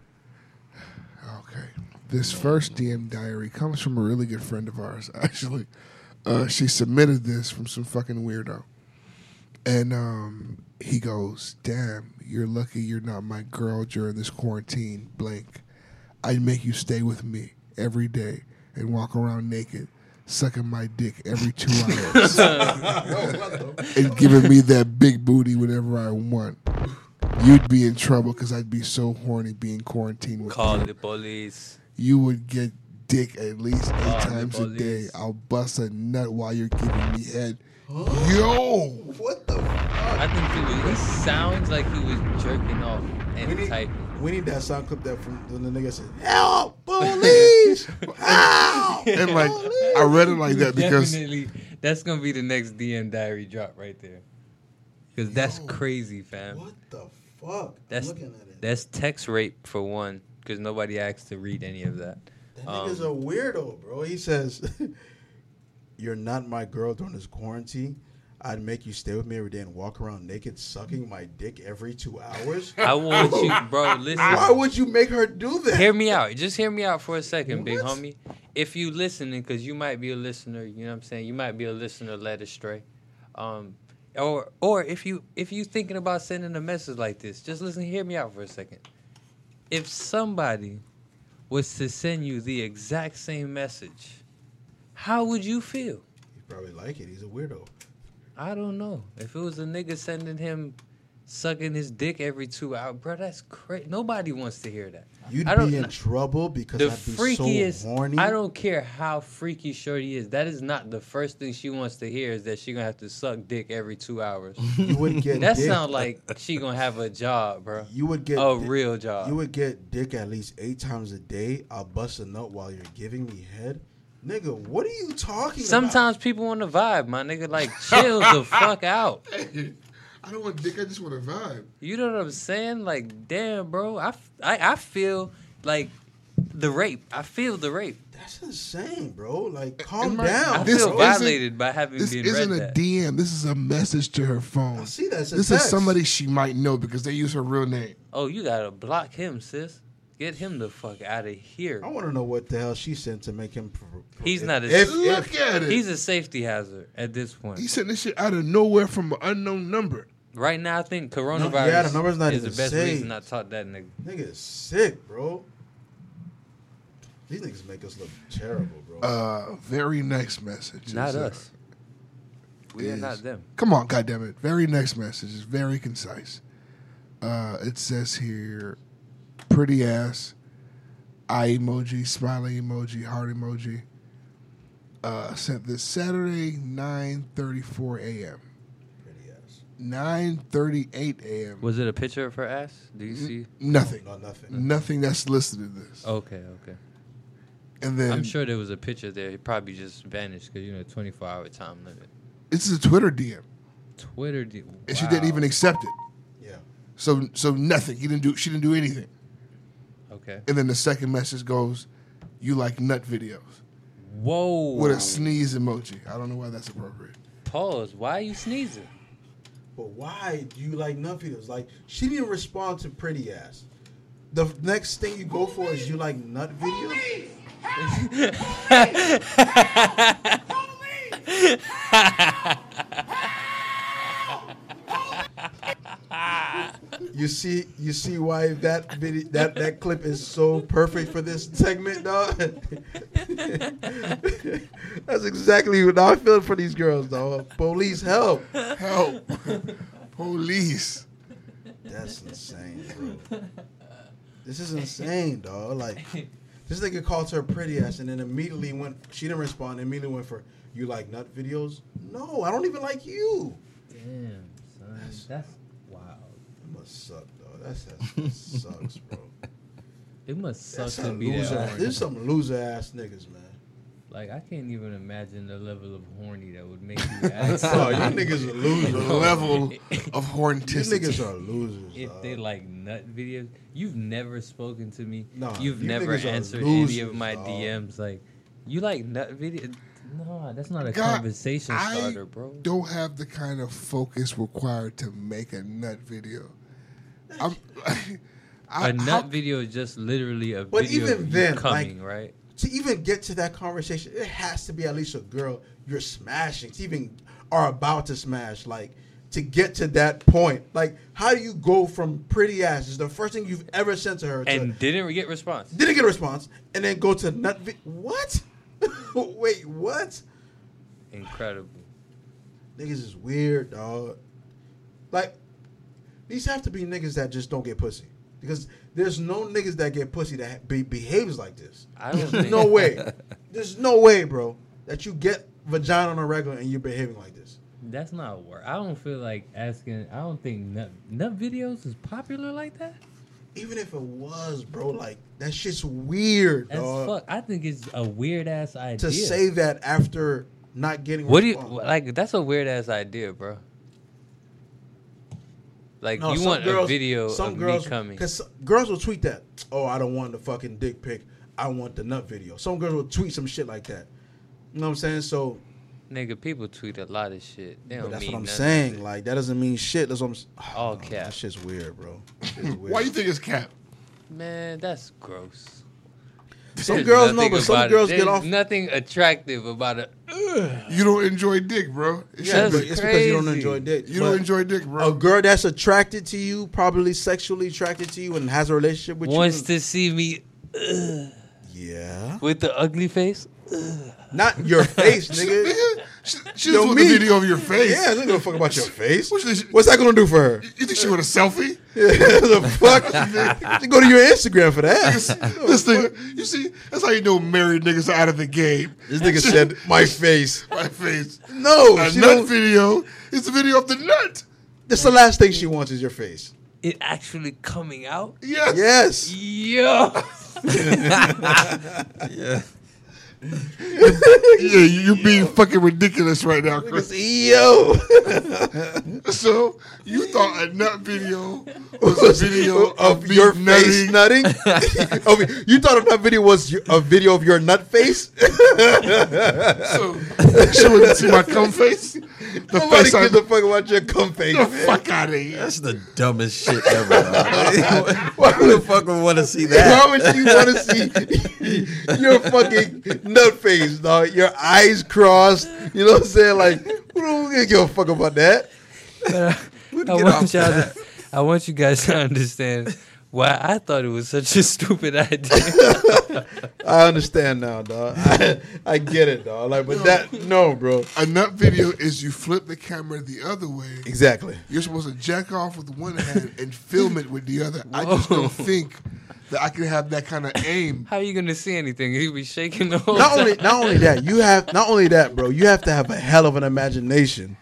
Speaker 2: Okay. This first DM diary comes from a really good friend of ours, actually. Uh, she submitted this from some fucking weirdo. And um, he goes, Damn, you're lucky you're not my girl during this quarantine, blank. I'd make you stay with me every day and walk around naked, sucking my dick every two hours, and giving me that big booty whenever I want. You'd be in trouble because I'd be so horny being quarantined with
Speaker 3: Call
Speaker 2: you
Speaker 3: the police.
Speaker 2: you would get dick at least eight
Speaker 3: the
Speaker 2: times a day.
Speaker 3: police.
Speaker 2: I'll bust a nut while you're giving me head. Yo,
Speaker 5: What the?
Speaker 3: I think he was. It sounds like he was jerking off
Speaker 1: We
Speaker 3: and
Speaker 1: need,
Speaker 3: typing.
Speaker 1: we need that sound clip that from when the nigga said, "Help, police!" Ow!
Speaker 2: and like I read it like that because
Speaker 3: Definitely, that's gonna be the next DM diary drop right there. Because that's crazy, fam.
Speaker 1: What the fuck?
Speaker 3: That's
Speaker 1: I'm looking at it.
Speaker 3: that's text rape for one. Because nobody asked to read any of that.
Speaker 1: That nigga's a
Speaker 3: um,
Speaker 1: weirdo, bro. He says, "You're not my girl during this quarantine. I'd make you stay with me every day and walk around naked, sucking my dick every two hours.
Speaker 3: I want you, bro. Listen.
Speaker 1: Why would you make her do that?
Speaker 3: hear me out. Just hear me out for a second, big
Speaker 1: What?
Speaker 3: homie. If you listening, because you might be a listener, you know what I'm saying. You might be a listener led astray, um, or or if you if you thinking about sending a message like this, just listen. Hear me out for a second. If somebody was to send you the exact same message, how would you feel?
Speaker 1: He probably like it. He's a weirdo.
Speaker 3: I don't know. If it was a nigga sending him sucking his dick every two hours, bro, that's crazy. Nobody wants to hear that.
Speaker 1: You'd
Speaker 3: I don't
Speaker 1: be in
Speaker 3: kn-
Speaker 1: trouble because
Speaker 3: the
Speaker 1: I'd be
Speaker 3: freakiest.
Speaker 1: so horny.
Speaker 3: I don't care how freaky Shorty is. That is not the first thing she wants to hear is that she gonna have to suck dick every two hours.
Speaker 1: You would get
Speaker 3: that
Speaker 1: dick.
Speaker 3: sounds like she gonna have a job, bro.
Speaker 1: you would
Speaker 3: a
Speaker 1: get dick-
Speaker 3: Oh, real job.
Speaker 1: You would get dick at least eight times a day. I'll bust a nut while you're giving me head. Nigga, what are you talking
Speaker 3: Sometimes people want to vibe, my nigga. Like, chill the fuck out.
Speaker 2: I don't want dick. I just want a vibe.
Speaker 3: You know what I'm saying? Like, damn, bro. I, f- I, I feel like the rape. I feel the rape.
Speaker 1: about? That's insane, bro. Like, calm
Speaker 2: and my-
Speaker 3: I
Speaker 1: down.
Speaker 2: This
Speaker 3: feel
Speaker 2: isn't-
Speaker 1: bro.
Speaker 3: violated by having
Speaker 2: This
Speaker 3: been
Speaker 2: isn't
Speaker 3: read
Speaker 2: a
Speaker 3: that.
Speaker 2: DM. This is a message to her phone.
Speaker 1: I see that. It's a
Speaker 2: This is
Speaker 1: text.
Speaker 2: somebody she might know because they use her real name.
Speaker 3: oh, you gotta block him, sis. Get him the fuck out of here.
Speaker 1: I want to know what the hell she sent to make him. Pr- pr-
Speaker 3: He's
Speaker 1: if-
Speaker 3: not a-
Speaker 1: If,
Speaker 2: Look
Speaker 1: if,
Speaker 2: at it.
Speaker 3: He's a safety hazard at this point.
Speaker 2: he sent this shit out of nowhere from an unknown number.
Speaker 3: Right now, I think
Speaker 1: yeah,
Speaker 3: coronavirus
Speaker 1: the number's not
Speaker 3: is the
Speaker 1: even
Speaker 3: best
Speaker 1: saved.
Speaker 3: reason I taught that nigga.
Speaker 1: Nigga is sick, bro. These niggas make us look terrible, bro.
Speaker 2: Uh, very next message.
Speaker 3: Not
Speaker 2: is, uh,
Speaker 3: us. We are
Speaker 2: is-
Speaker 3: not them.
Speaker 2: Come on, goddamn it! Very next message is very concise. Uh, it says here, pretty ass, eye emoji, smiley emoji, heart emoji. Uh, sent this Saturday, nine thirty-four a.m.
Speaker 1: Pretty ass.
Speaker 2: Nine thirty-eight a.m.
Speaker 3: Was it a picture of her ass? Do you see?
Speaker 2: Nothing,
Speaker 1: No,
Speaker 3: Mm.
Speaker 1: nothing.
Speaker 2: nothing that's listed in this.
Speaker 3: Okay, okay.
Speaker 2: And then
Speaker 3: Oh, I'm sure there was a picture there. It probably just vanished because you know, 24 hour time limit.
Speaker 2: it's a Twitter DM, and
Speaker 3: Twitter. Did,
Speaker 2: she didn't
Speaker 3: wow.
Speaker 2: even accept it.
Speaker 1: Yeah.
Speaker 2: So so nothing. He didn't do. She didn't do anything.
Speaker 3: Okay.
Speaker 2: And then the second message goes, "You like nut videos."
Speaker 3: Whoa.
Speaker 2: with a sneeze emoji. I don't know why that's appropriate.
Speaker 3: Pause. Why are you sneezing?
Speaker 1: But why do you like nut videos? Like, she didn't respond to pretty ass. The f- next thing you go for is you like nut videos? You see, you see why that video, that that clip is so perfect for this segment, dog. That's exactly what I'm feeling for these girls, dog. Police help.
Speaker 2: Help. Police.
Speaker 1: That's insane, bro. This is insane, dog. Like, this nigga called her pretty ass, and then immediately went. She didn't respond. Immediately went for you like nut videos. No, I don't even like you.
Speaker 3: Damn, son. That's wild.
Speaker 1: That must suck, dog. That's, that sucks, bro.
Speaker 3: It must suck
Speaker 1: That's
Speaker 3: to
Speaker 1: some
Speaker 3: be
Speaker 1: loser.
Speaker 3: that.
Speaker 1: Ass.
Speaker 3: horny.
Speaker 1: There's some loser ass niggas, man.
Speaker 3: Like I can't even imagine the level of horny that would make you. ask
Speaker 1: Oh, you niggas are
Speaker 2: The
Speaker 1: losers.
Speaker 2: level of
Speaker 1: You
Speaker 2: hornticity.
Speaker 1: niggas are losers.
Speaker 3: If
Speaker 1: dog.
Speaker 3: they like nut videos, you've never spoken to me.
Speaker 1: Nah,
Speaker 3: you've
Speaker 1: you
Speaker 3: never
Speaker 1: niggas are
Speaker 3: answered any of
Speaker 1: losers,
Speaker 3: my
Speaker 1: dog.
Speaker 3: DMs. Like, you like nut videos? No, that's not a
Speaker 2: God,
Speaker 3: conversation
Speaker 2: I
Speaker 3: starter, bro.
Speaker 2: Don't have the kind of focus required to make a nut video. I'm, I,
Speaker 3: a nut
Speaker 2: how-
Speaker 3: video is just literally a
Speaker 1: But
Speaker 3: video
Speaker 1: even
Speaker 3: of you
Speaker 1: then, like-
Speaker 3: coming, right?
Speaker 1: to even get to that conversation, it has to be at least a girl you're smashing, to even are about to smash. Like to get to that point, like how do you go from pretty ass is the first thing you've ever sent to her, to,
Speaker 3: And didn't get response.
Speaker 1: didn't get a response, and then go to nut. Vi- what? Wait, what?
Speaker 3: Incredible.
Speaker 1: Niggas is weird, dog. Like these have to be niggas that just don't get pussy because there's no niggas that get pussy that be- behaves like this.
Speaker 3: I don't
Speaker 1: There's
Speaker 3: think
Speaker 1: no way. There's no way, bro, that you get vagina on a regular and you're behaving like this.
Speaker 3: That's not work. I don't feel like asking. I don't think nut nut videos is popular like that.
Speaker 1: Even if it was, bro, like that shit's weird,
Speaker 3: As
Speaker 1: dog.
Speaker 3: fuck, I think it's a weird ass idea.
Speaker 1: To say that after not getting
Speaker 3: What do you
Speaker 1: response.
Speaker 3: like? That's a weird ass idea, bro. Like
Speaker 1: No,
Speaker 3: you
Speaker 1: some
Speaker 3: want
Speaker 1: girls-
Speaker 3: a video
Speaker 1: some
Speaker 3: of
Speaker 1: girls,
Speaker 3: me coming.
Speaker 1: Because girls will tweet that. Oh, I don't want the fucking dick pic. I want the nut video. Some girls will tweet some shit like that. You know what I'm saying? So
Speaker 3: Nigga, people tweet a lot of shit. They
Speaker 1: but
Speaker 3: don't
Speaker 1: that's
Speaker 3: mean
Speaker 1: what I'm
Speaker 3: nothing.
Speaker 1: saying. Like that doesn't mean shit. That's what I'm. s-
Speaker 3: All
Speaker 1: Nah,
Speaker 3: cap.
Speaker 1: That shit's weird, bro. That shit's weird.
Speaker 2: Why do you think it's cap?
Speaker 3: Man, that's gross.
Speaker 1: Some
Speaker 3: There's
Speaker 1: girls know,
Speaker 3: nothing
Speaker 1: but some
Speaker 3: about it.
Speaker 1: girls get
Speaker 3: There's
Speaker 1: off.
Speaker 3: Nothing attractive about it.
Speaker 2: You don't enjoy dick, bro. It
Speaker 1: Yeah,
Speaker 2: should
Speaker 1: but
Speaker 2: be.
Speaker 1: it's because you don't
Speaker 3: crazy.
Speaker 1: enjoy dick.
Speaker 2: You
Speaker 1: But
Speaker 2: don't enjoy dick, bro.
Speaker 1: a girl that's attracted to you, probably sexually attracted to you, and has a relationship with
Speaker 3: Wants
Speaker 1: you.
Speaker 3: to see me
Speaker 1: yeah,
Speaker 3: with the ugly face.
Speaker 1: not your face, nigga.
Speaker 2: Nigga, she, she
Speaker 1: Yo,
Speaker 2: just want the
Speaker 1: me.
Speaker 2: video of your face.
Speaker 1: Yeah, I don't give a fuck about your face.
Speaker 2: What she-
Speaker 1: What's that gonna do for her?
Speaker 2: You think she want a selfie?
Speaker 1: the fuck? You go to your Instagram for that.
Speaker 2: This thing, you see, that's how you know married niggas are out of the game.
Speaker 1: This nigga said my face.
Speaker 2: My face.
Speaker 1: No,
Speaker 2: a
Speaker 1: she
Speaker 2: nut
Speaker 1: don't,
Speaker 2: video. It's a video of the nut.
Speaker 1: that's the last thing she wants is your face.
Speaker 3: It actually coming out.
Speaker 2: Yes.
Speaker 1: Yes.
Speaker 3: Yo,
Speaker 6: Yeah.
Speaker 2: Yeah, you- you're being fucking ridiculous right now, Chris.
Speaker 1: Yo,
Speaker 2: So you thought a nut video was a video of,
Speaker 1: of
Speaker 2: me
Speaker 1: your face
Speaker 2: nutting?
Speaker 1: nutting. Of- you thought if that video was y- a video of your nut face?
Speaker 2: So she wouldn't see my cum face. The
Speaker 1: Nobody
Speaker 2: face I
Speaker 1: gives a
Speaker 2: the,
Speaker 1: fuck about your cum face. man.
Speaker 2: fuck out of here.
Speaker 6: That's the dumbest shit ever. dog.
Speaker 1: Why
Speaker 6: Who the
Speaker 1: would,
Speaker 6: fuck would want to see
Speaker 1: why
Speaker 6: that?
Speaker 1: would you want to see your fucking nut face, dog? Your eyes crossed. You know what I'm saying? Like, who don't give a fuck about that?
Speaker 6: Where'd you
Speaker 3: I
Speaker 6: get
Speaker 3: want
Speaker 6: off
Speaker 3: y'all
Speaker 6: that?
Speaker 3: to, I want you guys to understand why I thought it was such a stupid idea.
Speaker 1: I understand now, dog. I, I get it, dog. Like, but that no, bro.
Speaker 2: A nut video is you flip the camera the other way.
Speaker 1: Exactly.
Speaker 2: You're supposed to jack off with one hand and film it with the other. I just don't think that I can have that kind of aim.
Speaker 3: How you gonna see anything? He be shaking the whole
Speaker 1: Not
Speaker 3: time.
Speaker 1: only, not only that, you have not only that, bro. You have to have a hell of an imagination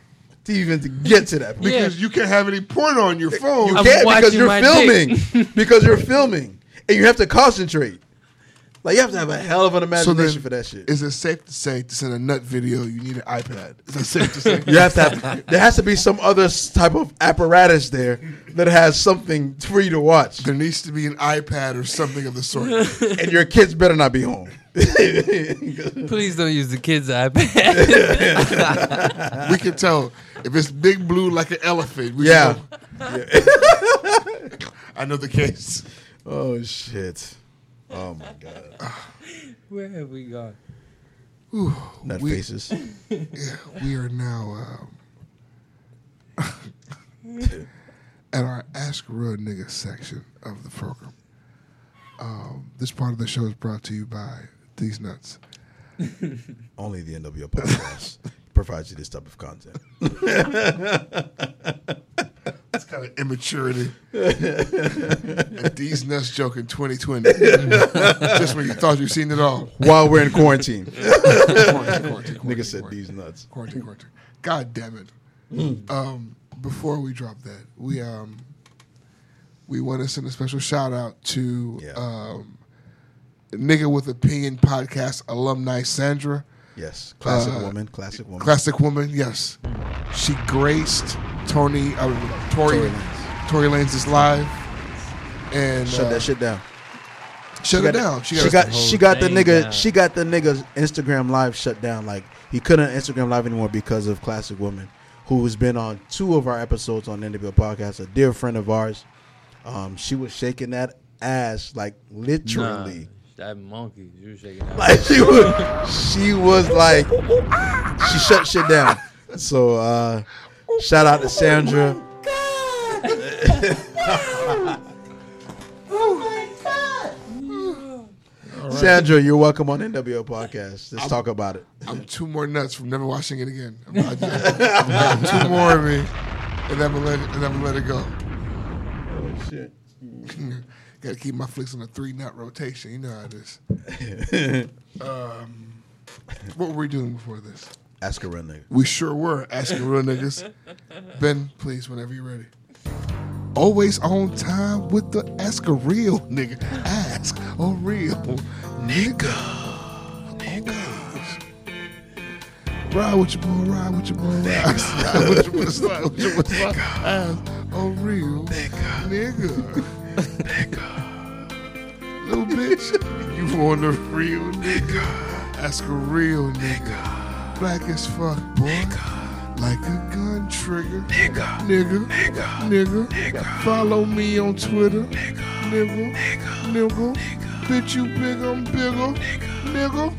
Speaker 1: to even to get to that. point.
Speaker 2: Because you can't have any porn on your phone.
Speaker 1: You
Speaker 3: I'm
Speaker 1: can't because
Speaker 3: watching my
Speaker 1: you're
Speaker 3: dick.
Speaker 1: filming. because you're filming, and you have to concentrate. Like you have to have a hell of an
Speaker 2: So
Speaker 1: imagination
Speaker 2: then,
Speaker 1: for that shit.
Speaker 2: Is it safe to say to send a nut video? You need an iPad. Is it safe to say?
Speaker 1: You have to have. there has to be some other s- type of apparatus there that has something for you to watch,
Speaker 2: There needs to be an iPad or something of the sort.
Speaker 1: and your kids better not be home.
Speaker 3: Please don't use the kids' iPad.
Speaker 2: we can tell if it's big blue like an elephant. We
Speaker 1: Yeah.
Speaker 2: Can know. I know the case.
Speaker 1: oh shit. Oh my god.
Speaker 3: Where have we gone?
Speaker 1: Nut
Speaker 2: We-
Speaker 1: faces.
Speaker 2: Yeah, we are now um, at our Ask a Real Nigga section of the program. Um, this part of the show is brought to you by These Nuts.
Speaker 1: Only the NWO podcast provides you this type of content.
Speaker 2: That's kind of immaturity. and these nuts joke in 2020. Just when you thought you've seen it all.
Speaker 1: While we're in quarantine,
Speaker 2: Quarantine, quarantine,
Speaker 1: nigga
Speaker 2: quarantine,
Speaker 1: said
Speaker 2: quarantine.
Speaker 1: these nuts.
Speaker 2: Quarantine, quarantine. God damn it.
Speaker 1: Mm.
Speaker 2: Um, before we drop that, we um, we want to send a special shout out to
Speaker 1: Yeah.
Speaker 2: um, nigga with opinion podcast alumni Sandra,
Speaker 1: Yes, classic
Speaker 2: Uh,
Speaker 1: woman, classic woman.
Speaker 2: classic woman. Yes, she graced Tony, uh, Tory,
Speaker 1: Tory
Speaker 2: Tory
Speaker 1: Lanez.
Speaker 2: Lanez. is live, and
Speaker 1: Shut
Speaker 2: uh,
Speaker 1: that shit down.
Speaker 2: shut it down.
Speaker 1: She
Speaker 2: She
Speaker 1: got she
Speaker 2: got,
Speaker 1: got,
Speaker 3: whole
Speaker 1: the
Speaker 3: thing
Speaker 1: nigga
Speaker 3: down.
Speaker 1: she got the nigga's Instagram live shut down. Like he couldn't Instagram live anymore because of Classic Woman, who's been on two of our episodes on NWO podcast. A dear friend of ours. Um, she was shaking that ass like literally.
Speaker 3: Nah, that monkey. You shaking that.
Speaker 1: Like she was she was like she shut shit down. So uh shout out to Sandra.
Speaker 3: Oh Oh
Speaker 1: Sandra, you're welcome on NWO podcast. Let's talk about it.
Speaker 2: I'm two more nuts from never watching it again. I'm, I just, I got two more of me, and I'm gonna let it, and I'm gonna let it go.
Speaker 1: Oh shit.
Speaker 2: Got to keep my flicks on a three nut rotation. You know how it is. um, what were we doing before this?
Speaker 1: Ask a real nigga.
Speaker 2: We sure were asking real niggas. Ben, please, whenever you're ready. Always on time with the ask a real nigga. Ask a real nigga. Nigga. Ride with your boy, ride with your boy, ride, ride with your boy, slide with your boy, slide. Ask a real nigga. Nigga. Little bitch, you want a real nigga. Ask a real nigga. Black as fuck, boy. Like a gun trigger. Nigga. Nigga. Nigga. Follow me on Twitter. Nigga. Nigga. Nigga. Bitch, you big, I'm bigger. Nigga.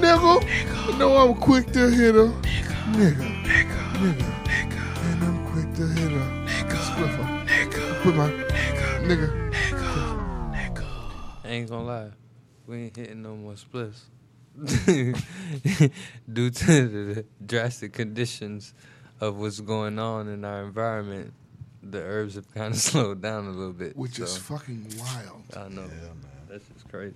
Speaker 2: Nigga. You know I'm quick to hit her. Nigga. Nigga. Nigga. And I'm quick to hit her. Nigga. Spliffer. Nigga. Put my nigga.
Speaker 3: I ain't gonna lie. We ain't hitting no more splits. Due to the drastic conditions of what's going on in our environment, the herbs have kind of slowed down a little bit.
Speaker 2: Which is
Speaker 3: so-
Speaker 2: fucking wild.
Speaker 3: I know. That's just crazy.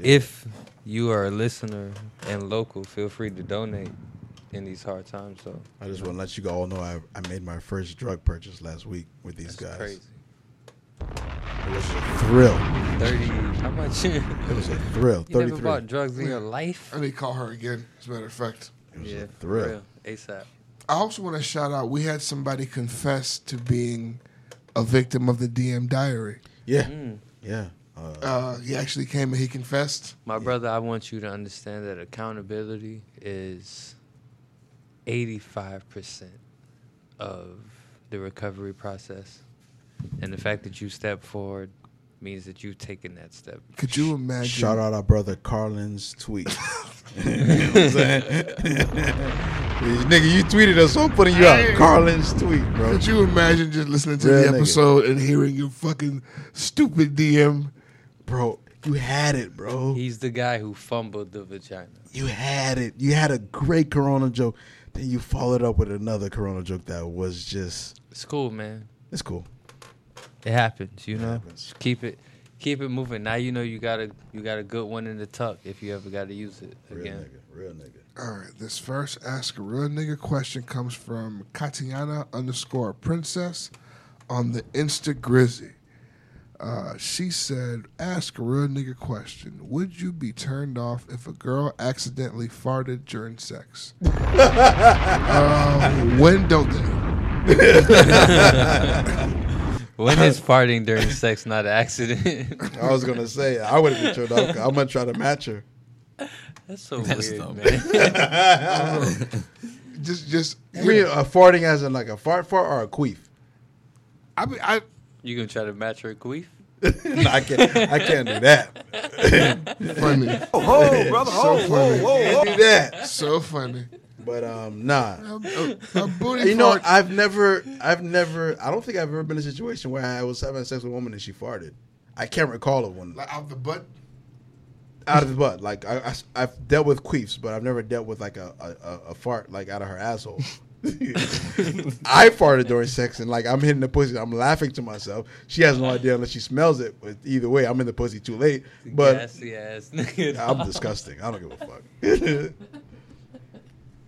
Speaker 3: If you are a listener and local, feel free to donate in these hard times. So
Speaker 1: I just want to let you all know I, I made my first drug purchase last week with these
Speaker 3: that's
Speaker 1: guys.
Speaker 3: crazy.
Speaker 1: It was a thrill.
Speaker 3: Thirty. How much? you
Speaker 1: It was a thrill.
Speaker 3: never
Speaker 1: 33.
Speaker 3: bought drugs in your life?
Speaker 2: I need to call her again, as a matter of fact.
Speaker 1: It was a
Speaker 3: for
Speaker 1: thrill.
Speaker 3: real. ASAP.
Speaker 2: I also want to shout out. We had somebody confess to being a victim of the DM diary.
Speaker 1: Yeah.
Speaker 3: Mm.
Speaker 1: Yeah. Uh,
Speaker 2: Uh, he actually came and he confessed.
Speaker 3: My brother, I want you to understand that accountability is 85% of the recovery process. And the fact that you stepped forward means that you've taken that step.
Speaker 2: Could you imagine?
Speaker 1: Shout out our brother Carlin's tweet. You know what I'm saying? Nigga, you tweeted us, so I'm putting you out. Carlin's tweet, bro.
Speaker 2: Could you imagine just listening to
Speaker 1: Real
Speaker 2: the
Speaker 1: nigga.
Speaker 2: episode and hearing your fucking stupid DM?
Speaker 1: Bro, you had it, bro.
Speaker 3: He's the guy who fumbled the vagina.
Speaker 1: You had it. You had a great Corona joke. Then you followed up with another Corona joke that was just.
Speaker 3: It's cool, man.
Speaker 1: It's cool.
Speaker 3: It happens, you know.
Speaker 1: happens.
Speaker 3: Just keep it, keep it moving. Now you know you got a you got a good one in the tuck if you ever got to use it
Speaker 1: Real
Speaker 3: again.
Speaker 1: nigga. Real nigga.
Speaker 2: All right, this first ask a real nigga question comes from Katiana underscore princess on the Insta Grizzy. Uh, she said, "Ask a real nigga question. Would you be turned off if a girl accidentally farted during sex? um, when don't they?
Speaker 3: When is farting during sex not an accident?
Speaker 1: I was gonna say I would have been turned off. I'm gonna try to match her.
Speaker 3: That's so
Speaker 6: That's
Speaker 3: weird,
Speaker 6: dumb.
Speaker 3: man.
Speaker 2: Just, just
Speaker 1: I mean, uh, farting as in like a fart fart or a queef.
Speaker 2: I, mean, I,
Speaker 3: you gonna try to match her queef?
Speaker 1: no, I can't. I can't do that.
Speaker 2: funny,
Speaker 1: Oh, brother,
Speaker 2: so funny,
Speaker 1: can't do that.
Speaker 2: so funny.
Speaker 1: But um, nah.
Speaker 2: A, a, a booty
Speaker 1: You know,
Speaker 2: fart.
Speaker 1: I've never, I've never, I don't think I've ever been in a situation where I was having sex with a woman and she farted. I can't recall of one
Speaker 2: like out the butt.
Speaker 1: out of the butt. Like I, I, have dealt with queefs, but I've never dealt with like a a, a, a fart like out of her asshole. I farted during sex and like I'm hitting the pussy. I'm laughing to myself. She has no idea unless she smells it. But either way, I'm in the pussy too late. But
Speaker 3: yes, yes. nigga.
Speaker 1: I'm disgusting. I don't give a fuck.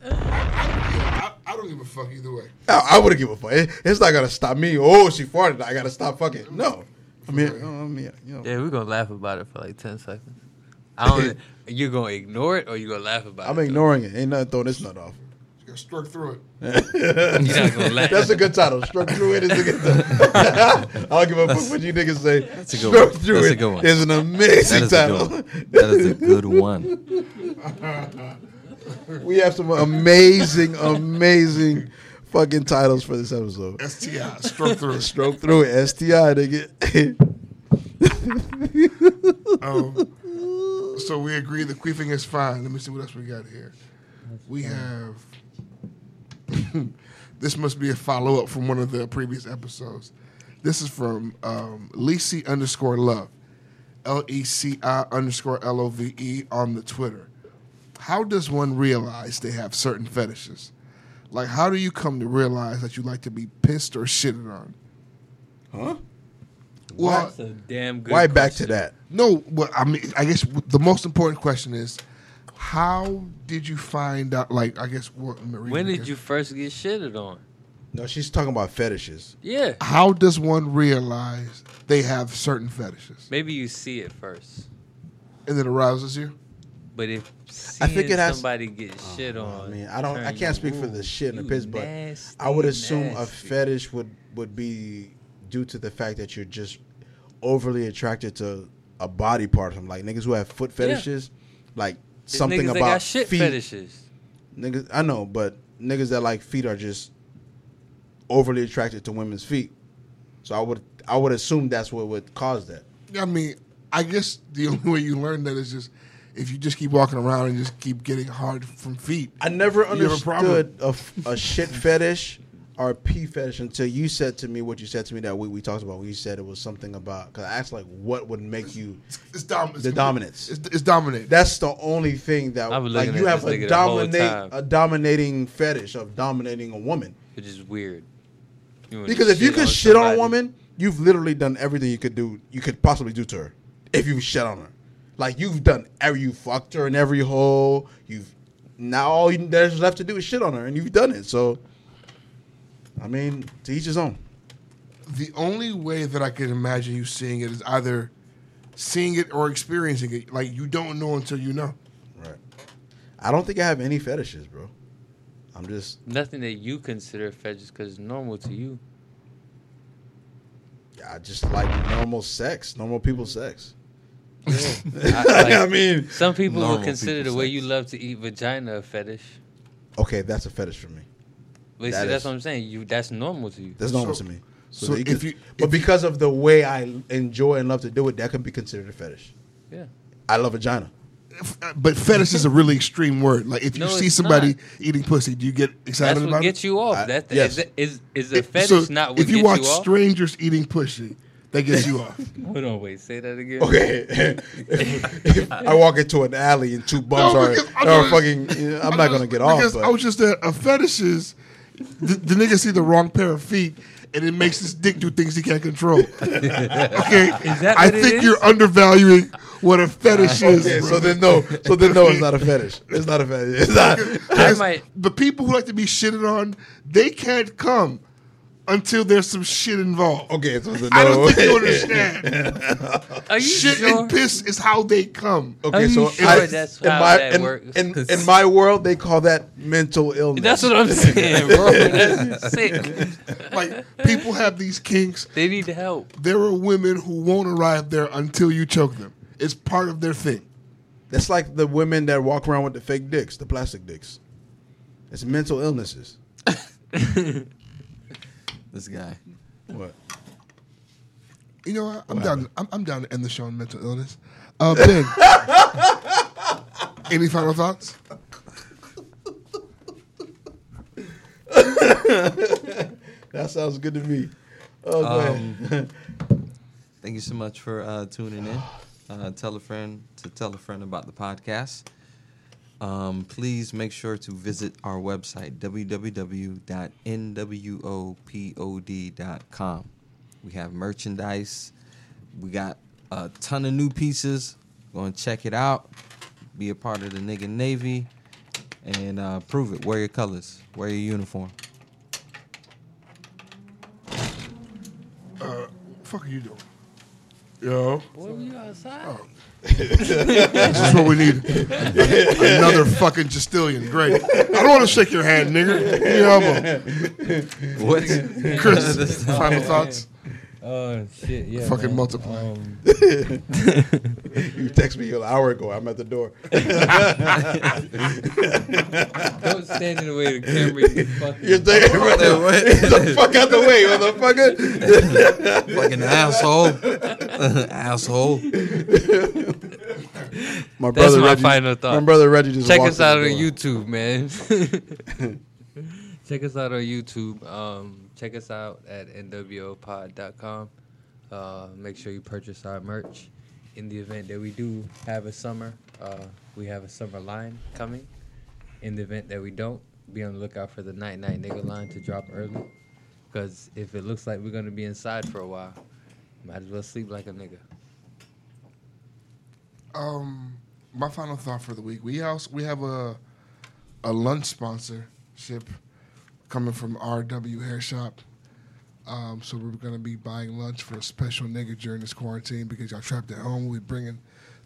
Speaker 2: I, I don't give a fuck either way.
Speaker 1: I, I wouldn't give a fuck. It- it's not gonna stop me. Oh, she farted. I gotta stop fucking. No. I mean, I mean, you know.
Speaker 3: Yeah, we're gonna laugh about it for like ten seconds. I don't. you gonna ignore it or you gonna laugh about
Speaker 1: I'm
Speaker 3: it? though?
Speaker 1: ignoring it. Ain't nothing throwing this nut off.
Speaker 2: You gotta stroke through it.
Speaker 3: You're not gonna laugh.
Speaker 1: That's a good title. Struck through it is a good title. I don't give a fuck what you niggas say. That's
Speaker 6: a good one.
Speaker 1: through
Speaker 6: That's
Speaker 1: it
Speaker 6: a good one.
Speaker 1: is an amazing
Speaker 6: That is a
Speaker 1: title.
Speaker 6: good one. That is a good one.
Speaker 1: We have some amazing, amazing fucking titles for this episode.
Speaker 2: STI, stroke through it.
Speaker 1: Stroke through it. STI nigga.
Speaker 2: Um, so we agree the queefing is fine. Let me see what else we got here. We have. this must be a follow up from one of the previous episodes. This is from um, Lisi underscore love, L E C I underscore L O V E on the Twitter. How does one realize they have certain fetishes? Like, how do you come to realize that you like to be pissed or shitted on? Huh? Well,
Speaker 3: That's a damn good.
Speaker 1: Why back to
Speaker 3: question.
Speaker 1: that?
Speaker 2: no, well, I mean, I guess the most important question is, how did you find out? Like, I guess what? Marie,
Speaker 3: When did you first get shitted on?
Speaker 1: No, she's talking about fetishes.
Speaker 3: Yeah,
Speaker 2: How does one realize they have certain fetishes?
Speaker 3: maybe you see it first,
Speaker 2: And then it arouses you.
Speaker 3: but if
Speaker 1: I
Speaker 3: seeing
Speaker 1: think it has-
Speaker 3: somebody get shit on,
Speaker 1: I mean, I don't. I
Speaker 3: turn
Speaker 1: can't
Speaker 3: you
Speaker 1: speak for the
Speaker 3: on,
Speaker 1: shit and the
Speaker 3: you
Speaker 1: piss, but
Speaker 3: nasty,
Speaker 1: I would assume a
Speaker 3: nasty.
Speaker 1: fetish would would be due to the fact that you're just overly attracted to a body part. From like niggas who have foot fetishes, like
Speaker 3: There's
Speaker 1: something
Speaker 3: niggas
Speaker 1: about
Speaker 3: that got shit
Speaker 1: feet.
Speaker 3: fetishes.
Speaker 1: Niggas, I know, but niggas that like feet are just overly attracted to women's feet. So I would I would assume that's what would cause that.
Speaker 2: I mean, I guess the only way you learn that is just if you just keep walking around and just keep getting hard from feet.
Speaker 1: I never
Speaker 2: You have a problem.
Speaker 1: understood a, f- a shit fetish or a pee fetish until you said to me what you said to me that week we talked about. When you said it was something about because I asked like what would make you.
Speaker 2: It's, it's dom- it's
Speaker 1: The
Speaker 2: complete-
Speaker 1: dominance.
Speaker 2: It's, it's dominant.
Speaker 1: That's the only thing that
Speaker 3: I was
Speaker 1: like
Speaker 3: looking
Speaker 1: you
Speaker 3: at
Speaker 1: have
Speaker 3: this
Speaker 1: a
Speaker 3: nigga the whole
Speaker 1: dominate
Speaker 3: time.
Speaker 1: a dominating fetish of dominating a woman
Speaker 3: Which is weird. You wanna
Speaker 1: because if you
Speaker 3: shit
Speaker 1: could shit on a
Speaker 3: somebody.
Speaker 1: woman, you've literally done everything you could do you could possibly do to her if you shit on her. Like you've done every you fucked her in every hole. You've now all you, there's left to do is shit on her, and you've done it. So, I mean, to each his own.
Speaker 2: the only way that I can imagine you seeing it is either seeing it or experiencing it. Like you don't know until you know.
Speaker 1: Right. I don't think I have any fetishes, bro. I'm just
Speaker 3: nothing that you consider a fetish because it's normal to you.
Speaker 1: I just like normal sex, normal people sex.
Speaker 3: I, like,
Speaker 1: I mean,
Speaker 3: some people
Speaker 6: Normal
Speaker 3: would consider
Speaker 6: people
Speaker 3: the way
Speaker 6: sex.
Speaker 3: you love to eat vagina a fetish.
Speaker 1: okay, that's a fetish for me.
Speaker 3: But
Speaker 1: That
Speaker 3: see,
Speaker 1: is-
Speaker 3: that's what I'm saying. You that's normal to you.
Speaker 1: That's normal
Speaker 2: So-
Speaker 1: to me. So,
Speaker 2: So
Speaker 1: they
Speaker 2: if
Speaker 1: could-
Speaker 2: you-
Speaker 1: but because of the way I enjoy and love to do it, that can be considered a fetish.
Speaker 3: Yeah.
Speaker 1: I love vagina.
Speaker 2: But fetish is a really extreme word. Like if you
Speaker 3: No,
Speaker 2: see
Speaker 3: it's
Speaker 2: somebody
Speaker 3: not.
Speaker 2: eating pussy, do you get excited
Speaker 3: That's what
Speaker 2: about
Speaker 3: gets
Speaker 2: it?
Speaker 3: you
Speaker 1: I-
Speaker 3: off. That's the,
Speaker 1: yes.
Speaker 3: is, is is a
Speaker 2: If-
Speaker 3: fetish
Speaker 2: so
Speaker 3: not what
Speaker 2: if you
Speaker 3: gets
Speaker 2: watch
Speaker 3: you off?
Speaker 2: strangers eating pussy, that gets you off.
Speaker 3: Hold on, wait, say that again.
Speaker 1: Okay, if, if I walk into an alley and two bums
Speaker 2: No,
Speaker 1: are,
Speaker 2: because I'm
Speaker 1: are
Speaker 2: just-
Speaker 1: fucking, you know, I'm not gonna get off.
Speaker 2: Because
Speaker 1: But
Speaker 2: I was just there. A fetish is the, the nigga see the wrong pair of feet, and it makes his dick do things he can't control. okay,
Speaker 3: Is that
Speaker 2: I
Speaker 3: what it
Speaker 2: think
Speaker 3: is?
Speaker 2: you're undervaluing what a fetish is.
Speaker 1: yeah,
Speaker 2: bro.
Speaker 1: so then no, so then no, it's not a fetish. It's not a fetish. It's not.
Speaker 3: I
Speaker 2: Because
Speaker 3: might
Speaker 2: The people who like to be shitted on, they can't come until there's some shit involved.
Speaker 1: Okay, so it's a no.
Speaker 2: I don't think you understand.
Speaker 3: Are you
Speaker 2: shit
Speaker 3: sure?
Speaker 2: and piss is how they come.
Speaker 1: Okay,
Speaker 3: Are
Speaker 1: so
Speaker 3: you sure
Speaker 1: I-
Speaker 3: that's
Speaker 1: in
Speaker 3: how
Speaker 1: my
Speaker 3: that
Speaker 1: in,
Speaker 3: works?
Speaker 1: in, in my world, they call that mental illness.
Speaker 3: That's what I'm saying, bro. That's sick.
Speaker 2: Like people have these kinks.
Speaker 3: They need help.
Speaker 2: There are women who won't arrive there until you choke them. It's part of their thing.
Speaker 1: That's like the women that walk around with the fake dicks, the plastic dicks. It's mental illnesses.
Speaker 6: This guy.
Speaker 1: What?
Speaker 2: You know, what? I'm down. I'm, I'm down to end the show on mental illness. Uh, ben, any final thoughts?
Speaker 1: That sounds good to me. Oh, go
Speaker 3: Um,
Speaker 1: ahead.
Speaker 6: Um, Thank you so much for uh, tuning in. Uh, tell a friend to tell a friend about the podcast. Um, please make sure to visit our website, www.nwopod.com. We have merchandise. We got a ton of new pieces. Go and check it out. Be a part of the nigga Navy and uh, prove it. Wear your colors, wear your uniform.
Speaker 2: Uh, fuck are you doing? Yo,
Speaker 3: What were you outside?
Speaker 2: this is what we need. Another fucking Justilian. Great. I don't want to shake your hand, nigga. Give me your elbow.
Speaker 6: What?
Speaker 2: Chris, final thoughts?
Speaker 3: Oh shit! Yeah.
Speaker 2: Fucking
Speaker 3: man.
Speaker 2: multiply.
Speaker 3: Um,
Speaker 1: You texted me an hour ago. I'm at the door.
Speaker 3: don't stand in the way of the camera. You fucking.
Speaker 1: You're thinking about that.
Speaker 6: What?
Speaker 1: the fuck out the way, motherfucker.
Speaker 6: Fucking asshole. asshole.
Speaker 1: My
Speaker 3: That's my final thought.
Speaker 1: My brother Reggie just
Speaker 3: Check us
Speaker 1: walked in the
Speaker 3: out on
Speaker 1: door.
Speaker 3: YouTube, man. check us out on YouTube. Um, check us out at nwopod.com. Uh, make sure you purchase our merch. In the event that we do have a summer, uh, we have a summer line coming. In the event that we don't, be on the lookout for the night night nigga line to drop early. Because if it looks like we're gonna be inside for a while, might as well sleep like a nigga.
Speaker 2: Um, my final thought for the week. We also we have a a lunch sponsorship coming from RW Hair Shop. Um, so we're gonna be buying lunch for a special nigga during this quarantine because y'all trapped at home. We're bringing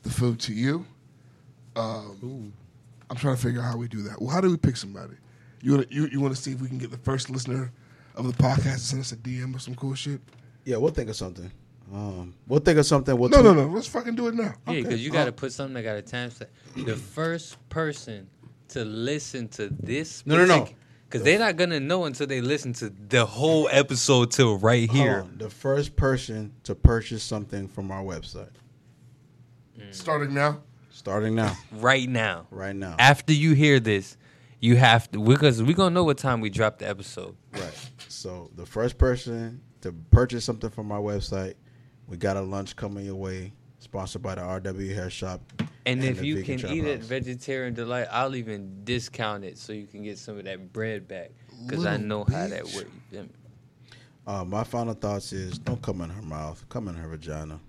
Speaker 2: the food to you. Um, I'm trying to figure out how we do that. Well, how do we pick somebody? You wanna, you, you want to see if we can get the first listener of the podcast to send us a DM or some cool shit?
Speaker 1: Yeah, we'll think of something. Um, we'll think of something. We'll
Speaker 2: No,
Speaker 1: tweet-
Speaker 2: no, no. Let's fucking do it now.
Speaker 3: Yeah, because you
Speaker 1: uh.
Speaker 3: got to put something that got a timestamp. The first person to listen to this.
Speaker 1: No, no, no.
Speaker 3: Because they're not going to know until they listen to the whole episode till right
Speaker 1: Hold
Speaker 3: here.
Speaker 1: on. The first person to purchase something from our website,
Speaker 2: Starting now.
Speaker 1: starting now,
Speaker 3: Right now.
Speaker 1: right now.
Speaker 3: After you hear this, you have to. Because we're going to know what time we dropped the episode.
Speaker 1: Right. So the first person to purchase something from our website, we got a lunch coming your way, sponsored by the RW Hair Shop.
Speaker 3: And, if
Speaker 1: the
Speaker 3: you
Speaker 1: Vegan
Speaker 3: can
Speaker 1: Trap
Speaker 3: eat it
Speaker 1: House.
Speaker 3: vegetarian delight, I'll even discount it so you can get some of that bread back. Because I
Speaker 2: Little
Speaker 3: know how that
Speaker 2: bitch.
Speaker 3: works. You feel me?
Speaker 1: uh, my final thoughts is don't come in her mouth, come in her vagina.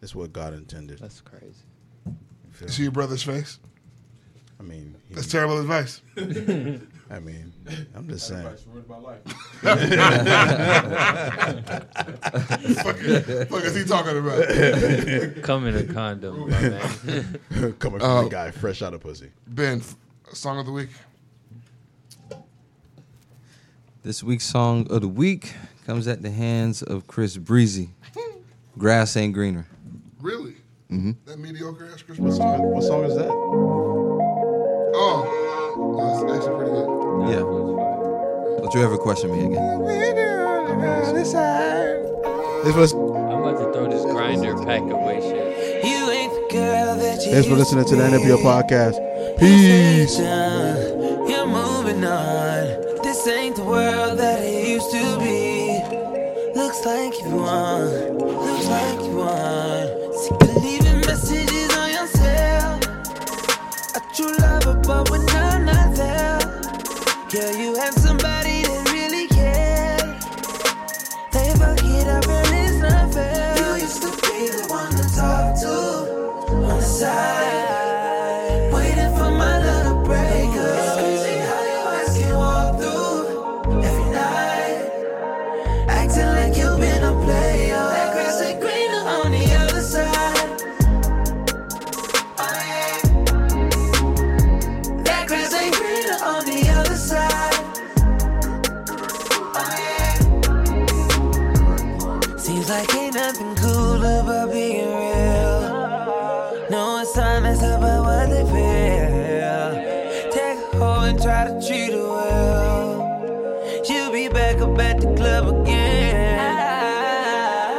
Speaker 1: That's what God intended.
Speaker 3: That's crazy.
Speaker 1: You feel
Speaker 2: See
Speaker 1: me?
Speaker 2: your brother's face.
Speaker 1: I mean, he-
Speaker 2: That's terrible advice.
Speaker 1: I mean, I'm just saying.
Speaker 2: fucking, fuck is he talking about?
Speaker 3: Come in a condom, my man.
Speaker 1: Coming from
Speaker 2: Uh,
Speaker 1: a guy fresh out of pussy.
Speaker 2: Ben, song of the week.
Speaker 6: This week's song of the week comes at the hands of Chris Breezy. Grass ain't greener.
Speaker 2: Really? Mm-hmm. That mediocre ass Christmas song.
Speaker 1: What song is that?
Speaker 2: Oh, that's actually pretty good.
Speaker 6: Yeah. Don't you ever question me again.
Speaker 1: This This was.
Speaker 3: I'm about to throw this grinder pack away shit.
Speaker 7: You ain't the girl that you
Speaker 1: Thanks for listening to the NPO podcast. Peace.
Speaker 7: You're moving on. This ain't the world that it used to be. Looks like you won. Looks like you won. Sick of leaving messages on yourself. A true lover, but when I'm not there, yeah, you have somebody that really cares. They fuck it up and it's not fair. You used to be the one to talk to on the side. Waiting for my love to break up. It's crazy how you ask can walk through every night. Acting like you've been a player. That grass ain't greener on the other side. Oh, yeah. That grass ain't greener on the other side. Oh, yeah. Seems like ain't nothing cool about being real. No assignments about what they feel. Take a hoe and try to treat her well. She'll be back up at the club again.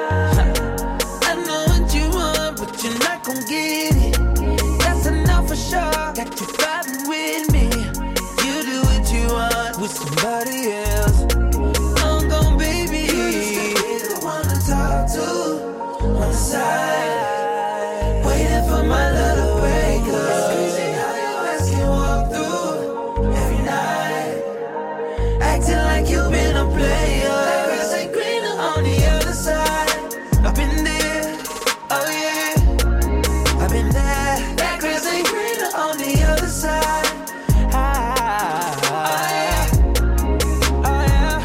Speaker 7: I know what you want, but you're not gonna get it. That's enough for sure. Got you vibing with me. You do what you want with somebody else. I'm gone, baby. You used to be the one to talk to on the side, waiting for my love to wake up. It's crazy how your ass can walk through every night, acting like you've been a player. That grass ain't greener on the other side. I've been there, oh yeah, I've been there. That grass ain't greener on the other side. Ah, oh yeah.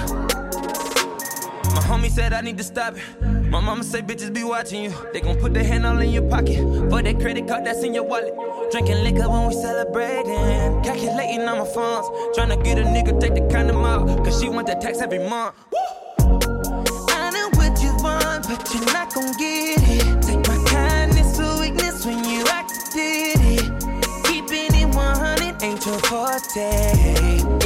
Speaker 7: My homie said I need to stop it. My mama say bitches be watching you. They gon' put their hand all in your pocket. For that credit card that's in your wallet. Drinking liquor when we celebrating. Calculating on my funds. Tryna get a nigga, take the condom out. Cause she want that tax every month. I know what you want, but you're not gon' get it. Take my kindness for weakness when you acted it. Keeping it 100 ain't your forte. Oh, Oh,